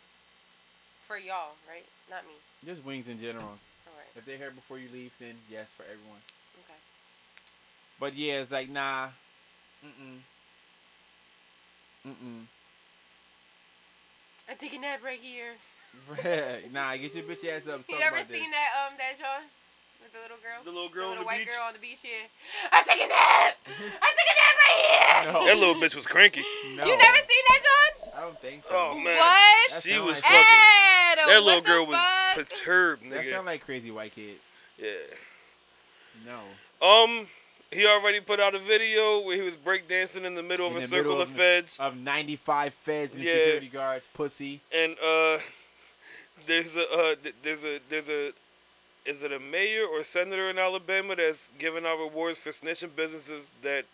for y'all? Right? Not me.
Just wings in general.
All right.
If they're here before you leave, then yes for everyone.
Okay.
But yeah, it's like nah. Mm mm.
I'm taking that right here.
Mm mm. nah, get your bitch ass up. and
You
talk
ever
about this.
seen that um that drawing with the little girl?
The little girl on
the little
the
white
beach.
girl on the beach. Yeah. I take a nap. I take a nap right here.
No,
That little bitch was cranky.
no.
You never seen that, John?
I don't think so.
Oh man.
What?
That
She
sound
was
like-
fucking.
Adam,
that
what
little
the
girl was
fuck?
perturbed,
That
nigga.
sound like crazy white kid.
yeah.
No.
Um, he already put out a video where he was breakdancing in the middle of
In
a
the
circle
middle
of
of-
feds,
Of 95 feds and
Yeah.
security guards, pussy.
and uh, there's a uh, th- there's a there's a is it a mayor or senator in Alabama that's giving out rewards for snitching businesses that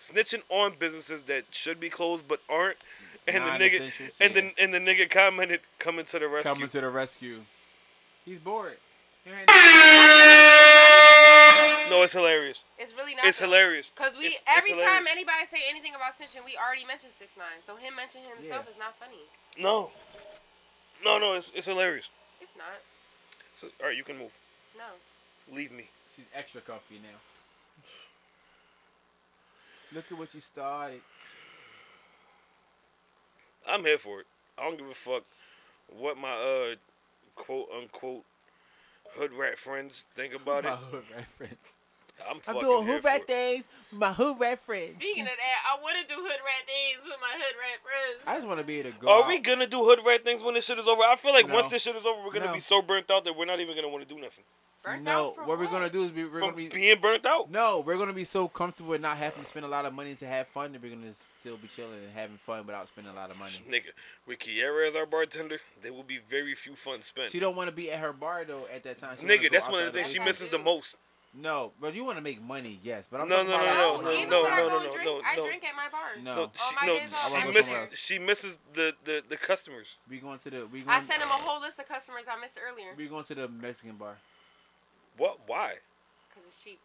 snitching on businesses that should be closed but aren't, and the nigga
Non-essentials,
and
yeah.
the and the nigga commented coming to the rescue.
Coming to the rescue. He's bored. There ain't
no, it's hilarious.
It's really not.
It's hilarious.
Because we
It's- it's
every
hilarious.
time anybody say anything about snitching, we already mentioned six nine. So him mentioning himself is not funny.
No, no, no, it's it's hilarious.
It's not.
So, all right, you can move.
No.
Leave me.
She's extra comfy now. Look at what you started.
I'm here for it. I don't give a fuck what my uh quote unquote hood rat friends think about it.
My hood reference.
I'm fucking here for it.
things. My hood reference.
Speaking of that, I want to do hood rat things with my hood rat friends.
I just want to be able to go.
Are
out.
we gonna do hood rat things when this shit is over? I feel like
No.
once this shit is over, we're gonna
No.
be so burnt out that we're not even gonna want to do nothing.
Burnt
No.
out from
What, we're gonna do is we, we're gonna
From
be.
being burnt out.
No, we're gonna be so comfortable and not having to spend a lot of money to have fun that we're gonna still be chilling and having fun without spending a lot of money.
Nigga, with Kiera as our bartender, there will be very few fun spent.
She don't want to be at her bar though at that time. She wanna
Nigga,
go
that's one of the
outside
things she
Yes, I
misses the
do.
most.
No, but you want to make money, yes. But I'm
No,
talking
no,
about
no,
No,
like-
Oh, even
no,
when I
no,
go
no,
and drink,
no,
I
no.
drink at my bar.
No.
No,
Oh, my
she, no,
days off.
I
she
wanna go
misses.
somewhere.
She misses the the the customers.
We going to the we going.
I sent him a whole list of customers I missed earlier
Um, we going to the Mexican bar
What? Why?
because it's cheap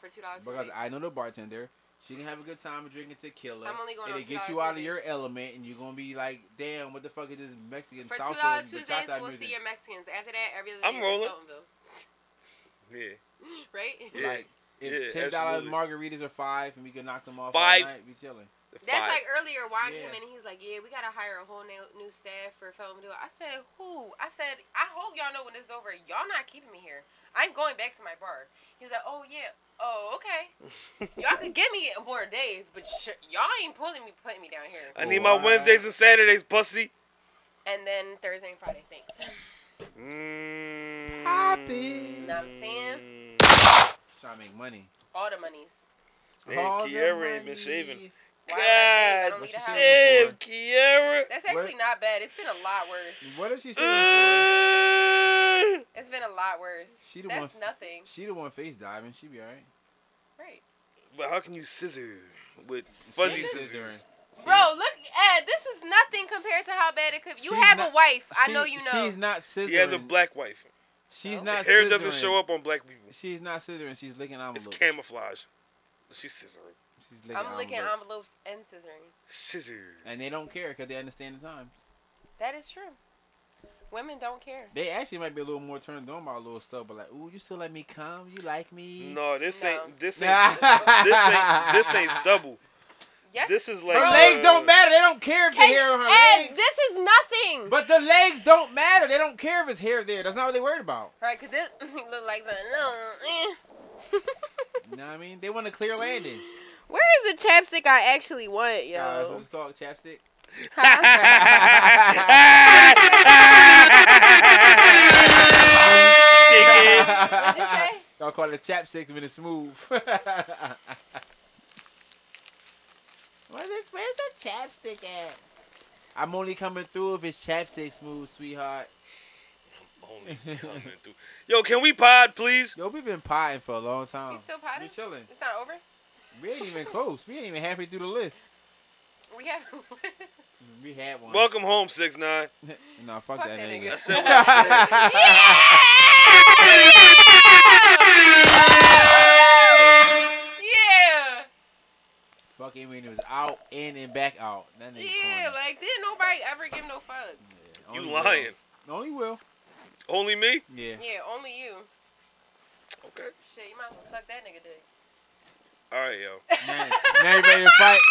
for two dollars.
because I know the bartender. She can have a good time of drinking tequila.
I'm only going
and
on
it gets
$2
you out of your
Tuesdays.
element, and you're gonna be like, "Damn, what the fuck is this Mexican
For two
salsa?"
dollars
and
Tuesdays,
bachata
we'll
music?"
see your Mexicans. After that, every other day
I'm
is
rolling.
Fultonville.
Yeah.
right?
Yeah.
Like, if
Yeah,
ten dollars
absolutely.
margaritas are five, and we can knock them off, all
Five.
night, we chilling.
The
That's
five.
like earlier. Juan
Yeah.
came in and he's like, "Yeah, we gotta hire a whole new, new staff for Fultonville." I said, "Who?" I said, "I hope y'all know when this is over. Y'all not keeping me here. I'm going back to my bar." He's like, "Oh yeah." Oh okay. y'all could give me more days, but sh- y'all ain't pulling me, putting me down here.
I need my Wednesdays and Saturdays, pussy.
And then Thursday and Friday, thanks.
Mm.
Happy.
know what I'm saying?
Trying to make money.
All the monies.
Hey,
All the
Kiara ain't been
money.
shaving.
Why would I shave? I don't
God,
need
she
a house.
said-
Damn, Kiara.
That's actually not bad. It's been a lot worse.
What is she saying?
Uh,
It's been a lot worse.
She the
That's
one-
nothing.
she the one face diving. She be alright.
Right.
but how can you scissor with fuzzy
Scissor?
scissors?
Bro, look, Ed, this is nothing compared to how bad it could be. You
She's
have
not-
a wife. I
She-
know you know.
She's not scissoring.
He has a black wife.
She's not.
Hair
scissoring.
doesn't show up on black people.
She's not scissoring. She's licking
It's
envelopes.
camouflage. She's scissoring.
She's licking
I'm licking
envelopes.
envelopes and scissoring.
Scissor.
And they don't care because they understand the times.
That is true. Women don't care.
They actually might be a little more turned on by a little stuff, but like, ooh, you still let me come? You like me?
No, this
No.
ain't. This ain't.
this
this ain't. This ain't stubble.
Yes.
This is like.
Her
uh,
legs don't matter. They don't care if the
Hey,
hair on her
Ed,
legs.
this is nothing.
But the legs don't matter. They don't care if it's hair there. That's not what they worried about.
right, because this look like something.
You
No, eh.
know what I mean? They want a clear landing.
Where is the chapstick I actually want, yo?
Uh, that's what it's called, chapstick.
dickhead.
What'd you say?
Y'all call it chapstick when it's smooth. Where's this? Where's the chapstick at? I'm only coming through if it's chapstick smooth, sweetheart.
Only coming through. Yo, can we pod, please?
Yo, we've been potting for a long time.
We still potting?
We chilling.
It's not over?
We ain't even close. We ain't even halfway through the list.
We have.
We had one.
Welcome home, six nine.
no, fuck,
Fuck
that,
that
nigga.
I
nigga.
said what I said.
yeah.
Fuck him when he was out, in, and back out. That nigga.
Yeah,
corny.
like, didn't nobody ever give no fuck.
You
Only
lying.
Will. Only Will.
Only me?
Yeah.
Yeah, only you.
Okay.
Shit, you might as well suck that nigga dick.
All right, yo.
now, now you ready to fight?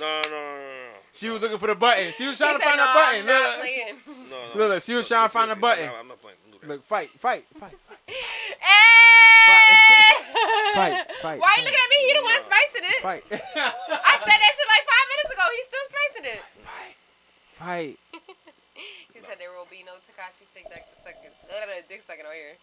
No, no, no,
she was looking for the button. She was trying
He
to find
said,
a
"Nah,
button.
I'm not
Look.
playing."
no, no, no.
Look, look, she was trying to find a button.
No, I'm not playing. Look at that.
Look, fight, fight, fight,
Fight.
Fight, fight,
Why
fight.
you looking at me? He the one spicing it.
fight,
I said that shit like five minutes ago. He's still spicing it.
fight.
He said there will be no Takashi sick dick sucking, uh, dick sucking on here.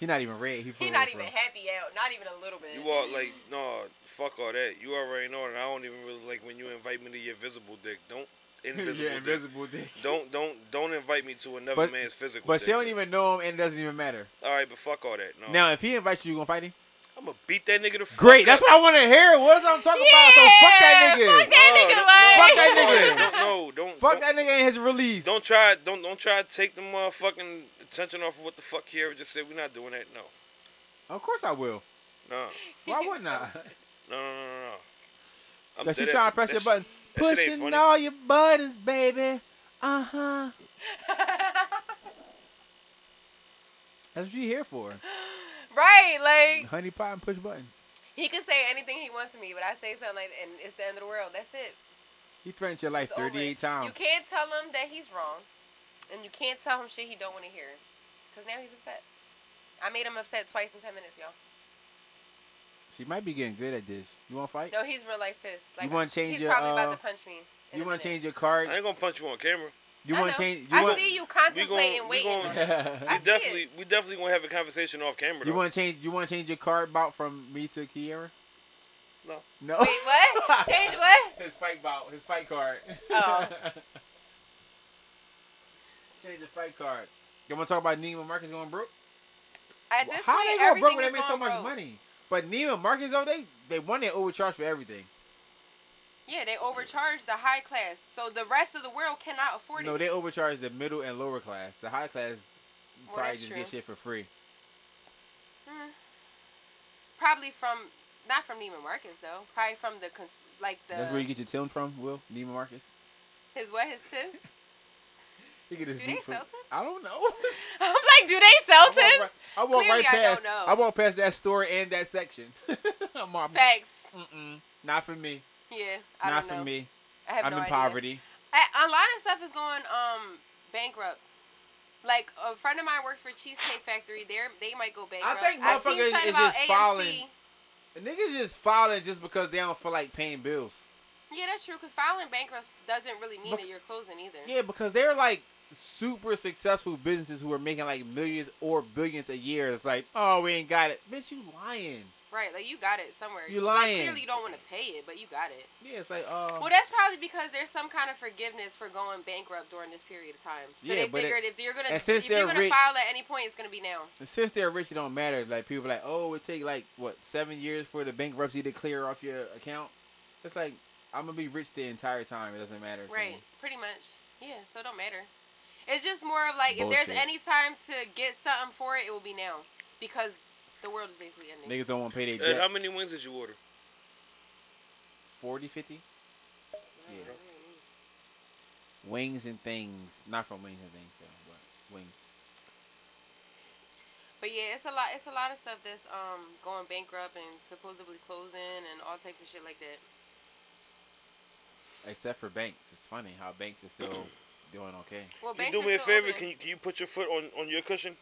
He not even red. He,
He
purple,
not even
bro.
happy out. Not even a little bit.
You all like, no, fuck all that. You already know that I don't even really like when you invite me to your visible dick. Don't invisible.
yeah,
dick.
invisible dick.
Don't don't don't invite me to another
But-
man's physical.
But she
dick, Oh.
don't
nigga.
even know him, and it doesn't even matter.
All right, but fuck all that. No.
Now, if he invites you, you gonna fight him?
I'm gonna beat that nigga to fuck
Great,
up.
that's what I want to hear. What is I'm talking about? So fuck that nigga.
Fuck that nigga, like.
Fuck that nigga.
No, don't, don't,
Fuck
don't-
that nigga and his release.
Don't try. Don't don't try to take the motherfucking attention off of what the fuck he ever just said. We're not doing that. No,
Of course I will.
no,
Why wouldn't I?
no, no, no, no. I'm
Cause she
dead
trying to
ass-
press your
that
button,
shit- that shit ain't
pushing
funny.
all your buttons, baby. Uh huh. That's what you here for,
Right, like
honey pie and push buttons.
he could say anything he wants to me, but I say something like, and it's the end of the world. That's it.
He threatened your life
It's over.
38
You
times.
can't tell him that he's wrong, and you can't tell him shit he don't want to hear, cause now he's upset. I made him upset twice in ten minutes, y'all.
She might be getting good at this. You want to fight?
No, he's real life pissed. Like
wanna change
He's
your,
probably
uh,
about to punch me. in
you
a
want
minute.
to change your card?
I ain't gonna punch you on camera.
You
I
want
know.
to change? You
I
want?
see you
We
contemplating
gon' we
waiting.
gon'
I
we
see
definitely
it.
we definitely gonna have a conversation off camera.
You
though.
want to change? You want to change your card bout from me to Kiera?
No.
No.
Wait, what? change what?
his fight bout, his fight card.
Oh.
Change the fight card. You want to talk about Neiman Marcus going broke?
At this
How
point,
they going broke
everything
when they
is
made so
going
much
broke.
money? But Neiman Marcus, though, they they won their overcharge for everything.
Yeah, they overcharge the high class, so the rest of the world cannot afford
No,
it.
they overcharged the middle and lower class. The high class
Well,
probably
that's
just
true.
get shit for free.
Probably from not from Neiman Marcus though. Probably from the cons- like
That's where you
the
get your tin from, Will Neiman Marcus.
his what his tips.
You get his
Do they
meat from-
sell tips?
I don't know.
I'm like, do they sell
I walk,
tips?
right, I walk
Clearly,
right
I
past.
don't know.
I walk past that store and that section. I'm, I'm,
Facts.
mm-mm, not for me.
Yeah, I
not
don't know.
for me.
I have
I'm
no
in
idea.
poverty.
I, a lot of stuff is going um bankrupt. Like a friend of mine works for Cheesecake Factory. They they might go bankrupt.
think
I've seen
motherfuckers
something
is
about
just
AMC.
filing. Niggas just filing just because they don't feel like paying bills.
Yeah, that's true. Cause filing bankrupt doesn't really mean
Bec-
that you're closing either.
Yeah, because they're like super successful businesses who are making like millions or billions a year. It's like, oh, we ain't got it. Bitch, you lying.
Right, like you got it somewhere.
You
Like,
lying.
clearly, you don't want to pay it, but you got it.
Yeah, it's like, uh,
Well, that's probably because there's some kind of forgiveness for going bankrupt during this period of time. So
Yeah,
they
but it-
figured if you're gonna
and since
if you're
they're
gonna
rich-
file at any point, it's gonna be now.
and since they're rich, it don't matter. Like people are like, oh, it take like what seven years for the bankruptcy to clear off your account. It's like I'm gonna be rich the entire time. It doesn't matter. to
Right,
me.
pretty much. Yeah, so it don't matter. It's just more of like if there's
Bullshit.
any time to get something for it, it will be now because the world is basically ending.
Niggas don't want to pay their
Ed,
debt.
how many wings did you order?
40, 50? Yeah. Wings and things. Not from Wings and Things, though, but Wings.
But yeah, it's a lot. It's a lot of stuff that's um going bankrupt and supposedly closing and all types of shit like that.
Except for banks. It's funny how banks are still doing okay.
Well,
Can you
banks
do
are
me a
still
favor?
open.
Can you can you put your foot on on your cushion?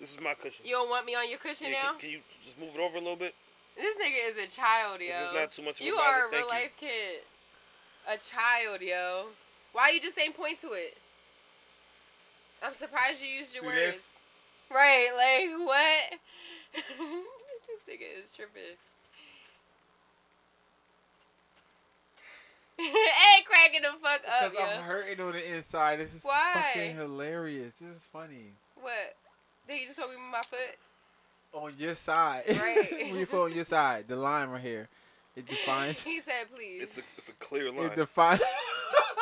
This is my cushion.
You don't want me on your cushion
Yeah,
now?
can, can you just move it over a little bit?
This nigga is a child, yo.
If it's not too much of a
you
bother,
are a
thank
real
you.
life kid. A child, yo. Why you just ain't point to it? I'm surprised you used your
Do
words.
this.
Right, like what? this nigga is tripping. Ain't cracking the fuck up,
Because I'm
yo.
hurting on the inside. This is
Oh, Why?
fucking hilarious. This is funny.
What? Did you just told me my foot?
On your side.
Right.
when you feel on your side, the line right here. It defines.
He said,
It's
"Please."
a it's a clear line.
it defines.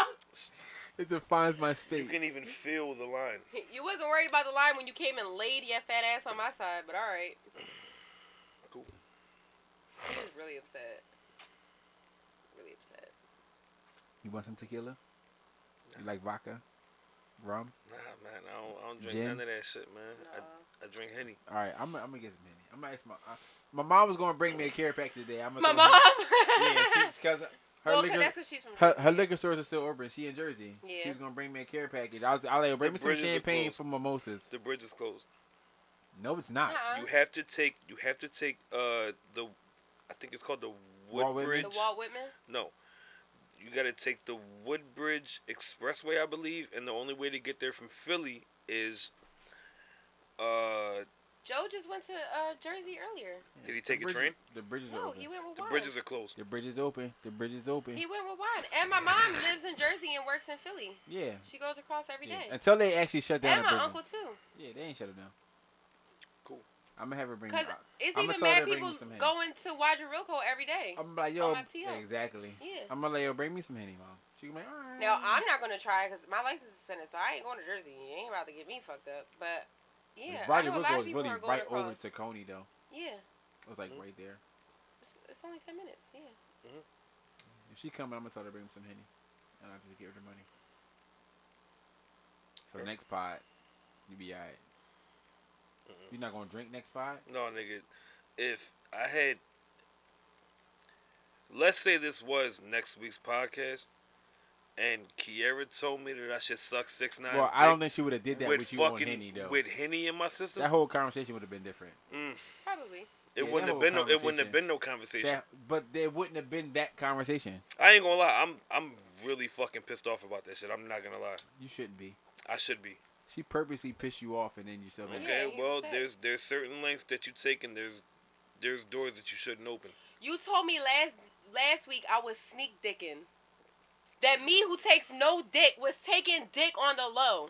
it defines my
you
space.
can even feel the line.
you wasn't worried about the line when you came and laid your fat ass on my side, but all right.
Cool.
He was really upset. Really upset.
You want some tequila? You like vodka? Rum?
Nah, man, I don't, I don't drink
Gin?
none of that shit, man.
Nah.
I, I drink henny.
All right, I'm, I'm gonna get some Henny. I'm gonna ask my uh, my mom was gonna bring me a care pack today. I'm gonna
My
throw
mom.
some- Yeah, she's because her
well, 'cause
liquor
that's what she's from.
her, her liquor stores are still open. She in Jersey.
Yeah.
She was gonna bring me a care package. I was I was like, bring me some
bridges are
champagne
closed.
for mimosas.
The bridge is closed.
No, it's not.
Nuh-uh.
You have to take you have to take uh the I think it's called the
Walt Whitman?
Woodbridge.
the Walt Whitman.
No. You got to take the Woodbridge Expressway, I believe, and the only way to get there from Philly is uh
Joe just went to uh, Jersey earlier.
Did he take a train?
The bridges are
No,
open.
he went with
The
Juan.
bridges are closed.
The bridge is open. The bridge is open.
He went with Juan. And my mom lives in Jersey and works in Philly.
Yeah.
She goes across every
yeah.
day.
Until they actually shut down
And
the
my
bridge.
uncle too.
Yeah, they ain't shut it down.
Cool.
I'm gonna have her bring.
Cause
I-
it's
I'ma
even
tell her
mad
to bring
people
me some Henny.
going to Wadrilco every day.
I'm like, yo,
my TL.
exactly.
Yeah.
I'm gonna let her bring me some henny, mom. She gonna be like, all right.
Now I'm not gonna try because my license is suspended, so I ain't going to Jersey. You ain't about to get me fucked up. But yeah, I
Rodney
know a lot
Wilco
of
is
people
really
are going
right
across.
over to Coney though.
yeah,
It was like
Hmm?
right there.
it's, it's only ten minutes. Yeah.
If she coming, I'm gonna tell her to bring me some henny, and I'll just give her the money. So next pot, you be alright. You're not gonna drink next pot.
No, nigga. If I had, let's say this was next week's podcast, and Kiera told me that I should suck six nine.
Well, I don't think she would have did that with,
with
you on
fucking
henny though.
with henny in my system.
that whole conversation would have been different.
Probably.
it
yeah,
wouldn't
that
have been.
whole
No, it wouldn't
conversation.
have been no conversation.
That, but there wouldn't have been that conversation.
I ain't gonna lie. I'm I'm really fucking pissed off about that shit. I'm not gonna lie.
You shouldn't be.
I should be.
She purposely pissed you off, and then you still. mad.
Okay.
he's
well,
upset.
there's there's certain lengths that you take, and there's there's doors that you shouldn't open.
You told me last last week I was sneak dicking. That me who takes no dick was taking dick on the low,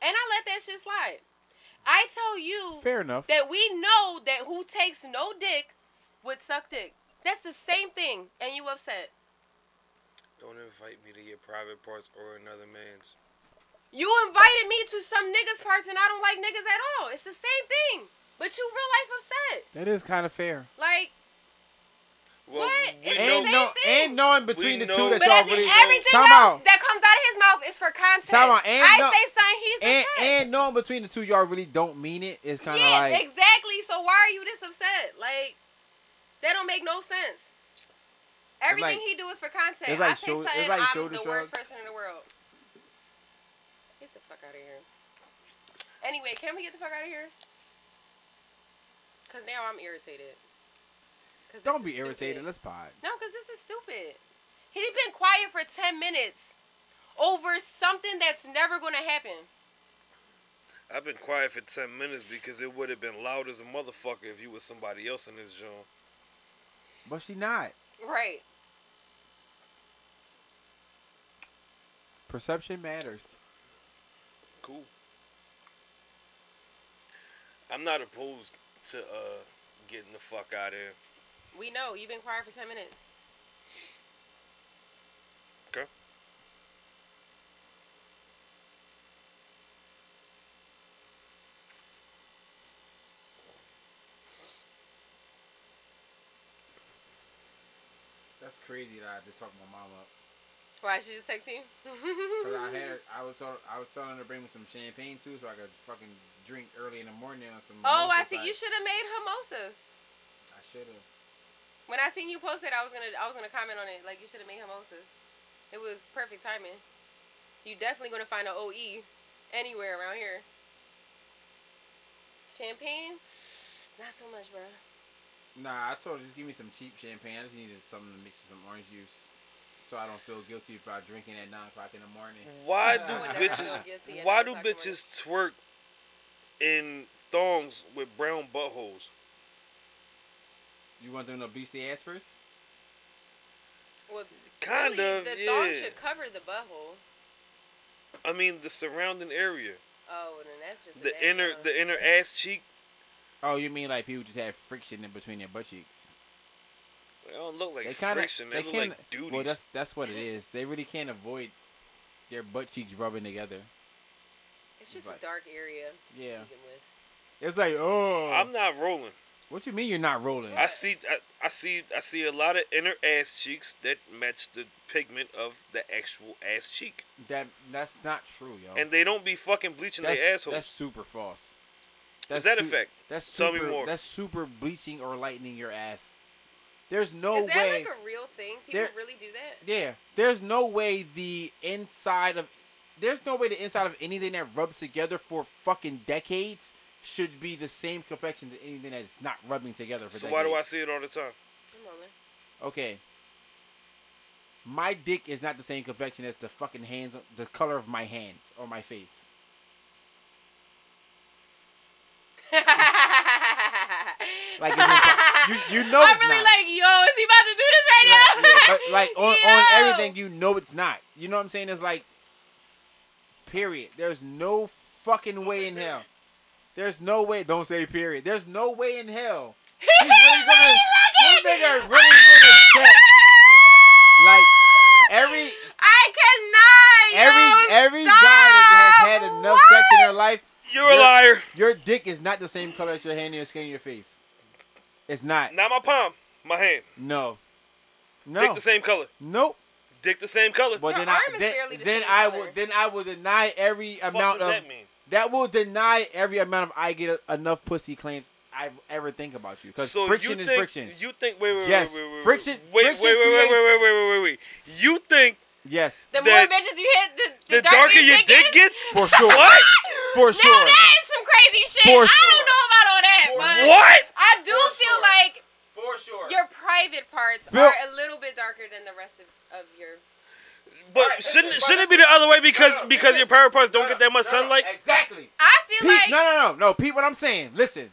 and I let that shit slide. I tell you
Fair enough.
that we know that who takes no dick would suck dick. That's the same thing, and you upset.
Don't invite me to your private parts or another man's.
You invited me to some niggas parts and I don't like niggas at all. It's the same thing. But you real life upset.
That is kind of fair.
Like,
Well,
What?
we
It's
know-
the same
Ain't no,
thing.
ain't knowing between
We
the
know-
two that
But
but
y'all
at the,
really.
everything
Time
else
out.
that comes out of his mouth is for content.
Time out, and
I
no-
say something, he's
And,
upset.
and knowing between the two y'all really don't mean it is kind of
yeah,
like
exactly. So why are you this upset? Like, that don't make no sense. Everything
like-
he do is for content.
it's like
I say
shoulder- it's
something,
like
I'm
shoulder
the worst
shrugs.
person in the world. Get the fuck out of here. Anyway, can we get the fuck out of here? Cause now I'm irritated. 'Cause this
don't
is
be
stupid.
irritated. Let's pod.
No, because this is stupid. He's been quiet for 10 minutes over something that's never going to happen.
I've been quiet for ten minutes because it would have been loud as a motherfucker if you was somebody else in this joint.
But she not.
Right.
Perception matters.
Cool. I'm not opposed to uh getting the fuck out of here.
We know. You've been quiet for 10 minutes.
Okay.
That's crazy that I just talked my mom up.
Why? She just texted you?
Cause I had I was tell, I was telling her to bring me some champagne too, so I could fucking drink early in the morning on some.
Oh,
mimosas.
I see. You should have made mimosas.
I should have.
When I seen you post it, I was gonna I was gonna comment on it. Like you should have made mimosas. It was perfect timing. You definitely gonna find an OE anywhere around here. Champagne, not so much, bro.
Nah, I told her just give me some cheap champagne. I just needed something to mix with some orange juice, so I don't feel guilty about drinking at nine o'clock in the morning.
Mm.
Why
I would never
do bitches?
feel guilty at
Why
nine
do
o'clock in the
bitches
morning.
twerk in thongs with brown buttholes?
You want them to beat their ass first?
Well,
Kind
really,
of,
The
yeah.
thong should cover the butthole.
I mean, the surrounding area,
Oh, then that's just a
the
bad
inner,
thong.
the inner ass cheek.
Oh, you mean like people just have friction in between their butt cheeks?
They don't look like
They kind of
friction. They,
they
look
can't.
like duties.
well, that's that's what it is. They really can't avoid their butt cheeks rubbing together.
It's just
Right.
a dark area. to
Yeah.
begin with.
It's like oh,
I'm not rolling.
what you mean you're not rolling?
I see, I, I see, I see a lot of inner ass cheeks that match the pigment of the actual ass cheek,
that that's not true, yo.
and they don't be fucking bleaching
Oh. that's,
their assholes.
That's super false.
that a
su-
fact?
That's super,
Tell me more.
That's super bleaching or lightening your ass. There's no
Is that
way.
like a real thing? People
There-
really do that?
yeah, there's no way the inside of there's no way the inside of anything that rubs together for fucking decades should be the same complexion to anything that's not rubbing together for
so
decades.
why do I see it all the time?
Come on, man.
Okay. My dick is not the same complexion as the fucking hands, the color of my hands or my face. Like it's impo- you, you know
I'm
it's
really
not.
like, yo, is he about to do this right now?
Like, yeah, but like on, on
Yo.
everything, you know it's not. You know what I'm saying? It's like, period. There's no fucking way in hell. There's no way. Don't say period. There's no way in hell. He's really gonna. this nigga really gonna check. Like every
I cannot.
every
yo,
every guy
stop.
that has had enough sex in their
What?
life,
You're a
Yeah.
liar.
your dick is not the same color as your hand and your skin and your face. It's not.
Not my palm, my hand.
No.
Dick
No.
the same color.
Nope.
Dick the same color.
But
Your
then I
arm is
then,
barely the
then
same
I
color.
will then I will deny every
Fuck
amount
does
of
that mean?
that will deny every amount of I get a, enough pussy claim I ever think about you because
So
friction
you
is
think,
friction.
You think? Wait, wait,
Yes,
wait, wait, wait,
friction-
Wait,
friction
wait, wait, wait,
creates-
wait, wait, wait, wait, wait. You think
Yes,
The more
that-
bitches you hit, the,
the,
the,
darker your dick,
is.
gets?
for sure,
What?
for
Now
sure.
that is some crazy shit.
For
I
sure.
don't know about all that, but
What?
I do feel
sure.
like
For sure.
your private parts
Feel-
are a little bit darker than the rest of, of your.
But
Right,
shouldn't
listen,
shouldn't it be
listen.
the other way because
No, no,
because your
listen.
private parts don't get that much sunlight?
Exactly.
I
Pete,
feel like
no, no, no, no. Pete, what I'm saying. Listen.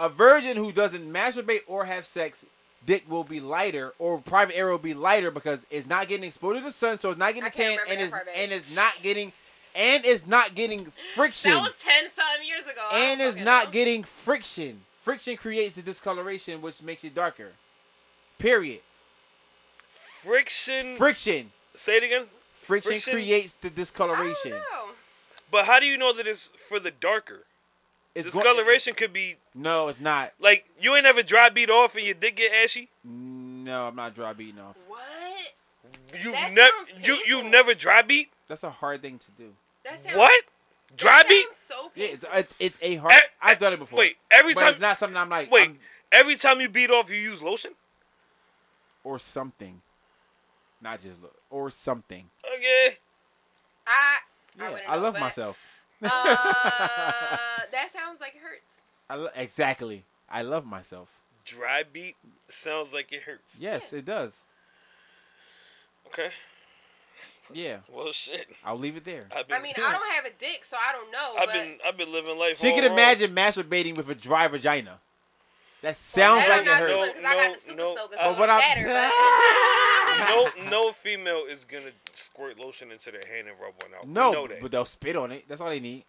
A virgin who doesn't masturbate or have sex, dick will be lighter, or private area will be lighter because it's not getting exposed to the sun, so it's not getting
I can't
tan,
remember
and
that
it's
part, babe.
and it's not getting and it's not getting friction,
that was ten something years ago. I
and
don't
it's
fucking
not
know.
getting friction. Friction creates the discoloration, which makes it darker. Period.
Friction.
Friction.
Say it again.
Friction,
Friction-
creates the
Hmm. I don't
discoloration.
know.
But how do you know that it's for the darker?
It's go-
Discoloration could be
no, it's not.
like you ain't ever dry beat off and your dick get ashy.
No, I'm not dry beating off.
What?
You've
That
never
sounds
you
painful.
you've never dry beat.
That's a hard thing to do.
That sounds,
What?
that
Dry beat?
sounds So
Yeah,
painful.
it's, it's, it's a hard.
Eh,
I've done it before.
Wait, every
but
time
it's not something I'm like.
wait,
I'm-
every time you beat off, you use lotion.
or something, not just look or something.
Okay.
I.
Yeah,
wouldn't
I
know,
love
but,
myself.
Uh, that sounds like it hurts.
I lo- exactly. I love myself.
Dry beat sounds like it hurts.
Yes, it does.
Okay.
Yeah,
Well, shit.
I'll leave it there.
I've been,
I mean, I don't have a dick, so I don't know.
I've
but
been, I've been living life.
She
all
could
wrong.
imagine masturbating with a dry vagina. That sounds
that
like
I'm
it
not
hurts.
doing because I
No,
got the super
no,
soaker,
no.
so
But what
I'm
I'm-
better. But
No, no female is gonna squirt lotion into their hand and rub one out. We
no,
know that.
but they'll spit on it. That's all they need.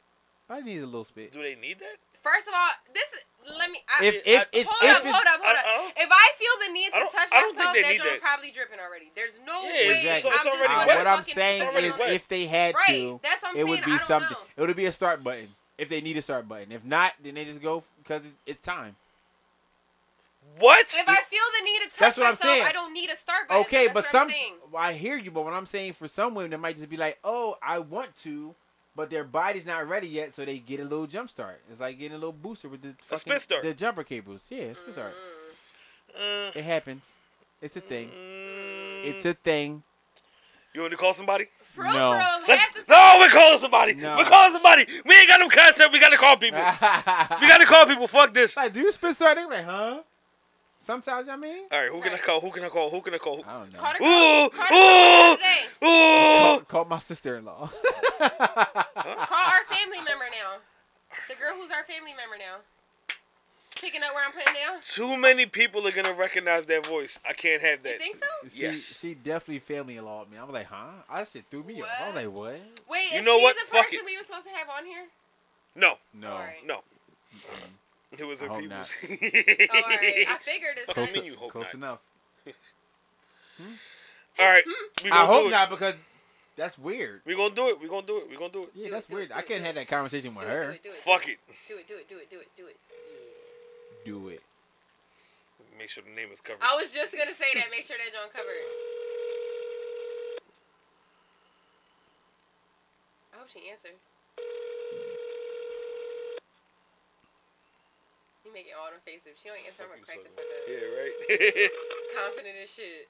All they need is a little spit.
do they need that?
first of all, this is- let me. I,
If if if,
hold
if
up,
it's
hold up, hold
I-
up.
I don't-
if I feel the need
I
to
don't-
touch
I don't think
myself,
they
that
need
joint
that.
probably dripping already. There's no
Yeah,
way
it's-
it's-
I'm
it's
just
already
gonna
wet.
what I'm
fucking
saying
touch
already
is,
it.
wet.
if they had
Right,
to,
that's what I'm
it
saying,
would
I
be
don't
something.
know.
It would be a start button. If they need a start button, if not, then they just go because it's, it's time.
What?
if I feel the need to touch
That's what I'm
myself,
saying.
I don't need a start button.
Okay,
That's
but
what
some
I'm saying.
well, I hear you, but what I'm saying for some women, they might just be like, "Oh, I want to," but their body's not ready yet, so they get a little jump start. It's like getting a little booster with the fucking
spit start.
the jumper cables. Yeah, it's spit start.
Mm-hmm.
Uh,
It happens. It's a thing.
mm,
It's a thing.
you want to call somebody?
For real,
No.
for real, half the
Let's, no, we're calling somebody.
No. Ah.
We're calling somebody. We ain't got no concept. We gotta call people. we gotta call people. Fuck this. All
like, do you spit start? They're like, huh? Sometimes I mean,
right, who can I
Right.
call? Who can I call? Who can I call?
I don't know.
Call the
Ooh,
call
ooh,
the today.
ooh.
Call,
Oh.
call my sister-in-law.
Call our family member now. The girl who's our family member now. Picking up where I'm putting down.
Too many people are gonna recognize that voice. I can't have
You
that.
think so?
She,
Yes.
She definitely family in law me. I was like, huh? I shit threw me off. I was like, what?
Wait,
You
is
know
she
what?
the
Fuck
person
it.
we were supposed to have on here?
No,
No.
Alright.
no. It was
Mm-hmm. I
her
hope
people's.
Oh, all right. I figured it's
Close
not.
mean, you hope not.
close enough.
All right,
Hmm?
we gonna
I
do
hope
it.
not because that's weird.
We gonna do it. We gonna do it. We gonna do it.
Yeah,
Do
that's
it, do
weird.
it,
I
do
can't
it,
have that conversation with
Do it, do
her.
it, do it, do
Fuck it.
Do it, do it, do it, do it, do it.
Do it.
Make sure the name is covered.
I was just gonna say that. Make sure that John covered. I hope she answered. You make it all them faces. If she don't answer, I'm gonna crack the fuck up.
Yeah, right.
confident as shit.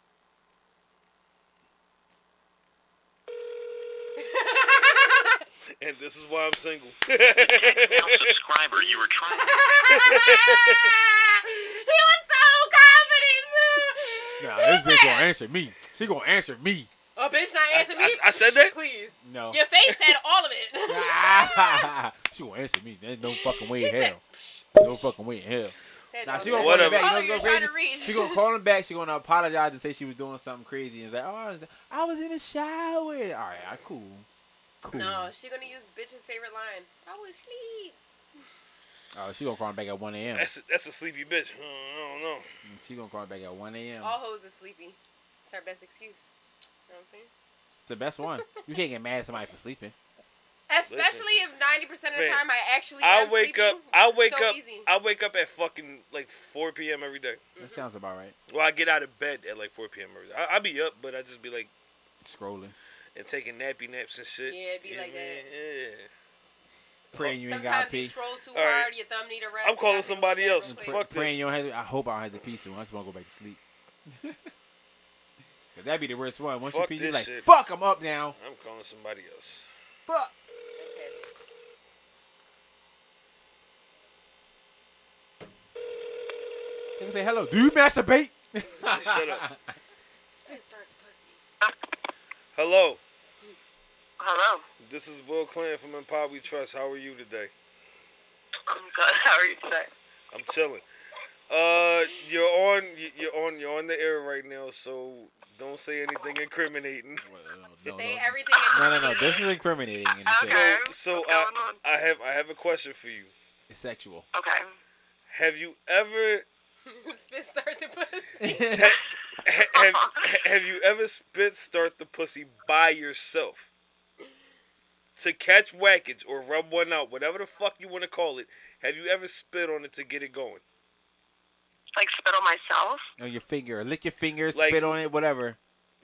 and this is why I'm single.
subscriber you were trying to
he was so confident too.
Nah,
He
this bitch
was like,
gonna answer me. She gonna answer me.
Oh, bitch, not answer
I-
me.
I said that?
Please,
No.
your face said all of it.
Ah, She gonna answer me. There's no fucking way in
He said,
hell. No fucking way in hell.
That
Nah,
don't
she
make
gonna
What
call him
a-
back. You know what's
Whatever Oh, you're
so
trying to
crazy?
reach.
She gonna call him back. She gonna apologize and say she was doing something crazy. And it's like, oh, I was, I was in the shower. All right, all right, cool, cool.
No, she gonna use bitch's favorite line. I was sleep.
Oh, she gonna call him back at 1 a.m.
That's a, that's a sleepy bitch. Hmm, I don't know.
Mm, She gonna call him back at 1 a.m.
All hoes is sleepy. It's our best excuse. You know what I'm saying?
It's the best one. You can't get mad at somebody for sleeping.
Especially if ninety percent of the
Fam,
time I actually
I
am
wake
sleeping,
up. I
it's
wake
so
up.
Easy.
I wake up at fucking like 4 p.m. every day.
Mm-hmm.
That sounds about right.
Well, I get out of bed at like 4 p.m. every day. I, I be up, but I just be like
Scrolling,
Oh,
and taking nappy naps and shit.
Yeah, it be
You know
like
what I mean? Yeah.
praying you ain't got
Sometimes
pee.
you scroll too
All right.
hard, your thumb need a rest.
I'm
you
calling
gotta do
somebody
that real
else.
quick.
Pray-
Fuck
praying
this.
you don't have. To, I hope I don't have to pee soon. I just wanna go back to sleep. Cause that'd be the worst one. Once
Fuck
you pee, you're
this
like,
shit.
fuck, I'm up now.
I'm calling somebody else.
Fuck.
That's heavy.
They can say hello. Do you masturbate?
Shut up.
Spit start the pussy.
Hello.
Hello.
This is Will Clan from Empire We Trust. How are you today?
I'm good. How are you today?
I'm chilling. Uh, you're on. you- You're on. You're on the air right now. So don't say anything incriminating.
No,
Say
no.
everything.
No, no, no. This is incriminating. And it's, uh,
Okay.
So
What's
I,
going on?
I have. I have a question for you.
it's sexual.
Okay.
Have you ever
Spit start the pussy.
ha- have, have you ever spit start the pussy by yourself? To catch whackage or rub one out, whatever the fuck you want to call it, have you ever spit on it to get it going?
Like spit on myself?
On your finger, lick your finger,
Like-
spit on it, whatever.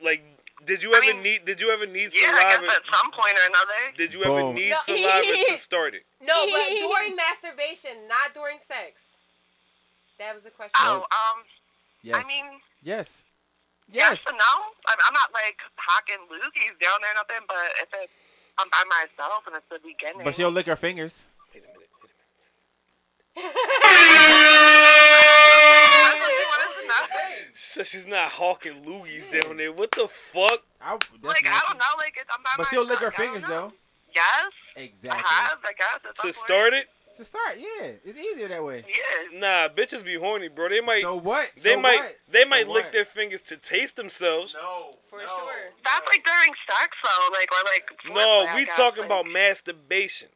Like, did you ever
mean,
need? Did you ever need
Yeah, I
saliva?
guess at some point or another.
Did you ever
Boom.
need
No.
saliva to start it?
No, but during masturbation, not during sex. That was the question.
Oh, um,
Yes.
I mean,
yes.
yes,
Yes.
and no. I'm, I'm not like hocking loogies down there or nothing, but if it's, I'm by myself and it's the beginning.
But she'll lick her fingers.
Wait a minute. Wait a
That's what you wanted to know.
minute. So she's not hawking loogies
Mm.
down there. What the fuck?
I, that's
Like, I
nasty.
don't know. Like, it's, I'm by
But she'll lick her
myself, I don't
fingers
know.
though.
Yes, I
Exactly.
have, I guess. At some
To
point.
start it?
To start, yeah, it's easier that way.
Yes.
Nah, bitches be horny, bro. They might.
so what?
they
So
might.
what?
They
So
might lick
what?
their fingers to taste themselves.
No,
For sure.
That's like during sex, though. Like, or like.
No,
foreplay, I
we
guess,
talking
like-
about masturbation.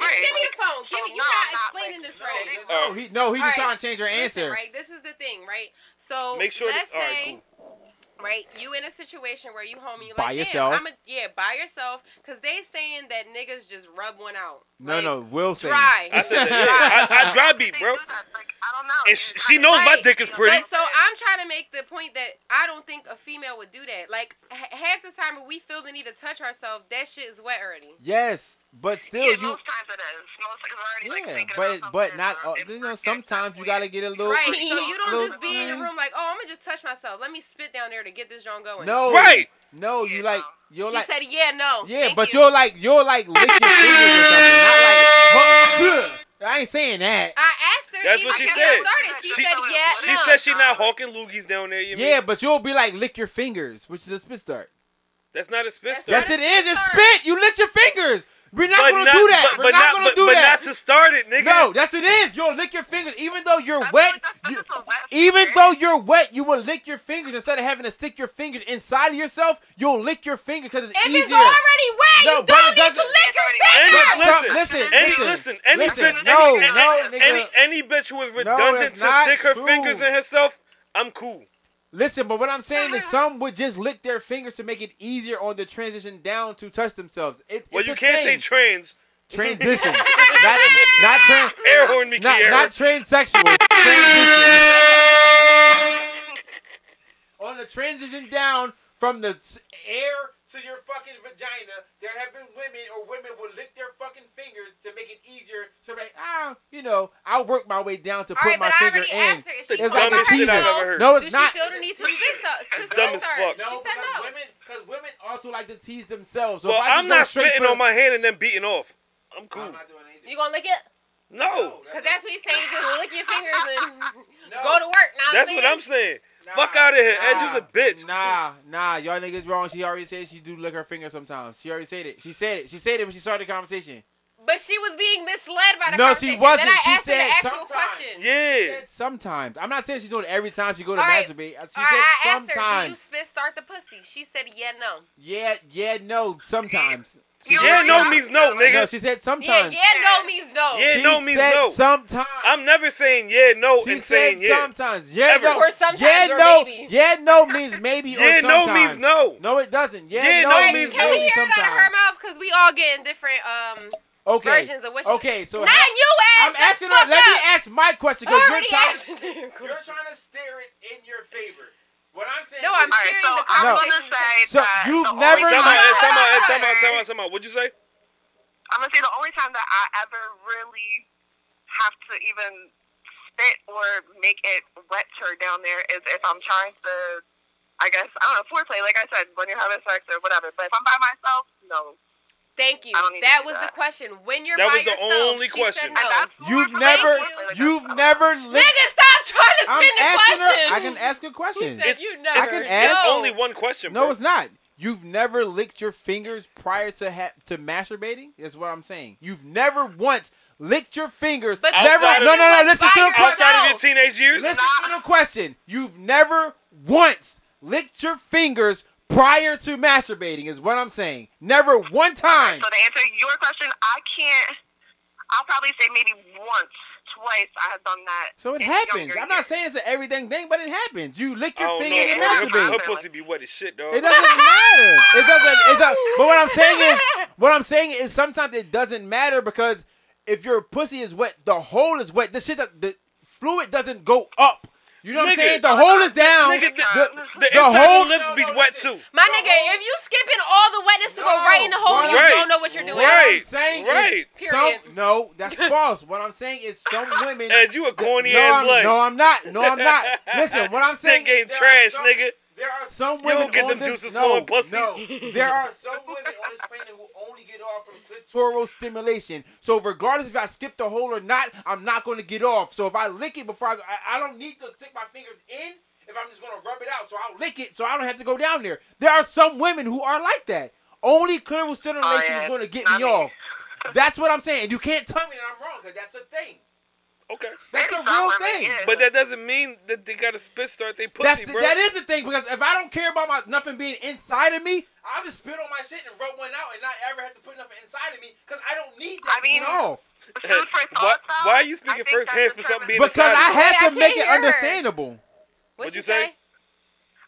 Right,
Give me
like,
the phone. Give me.
so
You're
no,
not
not
explaining
like-
this right.
no,
All right.
No, he no, he just
All
trying
right,
to change her
Listen,
answer.
right? This is the thing, right? So
Make sure.
Oh, let's
that, all right,
say,
cool.
right, you in a situation where you home and you
By
like,
yourself.
damn, I'm a, yeah, by yourself, because they saying that niggas just rub one out.
No,
Like,
no, Will say.
dry.
I said that. Yeah, I, I dry beat,
they
bro.
do that, Like, I don't know.
And
It's
she,
kinda
she knows my
Right.
dick is pretty.
But so I'm trying to make the point that I don't think a female would do that. Like h- half the time when we feel the need to touch ourselves, that shit is wet already.
Yes, but still,
Yeah,
you.
most times it is. Most times I'm already like
Yeah,
thinking
but
about
but
something
not.
or
Uh,
if
you
we're
know,
at
sometimes you
some
gotta
point.
get a little.
Right. So you
little-
don't just be in the
Mm.
room like, oh, I'm gonna just touch myself. Let me spit down there to get this joint going.
No.
Right.
No, you like. You're
She
like.
said, yeah, no.
Yeah,
Thank
but
you.
you. are like you're like lick your fingers or something. Not like huh, bleh. I ain't saying that.
I asked her.
That's
even
what she
if I
said.
Started. She,
She-
said, yeah,
She
no.
said she not hawking loogies down there. You
Yeah,
mean?
but you'll be like lick your fingers, which is a spit start.
That's not a spit.
That's
start.
Yes,
That
it
is
is.
spit
It's
start.
spit. You lick your fingers. We're not gonna do that.
But,
We're
but
not, gonna
but,
do
but
that.
not to start it, nigga.
no, that's it is. You'll lick your fingers, even though you're
I feel
wet.
like that's such
you-
a wet
even
spirit.
though you're wet, you will lick your fingers instead of having to stick your fingers inside of yourself. You'll lick your fingers because it's
If
easier.
it's already wet,
No,
you
but it
don't need to
doesn't-
lick her
It's
fingers.
Any,
But
listen,
some- listen,
any,
listen,
listen, any
listen.
bitch,
No,
any,
no,
any,
nigga.
any, any bitch who is
that's
redundant to
not
stick her
true.
fingers in herself, I'm cool.
Listen, but what I'm saying is some would just lick their fingers to make it easier on the transition down to touch themselves. It,
Well,
it's
you
a
can't say
thing.
trans.
transition, not not trans,
Air horn, Mickey.
not,
air
not transsexual. Transition. on the transition down from the s- air to your fucking vagina, there have been women or women will lick their fucking fingers to make it easier. So like, ah, you know, I'll work my way down to put
All right,
my
but I
finger
already
in.
asked her. If she
It's
it's
like
like
a teaser. No,
herself, Does
it's not.
she feel the need to spit so, to
dumb
spit
as
start?
fuck.
She
No,
said
because
no.
women, because women also like to tease themselves. So
Well,
if I just
I'm
go
not
straight
spitting
for-
on my hand and then beating off. I'm cool.
I'm not doing anything.
You gonna lick it?
No,
Cause that's what he's saying. You just lick your fingers and
No.
go to work. Now
that's what I'm saying. Fuck out of here. Edge is a bitch.
Nah, nah, y'all niggas wrong. She already said she do lick her finger sometimes. She already said it. She said it. She said it when she started the conversation.
But she was being misled by the
No, she
conversation.
wasn't.
Then I
She
asked her
said
the actual
sometimes.
question.
Yeah.
Sometimes. I'm not saying she's doing it every time she go to
All right.
masturbate. She
All
said
right, I asked her, "Do you
sometimes.
spit start the pussy?" She said, "Yeah, no."
yeah, yeah, no, sometimes. She
You
said-
Yeah,
don't
no
know.
means no,
no,
nigga.
she said
Yeah,
sometimes.
yeah, no means no.
Yeah,
She
no means
said
no.
Sometimes.
I'm never saying yeah, no,
she
and
said
saying yeah.
sometimes. Yeah,
Ever.
no.
Or sometimes
yeah,
or
no.
maybe.
Yeah, no means maybe
Yeah,
or
no
sometimes.
means no.
No, it doesn't. Yeah,
Yeah,
no,
no
Like,
means
means
can we
maybe
hear it out of her
sometimes.
mouth? Because we all getting different um
Okay.
versions of what. She,
Okay, so
not
ha-
you,
I'm
ass. shut
asking
the
her.
fuck
Let
up.
me ask my question because
I
you're
already
trying.
asked the question.
to steer it in your favor. What I'm saying.
No, I'm
All right,
steering
so
the
I'm
conversation.
gonna say
So
that
you've
the only
never-
Time
time-
out,
Hold on,
time out, time out,
hold on,
time
hold
out, time out. What'd you say?
I'm gonna say the only time that I ever really have to even spit or make it wetter down there is if I'm trying to, I guess, I don't know, foreplay. Like I said, when you're having sex or whatever. But if I'm by myself, no.
Thank you.
I don't need to
That
do
was the
that.
question. When you're
That
by
was the
yourself,
only
she
question.
said no.
And that's more
You've
for
never,
foreplay, like that's-
you've
I don't
never. Li-
Nigga, stop trying to
I'm
spin the
asking
question.
her. I can ask a question.
Said
It's-
you
it's-
never.
I can
It's
ask-
Yo.
only one question, bro.
No, it's not. You've never licked your fingers prior to ha- to masturbating. Is what I'm saying. You've never once licked your fingers.
But the
never.
question
No, no, no.
was
Listen to
by
the question.
Outside of your
No.
teenage years,
Listen to the question. You've never once licked your fingers prior to masturbating. Is what I'm saying. Never one time.
So to answer your question, I can't. I'll probably say maybe once, twice. I have done that.
So it
in
happens.
younger
I'm not
years.
saying it's an everything thing, but it happens. You lick
I
your
don't
finger and
Yeah,
know. bro. Her, her
masturbate.
masturbate.
pussy be wet as shit, dog.
It doesn't matter. It doesn't. It does, but what I'm saying is, what I'm saying is, sometimes it doesn't matter because if your pussy is wet, the hole is wet. The shit, that the fluid doesn't go up. You know what
Nigga.
I'm saying? The hole is down.
Nigga, the,
the,
the,
the
inside
whole
lips be wet too.
My nigga, if you skipping all the wetness to go
No.
right in the hole, you
Right.
don't know what you're doing.
Right.
I'm saying is
Right.
Period.
Some, no, that's false. What I'm saying is some women.
And you a corny
no,
ass
I'm,
leg.
no, I'm not. No, I'm not. Listen, what I'm saying.
That game
is there
trash,
are some-
nigga.
There are some
don't
women
get
on
them
this,
juices
no,
flowing pussy.
No, there are some women on this planet who only get off from clitoral stimulation. So regardless if I skip the hole or not, I'm not going to get off. So if I lick it before I, go, I, I don't need to stick my fingers in. If I'm just going to rub it out, so I'll lick it, so I don't have to go down there. There are some women who are like that. Only clitoral stimulation
Oh, yeah.
is going to get
I
me
mean-
off. That's what I'm saying. And you can't tell me that I'm wrong because that's a thing.
Okay.
That's a
There's
real
some women,
thing.
yeah.
But that doesn't mean that they got to spit start they pussy,
That's
bro.
that is the thing because if I don't care about my nothing being inside of me, I'll just spit on my shit and rub one out and not ever have to put nothing inside of me because I don't need that
I mean-
to get off.
Food for
why,
thought, though,
why are you
I
speaking
think
first
that
hand for something
determines-
being
Because
inside of
I
you?
have
Wait, I
to make it
can't hear her.
understandable.
What
What'd you say?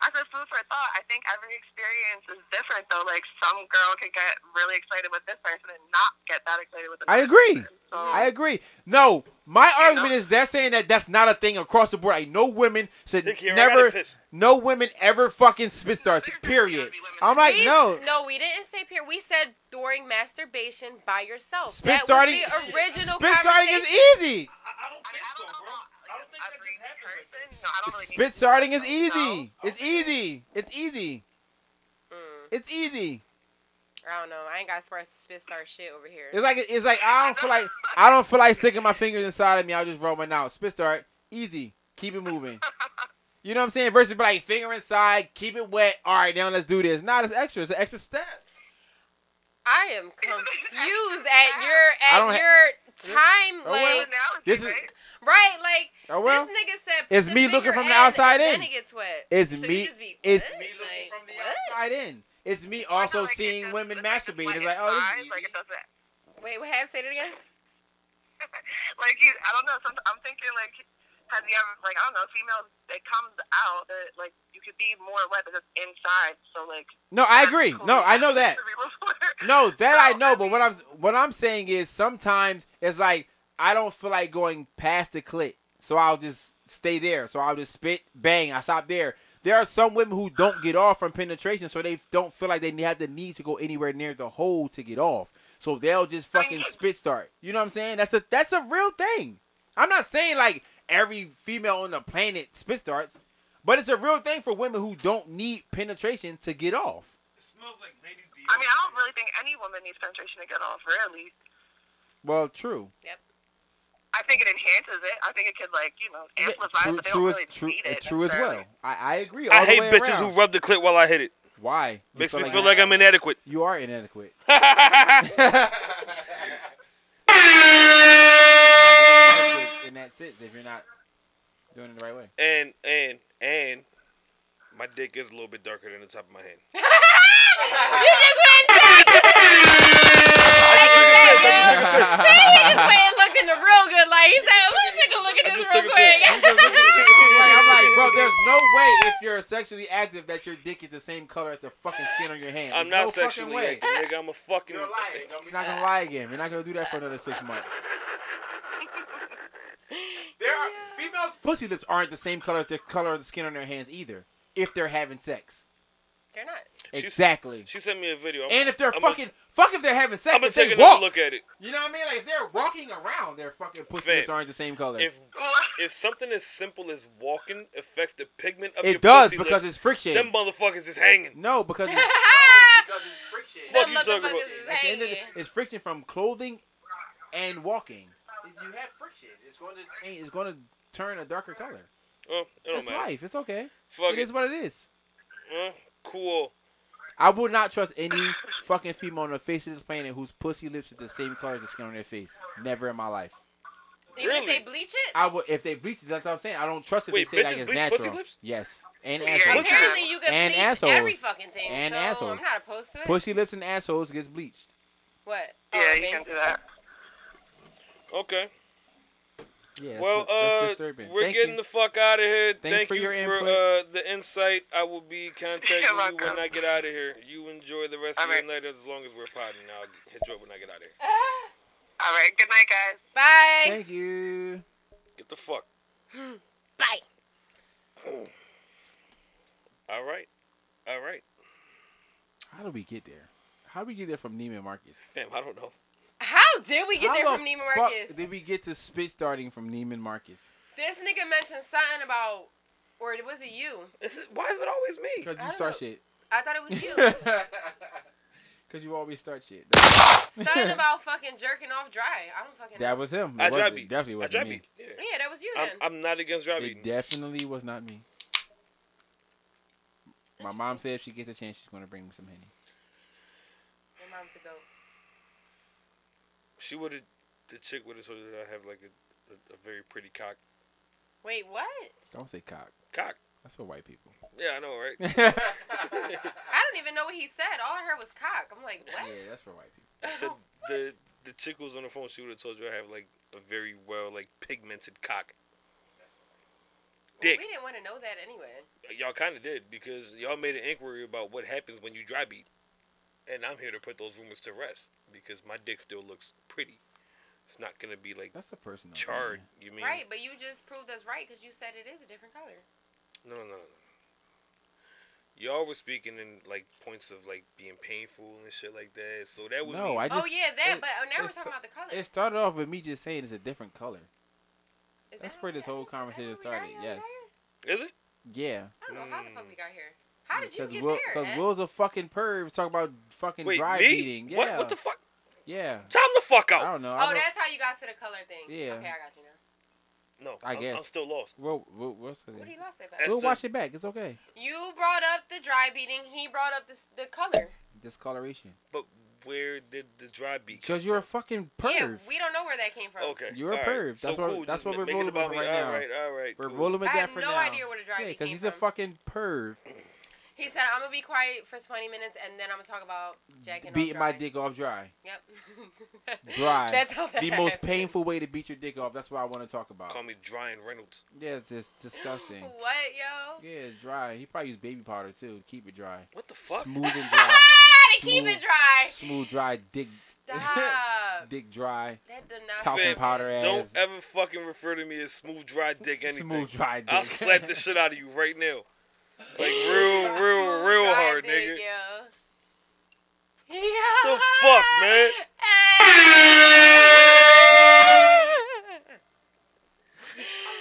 I said food for thought. I think every experience is different, though. Like some girl could get really excited with this person and not get that excited with
I
another.
agree.
person. So,
I agree. No, my argument is they're saying that that's not a thing across the board. I know women should
Dick, you're out
never,
of piss.
no women ever fucking spit starts. Period. I'm like,
We s-
no,
no, we didn't say peer. We said during masturbation by yourself.
spit
that
starting,
was the original
spit starting is
conversation.
easy.
I don't
I mean,
think
I
so,
don't know
bro.
about
I don't think that
every
just happens like that.
person. No, I don't really need
Spit
to-
starting is
No.
easy. It's easy. It's easy.
Mm.
It's easy.
I don't know. I ain't got spit spit star shit over here.
It's like it's like I don't feel like I don't feel like sticking my fingers inside of me. I'll just roll mine out. Spit start, easy. Keep it moving. You know what I'm saying? Versus be like finger inside, keep it wet. All right, now let's do this. Nah, it's extra. It's an extra step.
I am confused at your
I don't ha-
at your time
Oh, well.
like
Analogy,
This is-
right?
right like
Oh, well.
this nigga said
It's
put
me
the
looking
finger
from the
in,
outside
and
in.
Then it gets wet.
It's
So you
me.
just be,
It's
what?
me looking
Like,
from the
what?
outside in. It's me
I know,
also
like, it
seeing
just-
women
it's just
masturbate.
like
It's like, oh,
inside,
this is
like
easy.
it doesn't.
Wait, what? Have say it again.
like you, I don't know. Some, I'm thinking like, have you ever like I don't know, females it comes out that like you could be more wet than it's inside. So like.
No, I agree. No, I know that. No, that I know, but what I'm what I'm saying is sometimes it's like I don't feel like going past the clit, so I'll just stay there. So I'll just spit, bang, I stop there. There are some women who don't get off from penetration, so they don't feel like they have the need to go anywhere near the hole to get off. So they'll just fucking spit start. You know what I'm saying? That's a that's a real thing. I'm not saying like every female on the planet spit starts, but it's a real thing for women who don't need penetration to get off.
It smells like ladies'
I mean, I don't really think any woman needs penetration to get off. Really,
Well, true.
Yep.
I think it enhances it. I think it could like you know
Yeah,
amplify,
true,
but they
true,
don't
as,
really
true,
need
uh,
it.
true as well.
necessarily.
I, I agree. All
I hate
the way
bitches
around.
who rub the clit while I hit it.
Why? You
Makes
feel
me
like
feel like I'm inadequate.
you are inadequate. tits if you're not doing it the right way.
And and and my dick is a little bit darker than the top of my hand.
You just went and he just went and looked in the real good light. He said, "Let me take a look at
I
this
just
real
took a
quick."
Like, I'm like, bro, there's no way if you're sexually active that your dick is the same color as the fucking skin on your hand.
I'm
There's
not
no fucking
sexually
way.
active, nigga. I'm a fucking.
You're not gonna lie again. We're not gonna do that for another six months. there are females' pussy lips aren't the same color as the color of the skin on their hands either. If they're having sex,
They're not.
She's-
exactly.
She sent me a video. I'm,
and if they're
I'm
fucking, fuck if they're having sex,
I'm gonna
if they
take another
walk,
look at it.
you know what I mean? Like if they're walking around, their fucking pussy
Fam,
lips aren't the same color.
If if something as simple as walking affects the pigment of your
it does
pussy
because
lips,
it's friction.
them motherfuckers is hanging.
no, because it's,
Fuck
Them
you talking about?
motherfuckers is
at the end of
hanging.
the, it's friction from clothing and walking. If you have friction, it's going to change. It's going to turn a darker color.
Oh, it don't
That's
matter.
life. It's okay.
Fuck
it
it.
is what it is.
Uh, cool.
I would not trust any fucking female on the face of this planet whose pussy lips is the same color as the skin on their face. Never in my life.
Even if
Really?
they bleach it,
I would if they bleach it. That's what I'm saying. I don't trust it.
Wait,
they say
bitches
like it's
bleach
natural.
pussy lips?
Yes, and
Yeah.
assholes.
Pussy-
apparently you can
And
bleach
assholes.
every fucking thing.
And
so
assholes.
I'm not opposed to it.
Pussy lips and assholes gets bleached.
What?
Yeah,
Oh,
you
babe.
can do that.
Okay.
Yeah. that's
Well,
di- that's
uh,
disturbing.
we're
Thank
getting
you.
the fuck out of here. Thank
for
you
your
for
input.
uh, the insight. I will be contacting
You're
you when
welcome.
I get out of here. You enjoy the rest of
Alright.
your night as long as we're potting. I'll hit you up when I get out of here.
All right. Good night, guys.
Bye.
Thank you.
Get the fuck.
Bye.
All right. All right.
How do we get there? How do we get there from Neiman Marcus?
Fam, I don't know.
How did we get
How
there
the
from Neiman
fuck
Marcus?
Did we get to spit starting from Neiman Marcus?
This nigga mentioned something about, or was it you?
This is- why is it always me?
Because you
don't
start
know.
shit.
I thought it was you.
Because you always start shit.
something about fucking jerking off dry. I don't fucking know.
That was him. It
I
wasn't-
drive beat.
Definitely
I
wasn't
drive
me.
beat. Yeah.
Yeah, that was you
I'm,
then.
I'm not against dry
It
beating.
definitely was not me. My mom said if she gets a chance, she's going to bring me some honey.
Your mom's the goat.
She would have, the chick would have told her that I have like a, a, a very pretty cock.
Wait, what?
Don't say cock.
Cock.
That's for white people.
Yeah, I know, right?
I don't even know what he said. All I heard was cock. I'm like, what?
Yeah, that's for white people.
I said the the chick who was on the phone. She would have told you I have like a very well like pigmented cock. Dick.
We didn't want to know that anyway.
y'all kind of did because y'all made an inquiry about what happens when you dry beat, and I'm here to put those rumors to rest because my dick still looks pretty. It's not gonna be like
That's a personal.
charred. You mean?
Right, but you just proved us right because you said it is a different color.
No, no, no, no. Y'all were speaking in like points of like being painful and shit like that. So that was
No,
me.
I just.
oh yeah, that.
it-
but now we're
it's
talking
the-
about the color.
It started off with me just saying it's a different color.
Is
That's
that
where
how we
this
got-
whole
is that how
conversation
we got
started,
here?
yes.
is it?
Yeah.
I don't know how the fuck we got here. How did you
Because
get
Will,
there?
because
Ed?
Will's a fucking perv. Talk about fucking
Wait,
dry
me?
beating. Yeah.
What? What the fuck?
yeah.
Time the fuck
I
out.
don't know. I
oh,
don't,
that's how you got to the color thing.
Yeah.
Okay, I got you now.
No,
I
I am
guess.
I'm still lost.
Well, well, what's the
What do
name?
you lost about?
That's
We'll
the-
watch it back. It's okay.
You brought up the dry beating. He brought up this, the color.
Discoloration.
But where did the dry beat? come
Because you're a fucking perv.
Yeah, we don't know where that came from.
Okay.
You're a
all
perv.
So
That's what-
cool,
that's
just
what
ma-
we're
make it
rolling
about
with
me.
right now.
All right, all right.
We're
cool.
rolling with
I
that
have
for
no
now.
idea where the dry
yeah,
beat came
he's a
from.
fucking perv.
He said, "I'm gonna be quiet for 20 minutes, and then I'm gonna talk about jacking
Beating
off
my
dry."
dick off dry.
Yep.
Dry.
That's how that
the most
happened.
painful way to beat your dick off. That's what I want to talk about.
Call me Dryan Reynolds.
Yeah, it's just disgusting.
What, yo?
Yeah, it's dry. He probably used baby powder too to keep it dry.
What the fuck?
Smooth and dry.
Ah, to keep it
Smooth.
dry.
Smooth, dry, dick,
Stop.
dick dry.
that did not.
Talcum
sound
powder
good.
ass.
Don't ever fucking refer to me as smooth dry dick anything.
Smooth, dry dick.
I'll slap the shit out of you right now. Like real, real,
Smooth
real
dry
hard,
dick,
nigga.
yo. Yeah.
The fuck, man?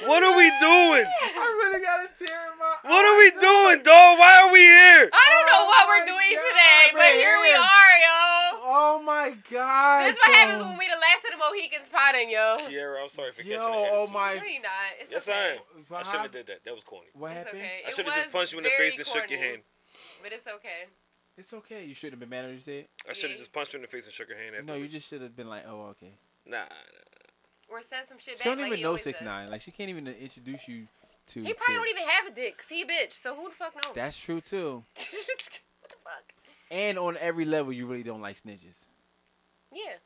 What are we doing?
I really got a tear in my
What are we doing, dog? Why are we here?
I don't know what we're
Oh my
doing
God,
today, but
man.
here we are, yo.
Oh my god.
This is what happens
yo.
when we the last of the Mohicans potting, yo.
Kiara, I'm sorry for catching
Yo,
the hand
oh
too.
my-
No, you're not. It's
Yes, I am.
okay.
I shouldn't have did that. That was corny.
What
It's
happened?
okay.
I
It
should have just
was
punched you in the
very
face and shook your
corny,
hand.
But it's okay.
It's okay. You shouldn't have been mad when you said it.
I should
Yeah.
have just punched you in the face and shook your hand.
No, you
afterwards.
just should have been like, oh, okay.
Nah, nah.
or says some shit
She
back.
don't
like
even
he
know
always
six
does.
nine. Like she can't even introduce you to.
He probably
to-
don't even have a dick, 'cause he a bitch. So who the fuck knows?
That's true too.
what the fuck?
And on every level, you really don't like snitches.
Yeah.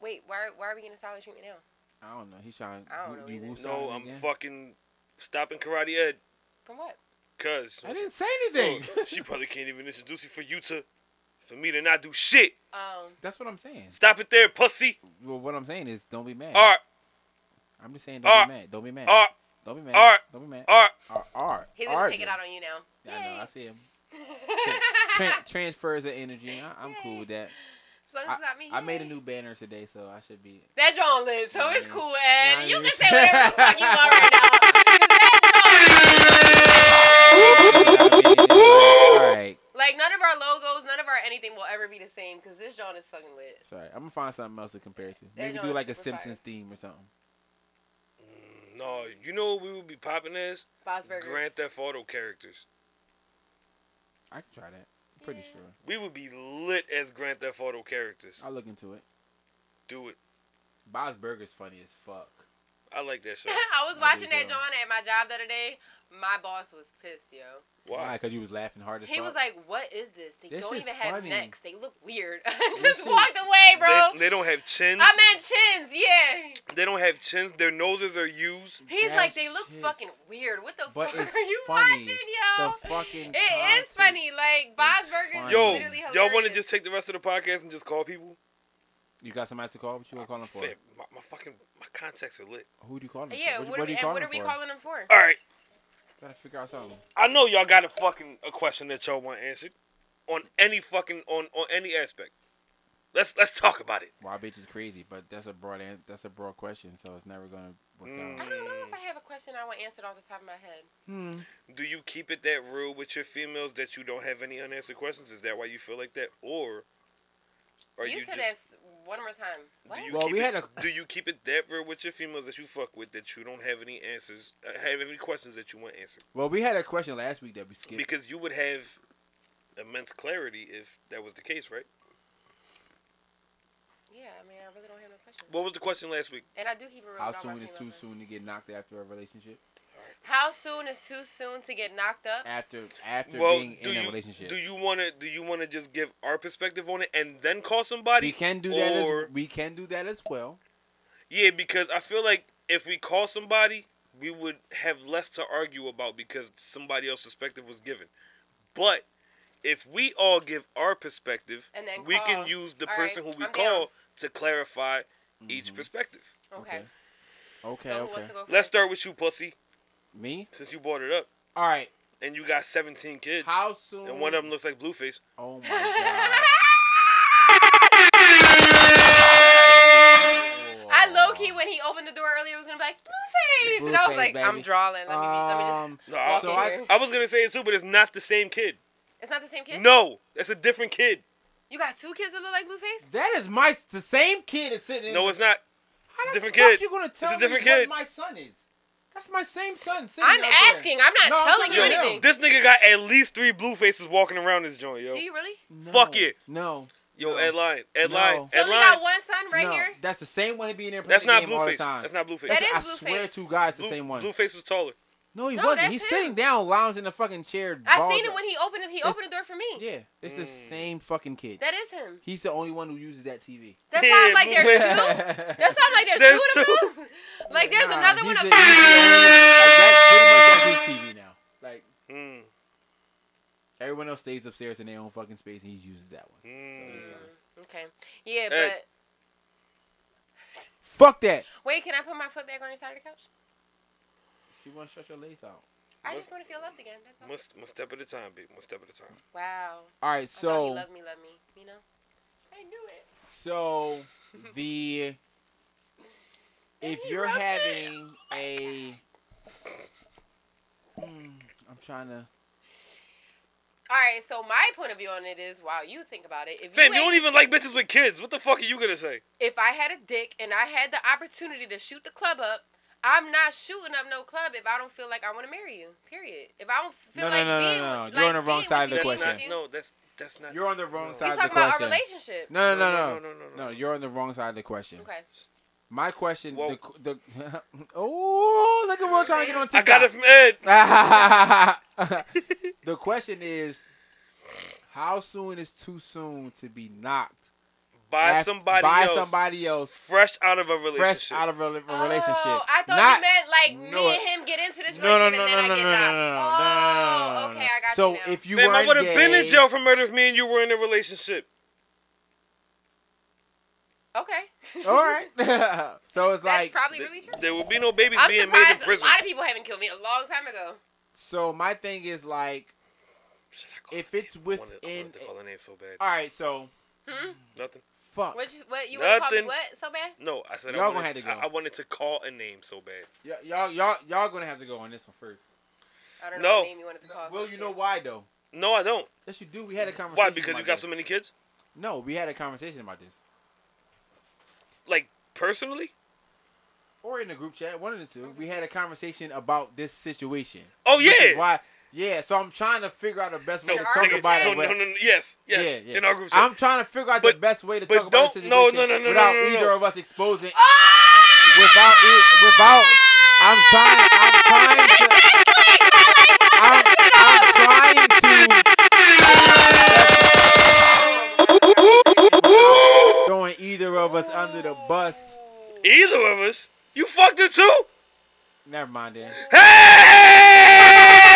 Wait, why why are we getting solid treatment now?
I don't know. He's trying.
I don't know
you
either.
woo-sided
No, I'm
again?
fucking stopping Karate Ed,
From what?
cause
I didn't say anything.
Look, she probably can't even introduce you for you to, for me to not do shit.
Um,
That's what I'm saying.
Stop it there, pussy.
Well, what I'm saying is, don't be mad.
All right,
I'm just saying, don't
Alright.
be mad. Don't be mad.
all right,
Don't be mad.
Alright.
Don't be mad.
all right.
All right.
he's gonna take it out on you now.
I know. I
Yay.
see him. Tran- transfers the energy. I- I'm cool with that.
As long as
I,
it's not me.
I made a
yay.
new banner today, so I should be.
That John lit, so it's
Mhm.
cool,
Nah,
Ed. You
you-
can say whatever the fuck you want right
All right.
now. Like none of our logos, none of our anything will ever be the same because this John is fucking lit.
Sorry, I'm gonna find something else to compare to.
That
Maybe
joint
do
is
like a
super
Simpsons
fire.
theme or something.
No, you know what we would be popping as
Bob's Burgers.
Grand Theft Auto characters.
I can try that. I'm pretty sure.
We would be lit as Grand Theft Auto characters.
I'll look into it.
Do it.
Bob's Burger's funny as fuck.
I like that shit.
I was
do
watching that
too.
John at my job the other day. My boss was pissed, yo.
Why?
Because you was laughing hard as
He
fuck.
was like, "What is this? They
This
don't
is
even have
funny.
necks. They look weird." I
This
Just
is-
walked away, bro.
They, they don't have chins.
I meant chins, yeah.
they don't have chins. Their noses are used.
He's
That's
like, they look
just-
fucking weird. What the
But
fuck
it's
are you
funny.
watching, yo?
The fucking
It is
content
funny. Like Bob's Burgers
funny.
Yo,
is literally hilarious.
y'all want to just take the rest of the podcast and just call people?
You got somebody to call? What you gonna call him for?
Man, my, my fucking my contacts are lit.
Who do you call him?
Uh, Yeah,
for?
what, are we,
you
and
call
what
him
are we
for?
calling them for?
All right,
Gotta figure out something.
I know y'all got a fucking a question that y'all want answered on any fucking on on any aspect. Let's let's talk about it.
Why bitch is crazy, but that's a broad an- that's a broad question, so it's never gonna work
I
Mm.
out.
don't know if I have a question I want answered off the top of my head.
Do you keep it that real with your females that you don't have any unanswered questions? Is that why you feel like that, or are
you,
you,
said
just,
this one more time. What?
do you
Well,
keep
we
it,
had a-
do you keep it that real with your females that you fuck with that you don't have any answers, uh, have any questions that you want answered?
Well, we had a question last week that we skipped.
Because you would have immense clarity if that was the case, right?
yeah, I mean, I really don't have no question.
What was the question last week?
And I do keep it real.
How
with all my
soon is
female
too
friends.
soon to get knocked after a relationship?
How soon is too soon to get knocked up?
After after
well,
being
do
in
you
a relationship.
do you want to do you want to just give our perspective on it and then call somebody?
we can do that
or-
as we can do that as well.
Yeah, because I feel like if we call somebody, we would have less to argue about because somebody else's perspective was given. But if we all give our perspective,
And then
we
call.
can use the
All right,
person who we
I'm
call
down.
to clarify
Mm-hmm.
each perspective.
Okay.
Okay. Okay,
so who
okay.
wants to go 1st
Let's start with you, pussy,
Me?
since you brought it up
All right.
and you got 17 kids.
How soon?
and one of them looks like Blueface.
Oh my god.
I low key when he opened the door earlier was gonna be like Blueface, and I was
Blueface,
like, I'm
baby.
drawing. Let me, let me just.
Um,
No, I,
so
in
I,
here.
I was gonna say it too, but it's not the same kid.
It's not the same kid.
No, that's a different kid.
You got two kids that look like Blueface.
that is my the same kid is sitting. in
No, it's not. It's
How
a
the
different
fuck
kid.
You gonna tell
it's a different
me
kid.
what my son is? That's my same son. sitting
I'm
out there.
asking. I'm not
No, I'm
telling
talking
you
Yo,
to him.
anything.
this nigga got at least three blue faces walking around this joint, yo.
Do you really?
No,
Fuck it.
No.
Yo,
No.
Ed Lion, Ed
No.
Lion,
So
Ed
we got
Lion.
one son right
no.
here.
That's the same one being there playing
That's
the
not
game all the
Blueface.
time.
That's not Blueface.
That is
I
Blueface.
swear to God, it's
Blue,
the same one.
Blueface was taller.
No, he
No,
wasn't.
that's
He's
him.
sitting down, lounging in a fucking chair.
I
balled
seen it
up.
when he opened it. He opened the door for me.
Yeah, it's the
Mm.
same fucking kid.
That is him.
He's the only one who uses that TV.
That's
Yeah,
why I'm like, there's
Blueface.
two. That's why I'm like, there's,
There's
two of
two.
those. Like, there's
Nah,
another one.
he's
I'm
the- he's the only- like, that's pretty much that's his TV now. Like
Mm,
everyone else stays upstairs in their own fucking space, and he uses that one.
mm.
okay.
Hey.
Yeah, but
Fuck that.
wait, can I put my foot back on your side of the couch?
She want to stretch her legs out.
I just want to feel loved again. That's all.
One, s- one step at a time, big. One step at a time.
Wow.
All right,
I thought he
so
loved me, loved me. You know. I knew it.
so the if you're
rubbed it.
having a, Hmm, I'm trying to.
All right, so my point of view on it is, while you think about it, if you,
Fam, you
ain't-
don't even like bitches with kids. What the fuck are you gonna say?
if I had a dick and I had the opportunity to shoot the club up, I'm not shooting up no club if I don't feel like I want to marry you. Period. If I don't feel
No, no,
like
no, no,
being
no,
with-
no.
like
You're on the wrong
being
side
with
of the
you,
That's
being
not
question.
with you.
no. That's that's not.
You're on the wrong
no.
side
You
of the
talking about our
question.
relationship?
No, no,
No,
no, no,
no, no, no, no.
No, you're on the wrong side of the question.
Okay.
My question,
Whoa.
the, the oh, look at Will trying to get on
I
TikTok.
got it from Ed.
the question is, how soon is too soon to be knocked
By
af-
somebody
by
else.
somebody else
Fresh out of a relationship.
fresh out of a, li- a relationship?
Oh, I thought
Not-
you meant like
no,
me and him get into this
no, no,
relationship
no,
and
no, no, no,
then I get
no,
knocked.
no,
oh,
no, no, no, no, no,
okay, I got
So
you now.
if you
Fam, I
weren't
would have been in
gay-
jail for murder if me and you were in a relationship.
okay,
all right. so it's
that's
like
probably really true.
There would be no babies
I'm
being made in
surprised a
prison.
lot of people haven't killed me a long time ago.
So my thing is like,
Should I call
if
her
it's
name? I wanted, I
within-
wanted to call her name so bad.
all right, so
Nothing.
fuck.
What you, what you want to call me?
Nothing.
What so bad?
No, I said I
Y'all gonna
wanted,
have to go.
I, I wanted to call a name so bad.
Y- y'all, y'all, y'all gonna have to go on this one first.
I don't
No.
know what name you wanted to call.
Well,
Oh, so
you know
shit.
why though?
No, I don't.
Yes, you do. We had a conversation.
Why? Because
about
you got
this.
so many kids?
No, we had a conversation about this,
Like personally?
or in the group chat, one of the two. We had a conversation about this situation.
Oh
Which is
yeah.
Why? Yeah. So I'm trying to figure out the best way
No,
to
our
talk
nigga,
group
about
chat.
no,
it.
no,
but-
no, no, yes, yes,
yeah, yeah.
in our group
I'm
chat.
trying to figure out
But-
the best way to
but
talk about the
don't-
situation
no, no, no, no, no,
without
no, no, no.
either of us exposing. Without, e- without, I'm trying, I'm trying to, I'm, I'm trying to. Throwing either of us under the bus.
Either of us. You fucked her too?
Never mind then.
Hey!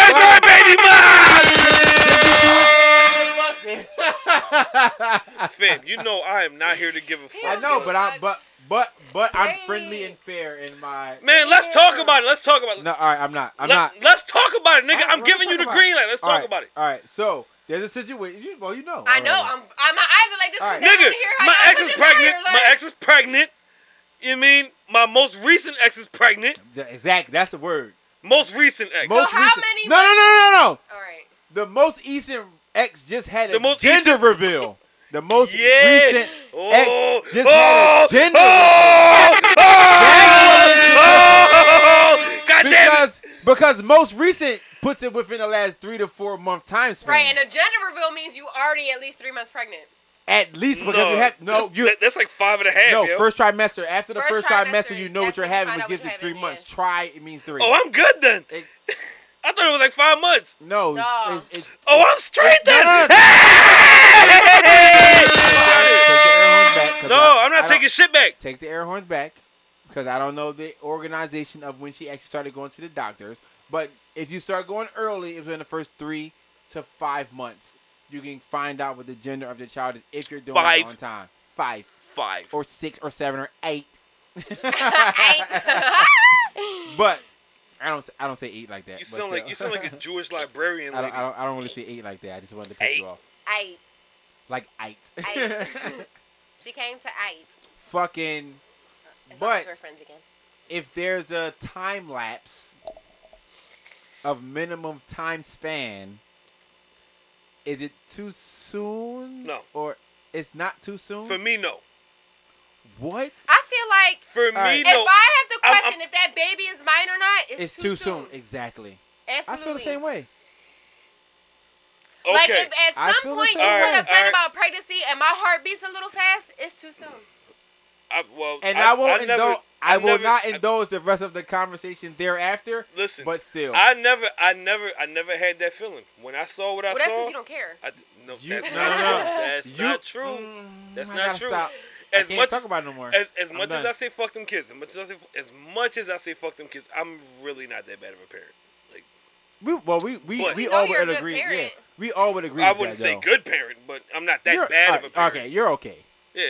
That's right, baby mom! Fam, you know I am not here to give a fuck.
I know, but I'm but but but I'm friendly and fair in my.
Man, let's talk about it. Let's talk about it.
No, all right, I'm not. I'm
Let,
not.
us talk about it, nigga.
All right,
I'm
let's
giving you
talk
the
about
green light. Let's
All
talk
right,
about it.
All right, so there's a situation. you- Well, you know.
I know.
already.
I'm, I, my eyes are like this.
All right.
from down
Nigga,
here.
my
I know,
ex
I'm
is
just out
pregnant.
here,
my
like-
ex is pregnant. You mean my most recent ex is pregnant?
The- exactly. That's the word.
Most recent ex.
Most
how
recent-
many
No, no, no, no, no.
All right.
The most Eastern ex just had a
The most
gender reveal. The most
Yeah.
recent
Oh,
ex just
oh,
had a gender
oh, oh, oh, God
reveal.
damn it.
Because because most recent puts it within the last three to four month time span.
Right, and a gender reveal means you already at least three months pregnant.
at least because you have no
that's,
you
that- that's like five and a half.
no
yo. Oh,
first trimester. After the
First
first,
trimester,
trimester, you know what
that's
you're
when you
having,
find
which
out
gives it
what you're
three
having,
months.
yeah.
Try it means three.
Oh, I'm good then.
It-
I thought it was like five months.
no,
No.
it's, it's, it's
Oh, I'm straight
no,
then.
no, no. Take the air horns back, 'cause
No,
I-
I'm
I
not
don't-
taking shit back.
take the air horns back because I don't know the organization of when she actually started going to the doctors. But if you start going early, it was in the first three to five months. You can find out what the gender of the child is if you're doing
Five.
it on time. Five
Five.
or six or seven or eight.
Eight.
But I don't. s- I don't say eight like that.
You
but
sound like
still.
you sound like a Jewish librarian
I
lady.
don't, I don't. I don't really say eight like that. I just wanted to piss
Eight.
you off.
Eight.
Like eight.
Eight. She came to eight.
Fucking.
As long as
But
we're friends again.
if there's a time lapse of minimum time span, is it too soon?
No.
Or it's not too soon?
For me, no.
what?
I feel like
For me,
right.
if
no.
I had to
I'm- I'm-
question if that baby is mine or not, it's,
It's, too, soon. Exactly.
Absolutely.
I feel the same way.
okay.
Like if at
I
some
feel the
point you
same way.
put up something
Alright,
about pregnancy and my heart beats a little fast, it's too soon.
I, well,
And
I,
I, won't
never-
indulge. I will
never-
not
I-
indulge the rest of the conversation thereafter.
Listen,
but still,
I never, I never, I never had that feeling when I saw what I
Well, that's
saw.
because you don't care.
I, no,
You-
that's not
no, no,
true.
no.
That's
You- Mm,
not true. that's
I
not
gotta
true.
stop. I
As
can't
much
talk
as,
about it no more.
as, as
I'm
much as
done.
I say fuck them kids, as much as, I say, as much as I say fuck them kids, I'm really not that bad of a parent. Like
we, well, we we,
But-
we
You
know
all
you're a
would
good
agree. Yeah,
parent.
we all would agree.
I
with
wouldn't
that,
say
though.
good parent, but I'm not that
You're-
bad
all
of a
right,
parent.
Okay, you're okay.
Yeah.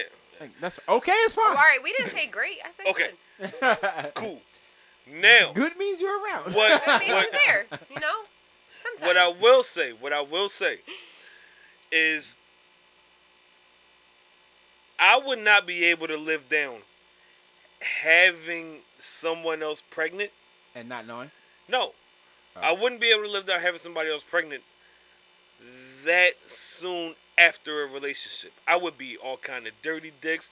That's okay. It's
Oh, all
fine.
right, we didn't say great. I said
Okay.
good.
Cool. Now,
Good means you're around.
what
That means
what,
you're there, you know? Sometimes.
what I will say, what I will say is I would not be able to live down having someone else pregnant.
and not knowing.
No. I wouldn't be able to live down having somebody else pregnant that soon after a relationship. I would be all kind of dirty dicks,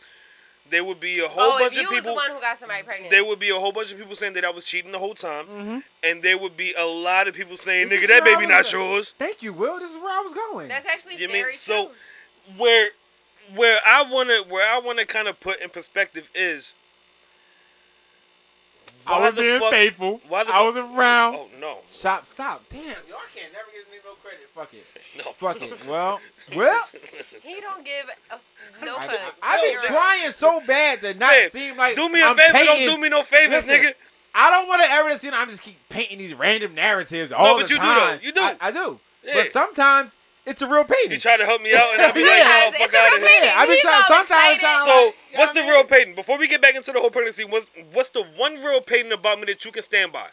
There would be a whole
Oh, if
bunch
you
of
was the
people.
one who got somebody pregnant.
There would be a whole bunch of people saying that I was cheating the whole time, and there would be a lot of people saying, "Nigga, that baby not yours."
Thank you, Will. This is where I was going.
That's actually
You mean
very
so?
true.
Where, where I wanna, where I wanna kind of put in perspective is.
I
why
was
the
being
fuck-
faithful.
why the
I
fuck-
was around.
Oh no,
Stop, stop. Damn, y'all can't never give me no credit. Fuck it.
no.
Fuck it. Well, well,
He don't give a f- no
I,
fuck.
I
Yo,
be
man.
trying so bad to not
Man,
seem like
do me a
I'm
favor.
painting-
Don't do me no favors,
Listen,
nigga.
I don't want to ever see. I'm just keep painting these random narratives all
but
the
you do, though.
time.
You do.
I, I do.
Yeah.
But sometimes it's a real painting.
You try to help me out, and I be like,
Yeah,
"No,
it's- it's
fuck out
a real
of here."
painting.
yeah, I be
He's
trying.
all
Sometimes,
excited.
trying,
So,
like, you know
what's
what
the
I mean?
real Peyton? Before we get back into the whole pregnancy, what's what's the one real Peyton about me that you can stand by?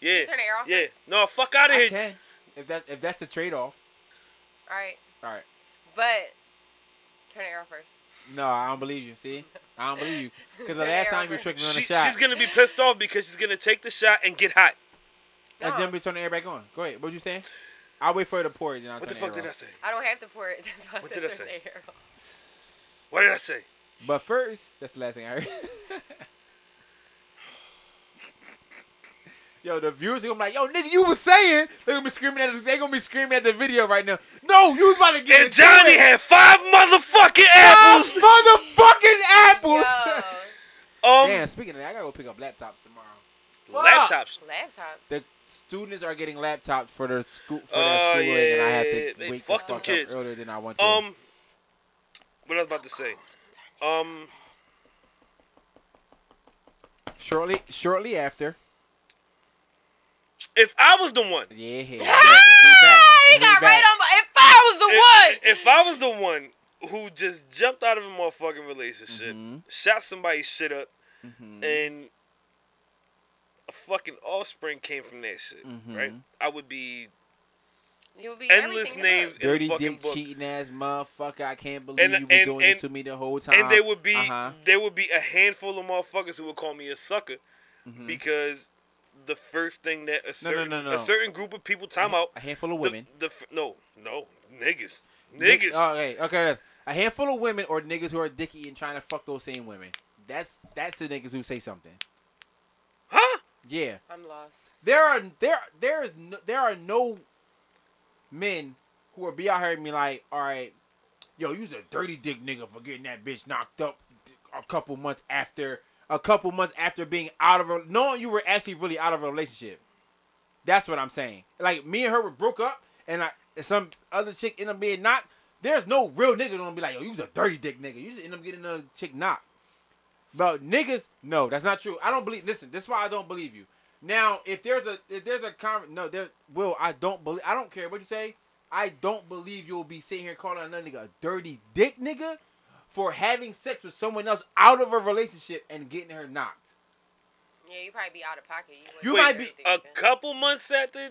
Yeah,
Is her in the Air
yeah.
Force?
No, fuck out of
I
here.
can. If that if that's the trade off.
All right.
All right.
But turn it off first.
No, I don't believe you. See, I don't believe you because the
Turn
last
it
time you
over.
tricked me on the
She,
shot,
she's gonna be pissed off because she's gonna take the shot and get hot.
and
No.
then we turn the air back on. Go ahead. What you saying? I'll wait for her to pour it. Then I'll
What the
turn
fuck
air
did I
off.
say?
I don't have to pour it. That's why I
What
said
did I
turn
say?
the air off.
What did I say?
But first, that's the last thing I heard. Yo, the viewers are gonna be like, "Yo, nigga, you was saying they're gonna be screaming at us. They're gonna be screaming at the video right now. No, you was about to get
And Johnny had five motherfucking
five
apples.
motherfucking apples."
Yo,
Um,
Damn. Speaking of that, I gotta go pick up laptops tomorrow.
laptops.
laptops.
The students are getting laptops for their school for their
Oh,
schooling, and I have
yeah,
to
they
wake the
fuck
fuck
them
up
kids.
earlier than I want to.
Um, what I was about to say. Um,
shortly, shortly after.
if I was the one,
Yeah, we, we back.
He
We
got
back.
right on. my- If I was the one.
if, if I was the one who just jumped out of a motherfucking relationship,
Mm-hmm.
shot somebody's shit up, and a fucking offspring came from that shit,
Mm-hmm.
right? I would be
You'll be
endless
everything to
names
them.
in the
Dirty
fucking
dick
book,
cheating ass motherfucker. I can't believe
And-
you been
and-
doing
and-
this to me the whole time.
and there would be
Uh-huh.
there would be a handful of motherfuckers who would call me a sucker because the first thing that a
Mm-hmm. No, no,
certain
no, no.
a certain group of people time out
a handful of
the-
women. uh,
the, f- no no niggas
Dick-
niggas
Okay, okay. A handful of women or niggas who are dicky and trying to fuck those same women. That's that's the niggas who say something.
huh
Yeah,
I'm lost.
there are there there is no, there are no men who will be out here and be like, all right, yo, you's a dirty dick nigga for getting that bitch knocked up a couple months after a couple months after being out of a knowing you were actually really out of a relationship. That's what I'm saying. Like me and her were broke up, and I and some other chick ended up being knocked. There's no real nigga gonna be like, yo, you's a dirty dick nigga. You just end up getting another chick knocked. But niggas, no, that's not true. I don't believe. Listen, this is why I don't believe you. Now, if there's a if there's a con- no, there will I don't believe. I don't care what you say. I don't believe you'll be sitting here calling another nigga a dirty dick nigga for having sex with someone else out of a relationship and getting her knocked.
Yeah, you probably be out of pocket. You,
You
wouldn't
Wait, uh,
might
do
be
anything
a
like that.
couple months after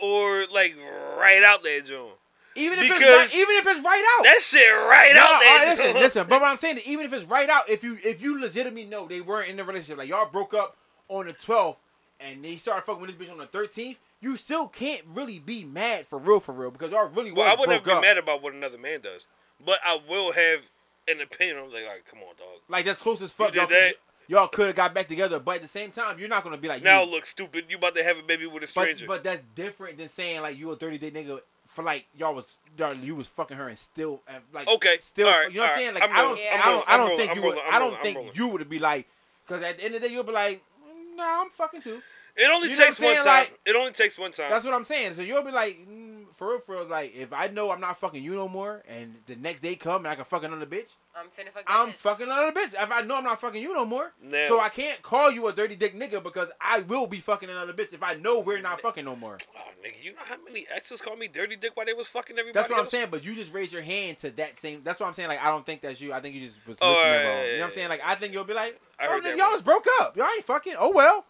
or like right out there, John.
Even if
Because-
it's right, even if it's right out.
That shit right
No,
out
no, all
there.
right, uh, listen,
John.
listen. But what I'm saying, is even if it's right out, if you if you legitimately know they weren't in a relationship, like y'all broke up on the 12th and they started fucking with this bitch on the 13th, you still can't really be mad for real, for real, because y'all really
Well, I
was
wouldn't have
broke
been
up.
mad about what another man does, but I will have an opinion. I'm like, all right, come on, dog.
Like that's close as fuck.
did
Y'all,
that.
could- y'all could have got back together, but at the same time, you're not gonna be like
Now
you.
look stupid. You about to have a baby with a
But,
stranger.
but that's different than saying like you a dirty day nigga for like y'all was y'all, you was fucking her and still and like
Okay,
still
all right,
you know what
all
I'm saying
right.
like
I'm
I don't
rolling,
I'm
I
rolling,
don't, I
I'm
don't
rolling,
think
I'm
you would,
rolling, I'm
I don't
rolling, I'm
think
rolling.
you would be like because at the end of the day you'll be like nah I'm fucking too
it only
you know
takes
what
one
I'm
time.
saying? Like-
it only takes one time.
that's what I'm saying so you'll be like mm, for real for real like if I know I'm not fucking you no more and the next day come and I can fuck another bitch
I'm finna fuck that
I'm
bitch.
fucking another bitch. If I know I'm not fucking you no more,
Now-
so I can't call you a dirty dick nigga because I will be fucking another bitch if I know we're not fucking no more.
Oh, nigga, you know how many exes called me dirty dick while they was fucking everybody?
That's what I'm
else?
saying. But you just raise your hand to that same. That's what I'm saying. Like I don't think that's you. I think you just was
Oh,
listening
yeah, yeah,
wrong. You know what I'm
yeah,
saying? Like I think you'll be like,
I
oh,
heard that
nigga, y'all
wrong.
was broke up. Y'all ain't fucking. Oh well,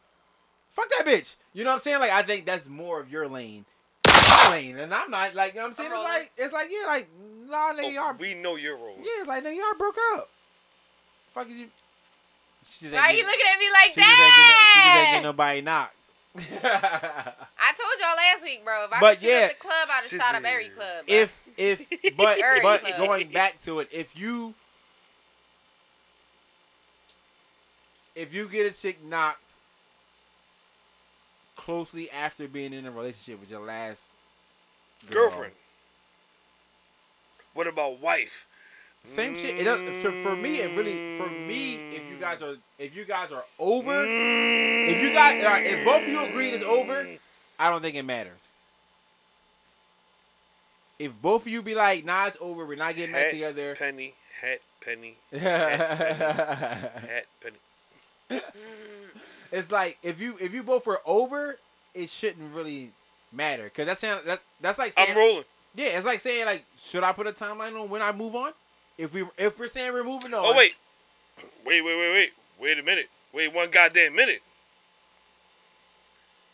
fuck that bitch. You know what I'm saying? Like I think that's more of your lane. My lane, and I'm not like you know what I'm saying. it's
I'm rolling.
like it's like yeah, like nah, nigga,
Oh,
y'all.
we know your role.
Yeah, it's like nigga, y'all broke up. Fuck is you? She just ain't
Why are
getting-
you looking at me like
She just ain't getting, no- she just ain't
that?
getting nobody knocked.
I told y'all last week, bro. If I
But
could shoot
yeah,
up the club, I'd have shot up every
scissors.
club. bro.
if if but
Very
but
close.
going back to it, if you if you get a chick knocked closely after being in a relationship with your last girl,
Girlfriend. What about wife?
same shit. It does, so for me, it really for me, if you guys are if you guys are over, if you guys all right, if both of you agree it's over, I don't think it matters. If both of you be like, nah, it's over, we're not getting back
Hat,
together.
penny, hat, penny,
it's
hat, penny.
like if you if you both were over, it shouldn't really matter because that's saying that that's like saying,
I'm rolling.
yeah, it's like saying like should I put a timeline on when I move on? If we if we're saying we're moving on,
Oh wait, wait, wait, wait, wait, wait a minute. Wait one goddamn minute.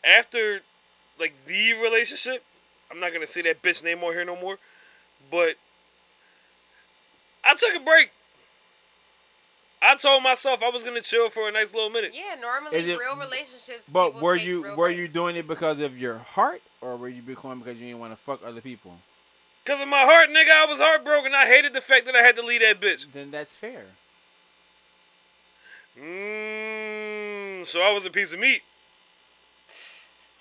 After, like the relationship, I'm not gonna say that bitch name on here no more. But I took a break. I told myself I was gonna chill for a nice little minute.
Yeah, normally
Is it-
real relationships.
But
people
were
take
you
real
were you
breaks.
doing it because of your heart, or were you Bitcoin because you didn't want to fuck other people?
Cause of my heart, nigga, I was heartbroken. I hated the fact that I had to leave that bitch.
Then that's fair.
Mmm. So I was a piece of meat.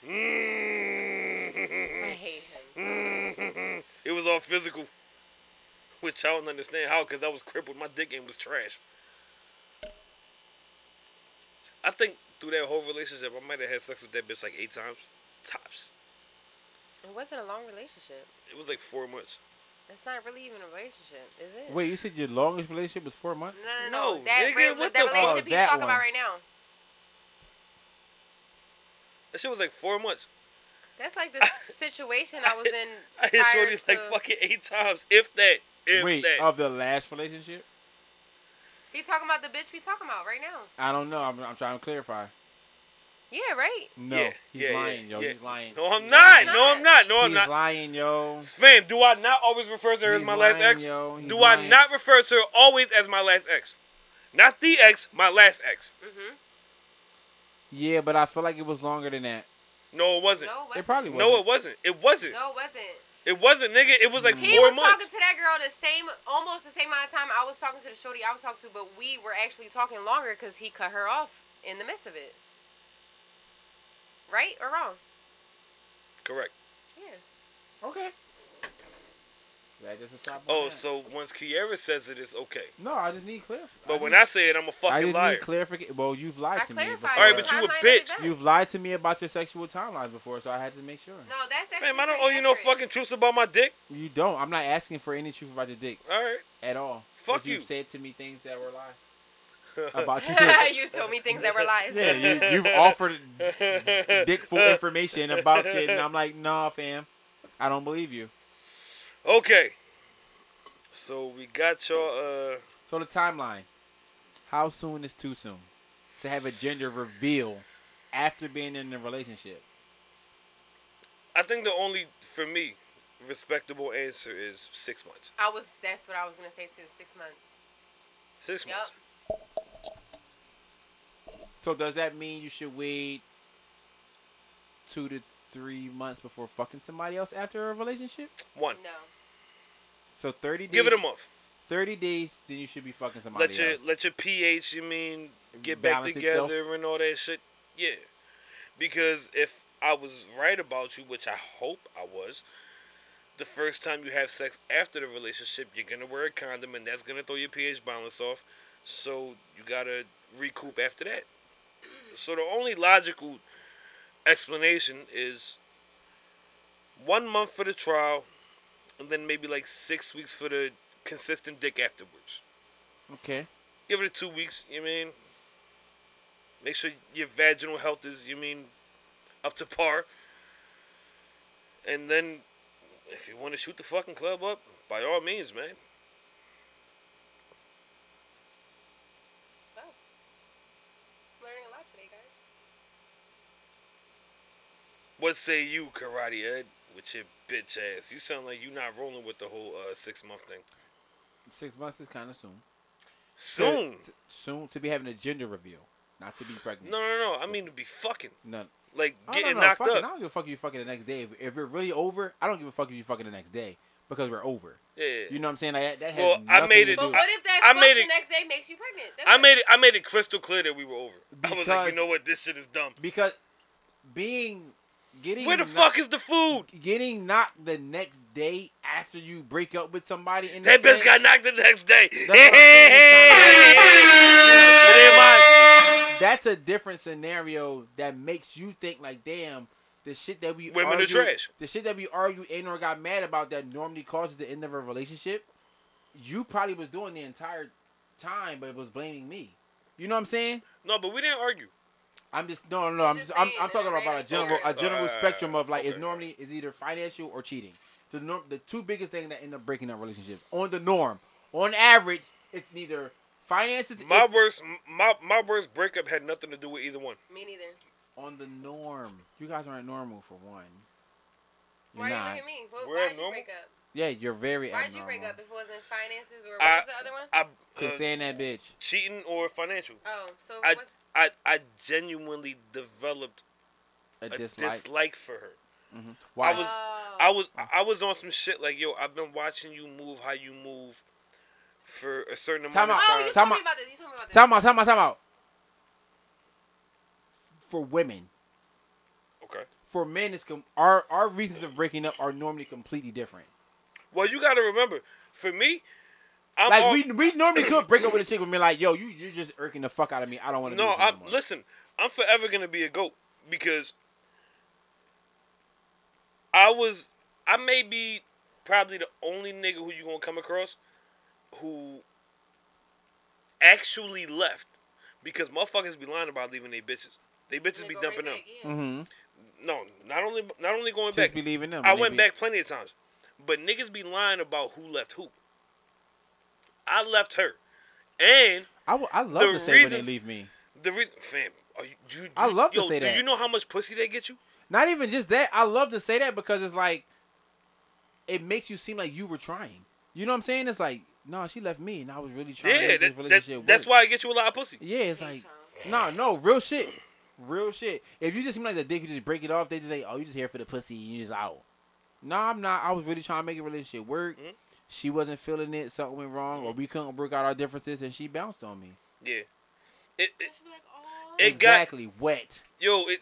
Mmm.
I hate him.
it was all physical, which I don't understand how, because I was crippled. My dick game was trash. I think through that whole relationship, I might have had sex with that bitch like eight times, tops.
It wasn't a long relationship.
It was like four months.
That's not really even a relationship, is it?
Wait, you said your longest relationship was four months?
No, no, no.
No,
that
nigga,
re-
what
that
the fuck?
relationship he's
That
talking
one.
about right now.
That shit was like four months.
That's like the situation I was in
I hit
prior
shorties
to.
like fucking eight times, if that, if
Wait, uh,
that.
of the last relationship?
he talking about the bitch we talking about right now.
I don't know. I'm, I'm trying to clarify.
Yeah, right.
No,
Yeah,
he's
yeah, yeah,
lying, yo.
yeah.
He's lying.
no, I'm not.
He's
No, I'm not. No, I'm
he's
not.
lying, yo.
Fam, do I not always refer to her as
He's
my last
lying,
ex?
yo. He's
Do I
lying.
not refer to her always as my last ex? Not the ex, my last ex.
Yeah, but I feel like it was longer than that.
No, it wasn't.
No, it wasn't.
It probably was.
No, it wasn't. It wasn't.
No, it wasn't.
It wasn't, nigga. It was like
He
four
was talking
months.
to that girl the same, almost the same amount of time I was talking to the shorty I was talking to, but we were actually talking longer because he cut her off in the midst of it. Right or wrong?
Correct.
Yeah.
Okay. That just a
Oh, so once Kiara says it, it's okay.
no, I just need clarif.
But when
need,
I say it, I'm a
I
fucking
just
liar.
need clarification. Well, you've lied
I
to me.
clarified.
before.
Alright, but
the
you a
timeline of the
bitch.
events.
You've lied to me about your sexual timelines before, so I had to make sure.
No, that's actually.
Fam, I don't
pretty
owe you no
accurate.
fucking truths about my dick.
You don't. I'm not asking for any truth about your dick
All right.
at all.
Fuck
But You've
you.
said to me things that were lies about your dick.
you told me things that were lies.
Yeah, you, you've offered dick full information about shit, and I'm like, nah, fam, I don't believe you.
Okay. So we got your uh
So the timeline. How soon is too soon to have a gender reveal after being in a relationship?
I think the only for me respectable answer is six months.
I was. That's what I was gonna say too. Six months.
Six
Yup.
months.
So does that mean you should wait two to three months before fucking somebody else after a relationship?
One.
No.
So thirty days.
Give it a month.
30 days, then you should be fucking somebody
Let your
else.
let your pH, you mean, get back
Balance
together
itself.
and all that shit. Yeah. Because if I was right about you, which I hope I was, the first time you have sex after the relationship, you're gonna wear a condom and that's gonna throw your pH balance off. So you gotta recoup after that. So the only logical explanation is one month for the trial and then maybe like six weeks for the consistent dick afterwards.
okay.
Give it two weeks, you mean? Make sure your vaginal health is, you mean, up to par. And then, if you want to shoot the fucking club up, by all means, man.
Learning a lot today, guys.
What say you, Karate Ed, with your bitch ass? You sound like you not rolling with the whole uh, six month thing.
Six months is kind of soon.
Soon!
To- soon to be having a gender reveal, not to be pregnant.
No,
Oh,
no, no. I mean to be fucking.
no.
Like,
I don't
getting
know,
knocked
fucking- I
up.
don't give a fuck if you fucking the next day. If, if you're really over, I don't give a fuck if you fucking the next day. because we're over.
Yeah.
You know what I'm saying? Like, that, that has
Well, I
nothing
made
to
it- I-
do-
But what if that
I
fuck
made
the
it-
next day makes you pregnant? That
I
might-
made it. I made it crystal clear that we were over. I was like,
Because-
you know what, this shit is dumb.
because being getting
Where the
knocked-
fuck is the food?
getting knocked the next day after you break up with somebody in
That
the
bitch got knocked the next day.
what I'm saying,
But in my-
that's a different scenario that makes you think like damn the shit that we
Women are
argue,
trash.
the shit that we argue and or got mad about that normally causes the end of a relationship you probably was doing the entire time but was blaming me you know what I'm saying
No, but we didn't argue.
I'm just no no no I'm
Just
just, I'm,
saying
I'm talking
that
about a
random
general a
scenario.
general
Uh,
spectrum of like it's
okay.
normally is either financial or cheating the norm the two biggest things that end up breaking up relationships on the norm on average it's neither finances
My
it's
worst, my my worst breakup had nothing to do with either one.
Me neither.
on the norm. You guys aren't normal for one. You're
Why are you
not.
looking at me? Well,
We're
why did you
abnormal?
break up?
Yeah, you're very
Why did
abnormal.
you break up? If it wasn't finances or what
I-
was the other one?
I
Could
uh,
stand that bitch.
cheating or financial.
Oh, so
I
what's
I I genuinely developed
A
a
dislike.
dislike, for her.
Why?
I was
Oh.
I was I was on some shit like yo. I've been watching you move how you move for a certain amount
Time
of
out.
time.
Oh, you
Time
told me
out.
about this. You told me about this.
time out. Time out. Time out. For women,
Okay.
for men, it's com- our our reasons of breaking up are normally completely different.
Well, you got to remember, for me, I'm
Like
all-
we we normally could break up with a chick and be like, "Yo, you you're just irking the fuck out of me. I don't want to."
no.
do this
I'm
anymore."
listen. I'm forever gonna be a goat because I was. I may be probably the only nigga who you gonna come across who actually left because motherfuckers be lying about leaving they bitches. They bitches
They
be
go
dumping them.
right back, yeah.
Mm-hmm.
No, not only not only going
Chicks
back.
be leaving them.
I
and they
went
be-
back plenty of times, but niggas be lying about who left who. I left her, and
I, w- I love
the
to say when they
reasons-
leave me.
the reason, fam, are you, do you, do
I
you-
love to
yo,
say
Do
that.
you know how much pussy they get you?
Not even just that. I love to say that because it's like it makes you seem like you were trying. You know what I'm saying? It's like, no, she left me and I was really trying to
Yeah, that,
make this
that-
relationship work.
that's why I get you a lot of pussy.
Yeah, it's like no, no, real shit. Real shit. If you just seem like the dick, you just break it off, they just say, Oh, you just here for the pussy, you just out. No, I'm not. I was really trying to make a relationship work.
Hmm?
She wasn't feeling it, something went wrong, or we couldn't work out our differences and she bounced on me.
Yeah, it it,
She'd be like, oh.
it got
exactly wet.
yo it.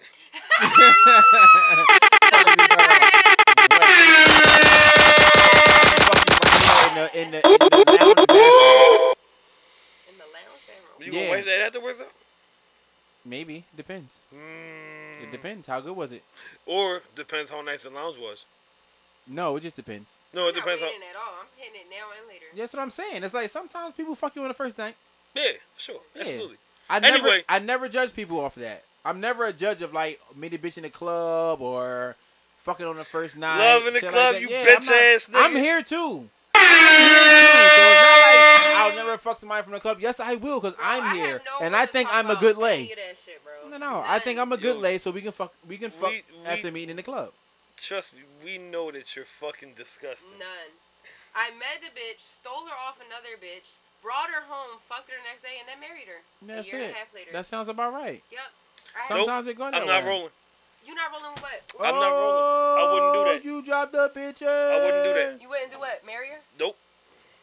in the, in the, in the lounge bathroom.
In the lounge room.
You
Yeah.
gonna wipe that afterwards? though?
Maybe depends. It
Mm,
depends. How good was it?
or depends how nice the lounge was.
No, it just depends.
No, it
I'm not
depends on
waiting at all. I'm hitting it now and later.
That's what I'm saying. It's like sometimes people fuck you on the first night.
yeah, sure,
Yeah.
absolutely.
I never,
Anyway.
I never judge people off of that. I'm never a judge of like meet a bitch in the club or fucking on the first night.
Love in the
shit
club,
that.
you
I'm
bitch
not-
ass nigga.
I'm here too. I'm here too. So it's not like I'll never fuck somebody from the club. Yes, I will because
Bro, I
I'm
have
here
no
and
room
I
to
think
talk
I'm a
about
good
any
lay.
of that shit, bro.
No, no, I think I'm a good
Yo.
lay, so we can fuck. We can fuck
We- we-
after meeting in the club.
Trust me, we know that you're fucking disgusting.
None. I met the bitch, stole her off another bitch, brought her home, fucked her the next day, and then married her.
That's
a year
it.
and a half later.
That sounds about right.
yep. I
Nope.
Sometimes it go that
I'm not
way.
rolling.
you not rolling with what?
I'm not rolling. I wouldn't do
Oh,
that.
You dropped the bitches.
I wouldn't do that.
You wouldn't do what? Marry her?
Nope.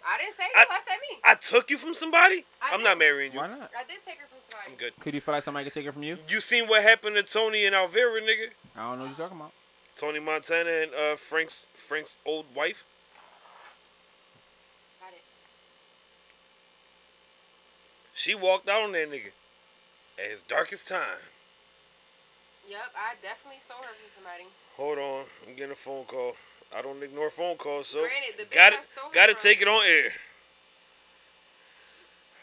I didn't say
I-
you. I, said me.
I took you from somebody.
I
I'm
did.
not marrying you.
Why not?
I did take her from
I'm
somebody.
good.
Could you feel like somebody could take it from you?
You seen what happened to Tony and Alvera, nigga?
I don't know what you're talking about.
Tony Montana and uh, Frank's Frank's old wife.
Got it.
She walked out on that nigga at his darkest time.
Yep, I definitely stole her from somebody.
Hold on, I'm getting a phone call. I don't ignore phone calls, so
Granted, the bitch
got
I
it.
stole her
Got to
from-
take it on air.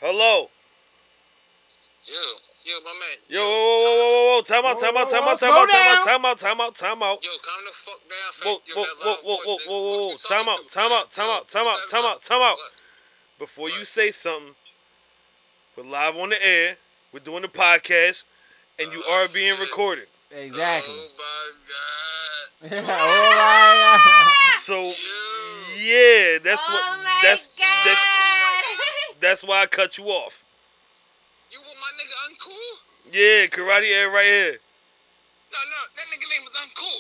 Hello.
Yeah, yeah, my man.
Yo, whoa, whoa, whoa, whoa, whoa, whoa. Time out, time out, time out, time out, time out, time out, time out, time out.
Yo, calm the fuck down.
Whoa,
Fat. Yo,
whoa,
that
whoa,
loud
whoa,
voice,
whoa,
nigga.
whoa,
What
whoa,
you
whoa.
talking
Time out,
to,
time
man?
out, time
Yo,
out, time
you
out,
better
time
not-
out, time out.
Look,
Before you say something, we're live on the air. We're doing the podcast, and you are being recorded.
Exactly.
Uh,
Oh,
Oh my god.
So yeah, that's
Oh
what.
my
That's
god!
that's that's why I cut you off.
You want my nigga uncool?
Yeah, karate air right here.
No, no, that nigga name is uncool.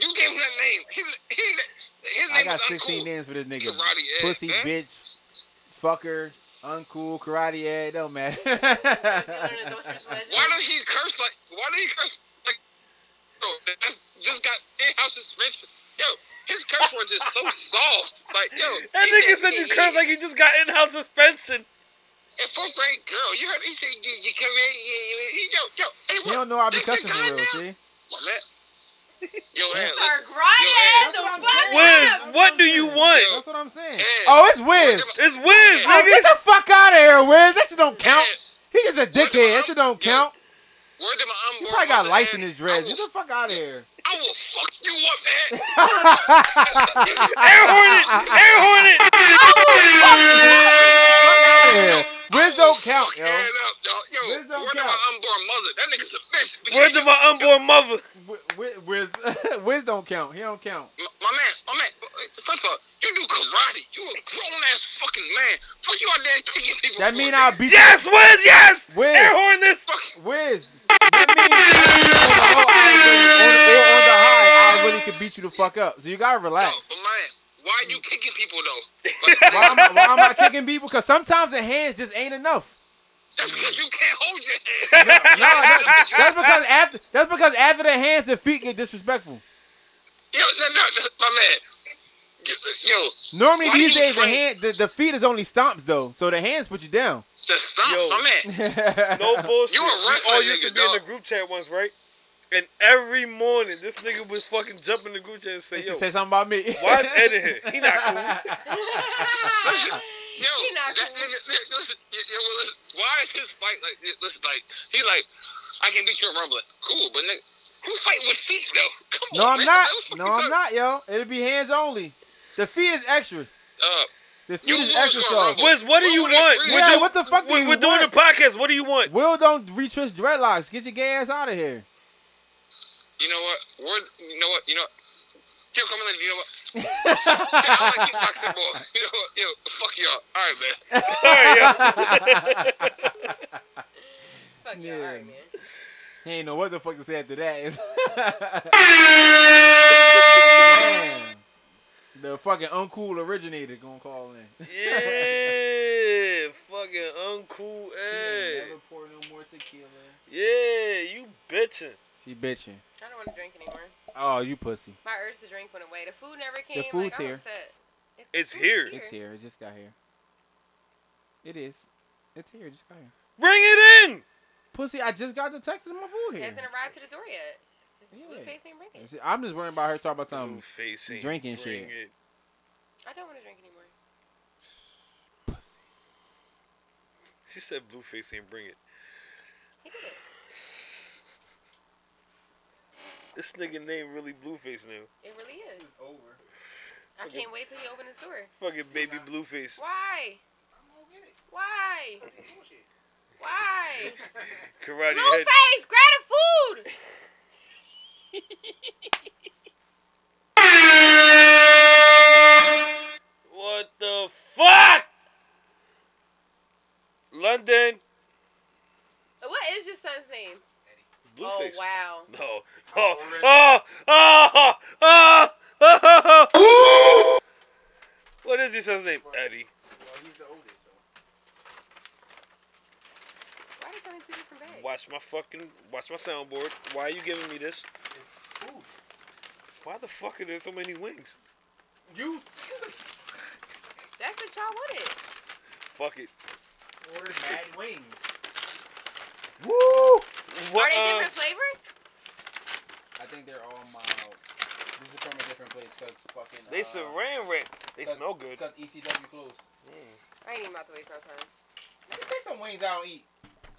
You gave him that name. He, he,
His name
I got
is
16
uncool.
names for this nigga.
Karate ass,
Pussy,
huh?
bitch, fucker, uncool, karate head. Don't matter.
Why don't he curse like? Why don't he curse like? Yo, that's just got in-house suspension. Yo, his curse words is so soft. Like yo,
That
he
nigga
said,
said
yeah,
you
yeah,
curse like you just got in-house suspension.
And fourth grade girl, you heard he say you, you come in, you, you, you, yo, yo, hey,
you
what?
don't know I be
This
cussing for
guy
real,
now?
see?
What, man? Yo, man, listen,
Start crying.
That's
The
what I'm
fuck
Wiz,
up.
what do you want?
That's what I'm saying.
Yeah.
Oh, it's Wiz.
Where's
It's Wiz,
Oh,
nigga.
get the fuck out of here, Wiz. That shit don't count.
Yeah.
He is a dickhead. That shit don't count.
Yeah. word to my
He
unborn
probably got
mother,
lice in
man.
his dreads.
I
Get
will,
the fuck out of here.
I will fuck you up, man.
Air Hornet, Air Hornet.
Yeah. Wiz don't count, yo.
Man up, dog. Yo,
Wiz don't
word to my
count.
unborn mother. That nigga's a bitch.
Word to my unborn mother.
Wi- Wi- Wiz, Wiz don't count. He don't count.
My, my man, my man. uh, First of all, you do karate. You a grown ass fucking man. Fuck you out there kicking people.
That
for
mean
a
I'll
day.
beat
Yes, Wiz, yes.
Wiz.
Air Hornet this.
Wiz, that means on the low, I really- on the- on the high, I really could beat you the fuck up. So you gotta
No,
relax.
but man, why are you kicking people though?
Why am I, why am I kicking people? Because sometimes the hands just ain't enough.
That's because you can't hold your hand.
No, that- that's because after that's because after the hands, the feet get disrespectful.
yo, no, no, no, my man. Yo,
Normally
why
these
you
days the
afraid?
hand the, the feet is only stomps though, so the hands put you down.
The stomp,
Yo.
my man.
No bullshit.
You a
we
wrestler,
all used
nigga,
to be in
dog.
the group chat once, right? And every morning, this nigga was fucking jumping the group chat and say,
You
"Yo,
say something about me.
why is Ed in here? He not cool."
Listen, yo,
He not
that
cool.
nigga, li- listen, y- yo, well, listen, why is his fight like, this? listen, like, he like, I can beat you in rumbling. Cool, but nigga, who fighting with feet, though? Come
No,
on,
I'm
man.
not.
What the fuck
No,
you
I'm not,
talking-
yo. It'll be hands only. The feet is extra.
Uh,
The feet
you
is
lose
extra
your
sauce.
rumble.
Wiz, what do you
Rumble is
want?
free.
We're
Yeah,
doing-
what the fuck do
We're,
you
we're doing
want?
the podcast. What do you want?
Will don't reach his dreadlocks. Get your gay ass out of here.
You know what? Word, you know what? You know what? Yo, come on, you know what? I like kickboxing more. You know what? Yo, fuck y'all. All right, man.
Sorry, yo.
Fuck yeah. All right, man.
He ain't know what the fuck to say after that. Damn. The fucking uncool originator gonna call in.
Yeah, fucking uncool Ed.
Never pour no more tequila.
Yeah, you bitching.
She bitching.
I don't want to drink anymore.
Oh, you pussy.
My urge to drink went away. The food never came.
The food's
like,
here.
I'm upset. It's,
It's here.
It's here. It just got here. It is. It's here. It just got here.
Bring it in.
Pussy, I just got the text of my food
It
here.
hasn't arrived to the door yet.
Yeah.
Blueface ain't bringing. it.
See, I'm just worrying about her talking about
Blue
something.
face ain't
Um, drinking
bring it.
shit.
I don't want to drink anymore.
Pussy.
She said Blueface ain't bring it.
He did it.
This nigga name really Blueface now.
It really is. over. I can't wait till he opens his door.
Fucking baby Blueface.
Why? Why? Why?
Karate head.
Blueface, grab the food.
Uh,
What the fuck? London.
What is your son's name?
Blueface.
Oh wow.
No. Oh, oh, oh, oh, oh, oh. What is this son's name? Eddie.
Why are they coming two different bags?
Watch my fucking, watch my soundboard. Why are you giving me this? Why the fuck are there so many wings?
You.
That's what y'all wanted.
Fuck it.
Ordered mad wings.
What,
Are they
uh,
different flavors?
I think they're all mild. This is from a different place because fucking. uh,
they saran wrap. They smell good.
Because ECW E closed.
I ain't even about to waste my time.
Let me take some wings I don't eat.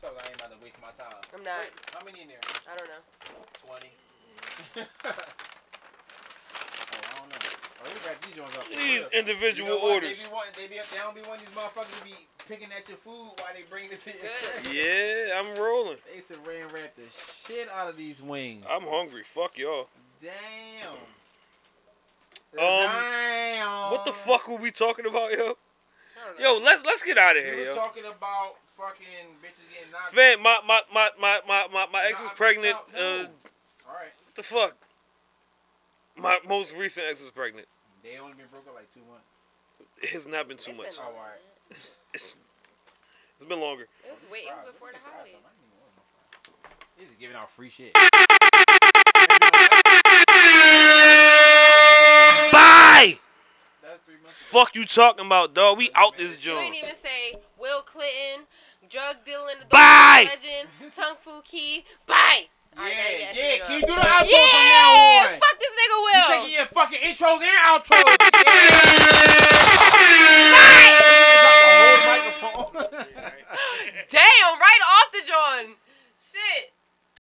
So I ain't about to waste my time.
I'm not.
How many in there?
I don't know.
20. oh, I don't know. Oh, they wrap these joints up. for
These
real. You
individual
know what?
orders.
They, be wanting, they, be, they don't be wanting these motherfuckers to be picking at your food while they bring this in.
Good.
Yeah, I'm rolling.
They saran wrap the shit out of these wings.
I'm hungry. Fuck y'all.
Damn.
Um,
Damn.
what the fuck were we talking about, yo?
I don't know.
Yo, let's let's get out of
We
here,
were
yo.
talking about fucking bitches getting knocked
Fam, my my my my my my, my ex
Nah,
is
I'm
pregnant.
out. No.
Uh,
All right.
what the fuck? My most recent ex is pregnant.
They only been broke up like two months.
It has not been too
It's
much.
been-
Oh, all right.
It's, it's, it's been longer.
It was way. It was before the holidays.
They just giving out free shit.
Bye.
That's three months.
Fuck you talking about, dog? We out this
You
joint.
ain't even say Will Clinton, drug dealing, the
Bye.
legend, Tung Fu Key. Bye. All right, now you
Yeah,
gotta
yeah.
take
Can you
it
do the outro
off.
from now
Yeah,
on?
fuck this
You
nigga Will.
taking your fucking intros and outros. Drop the whole microphone.
Damn, right off the John.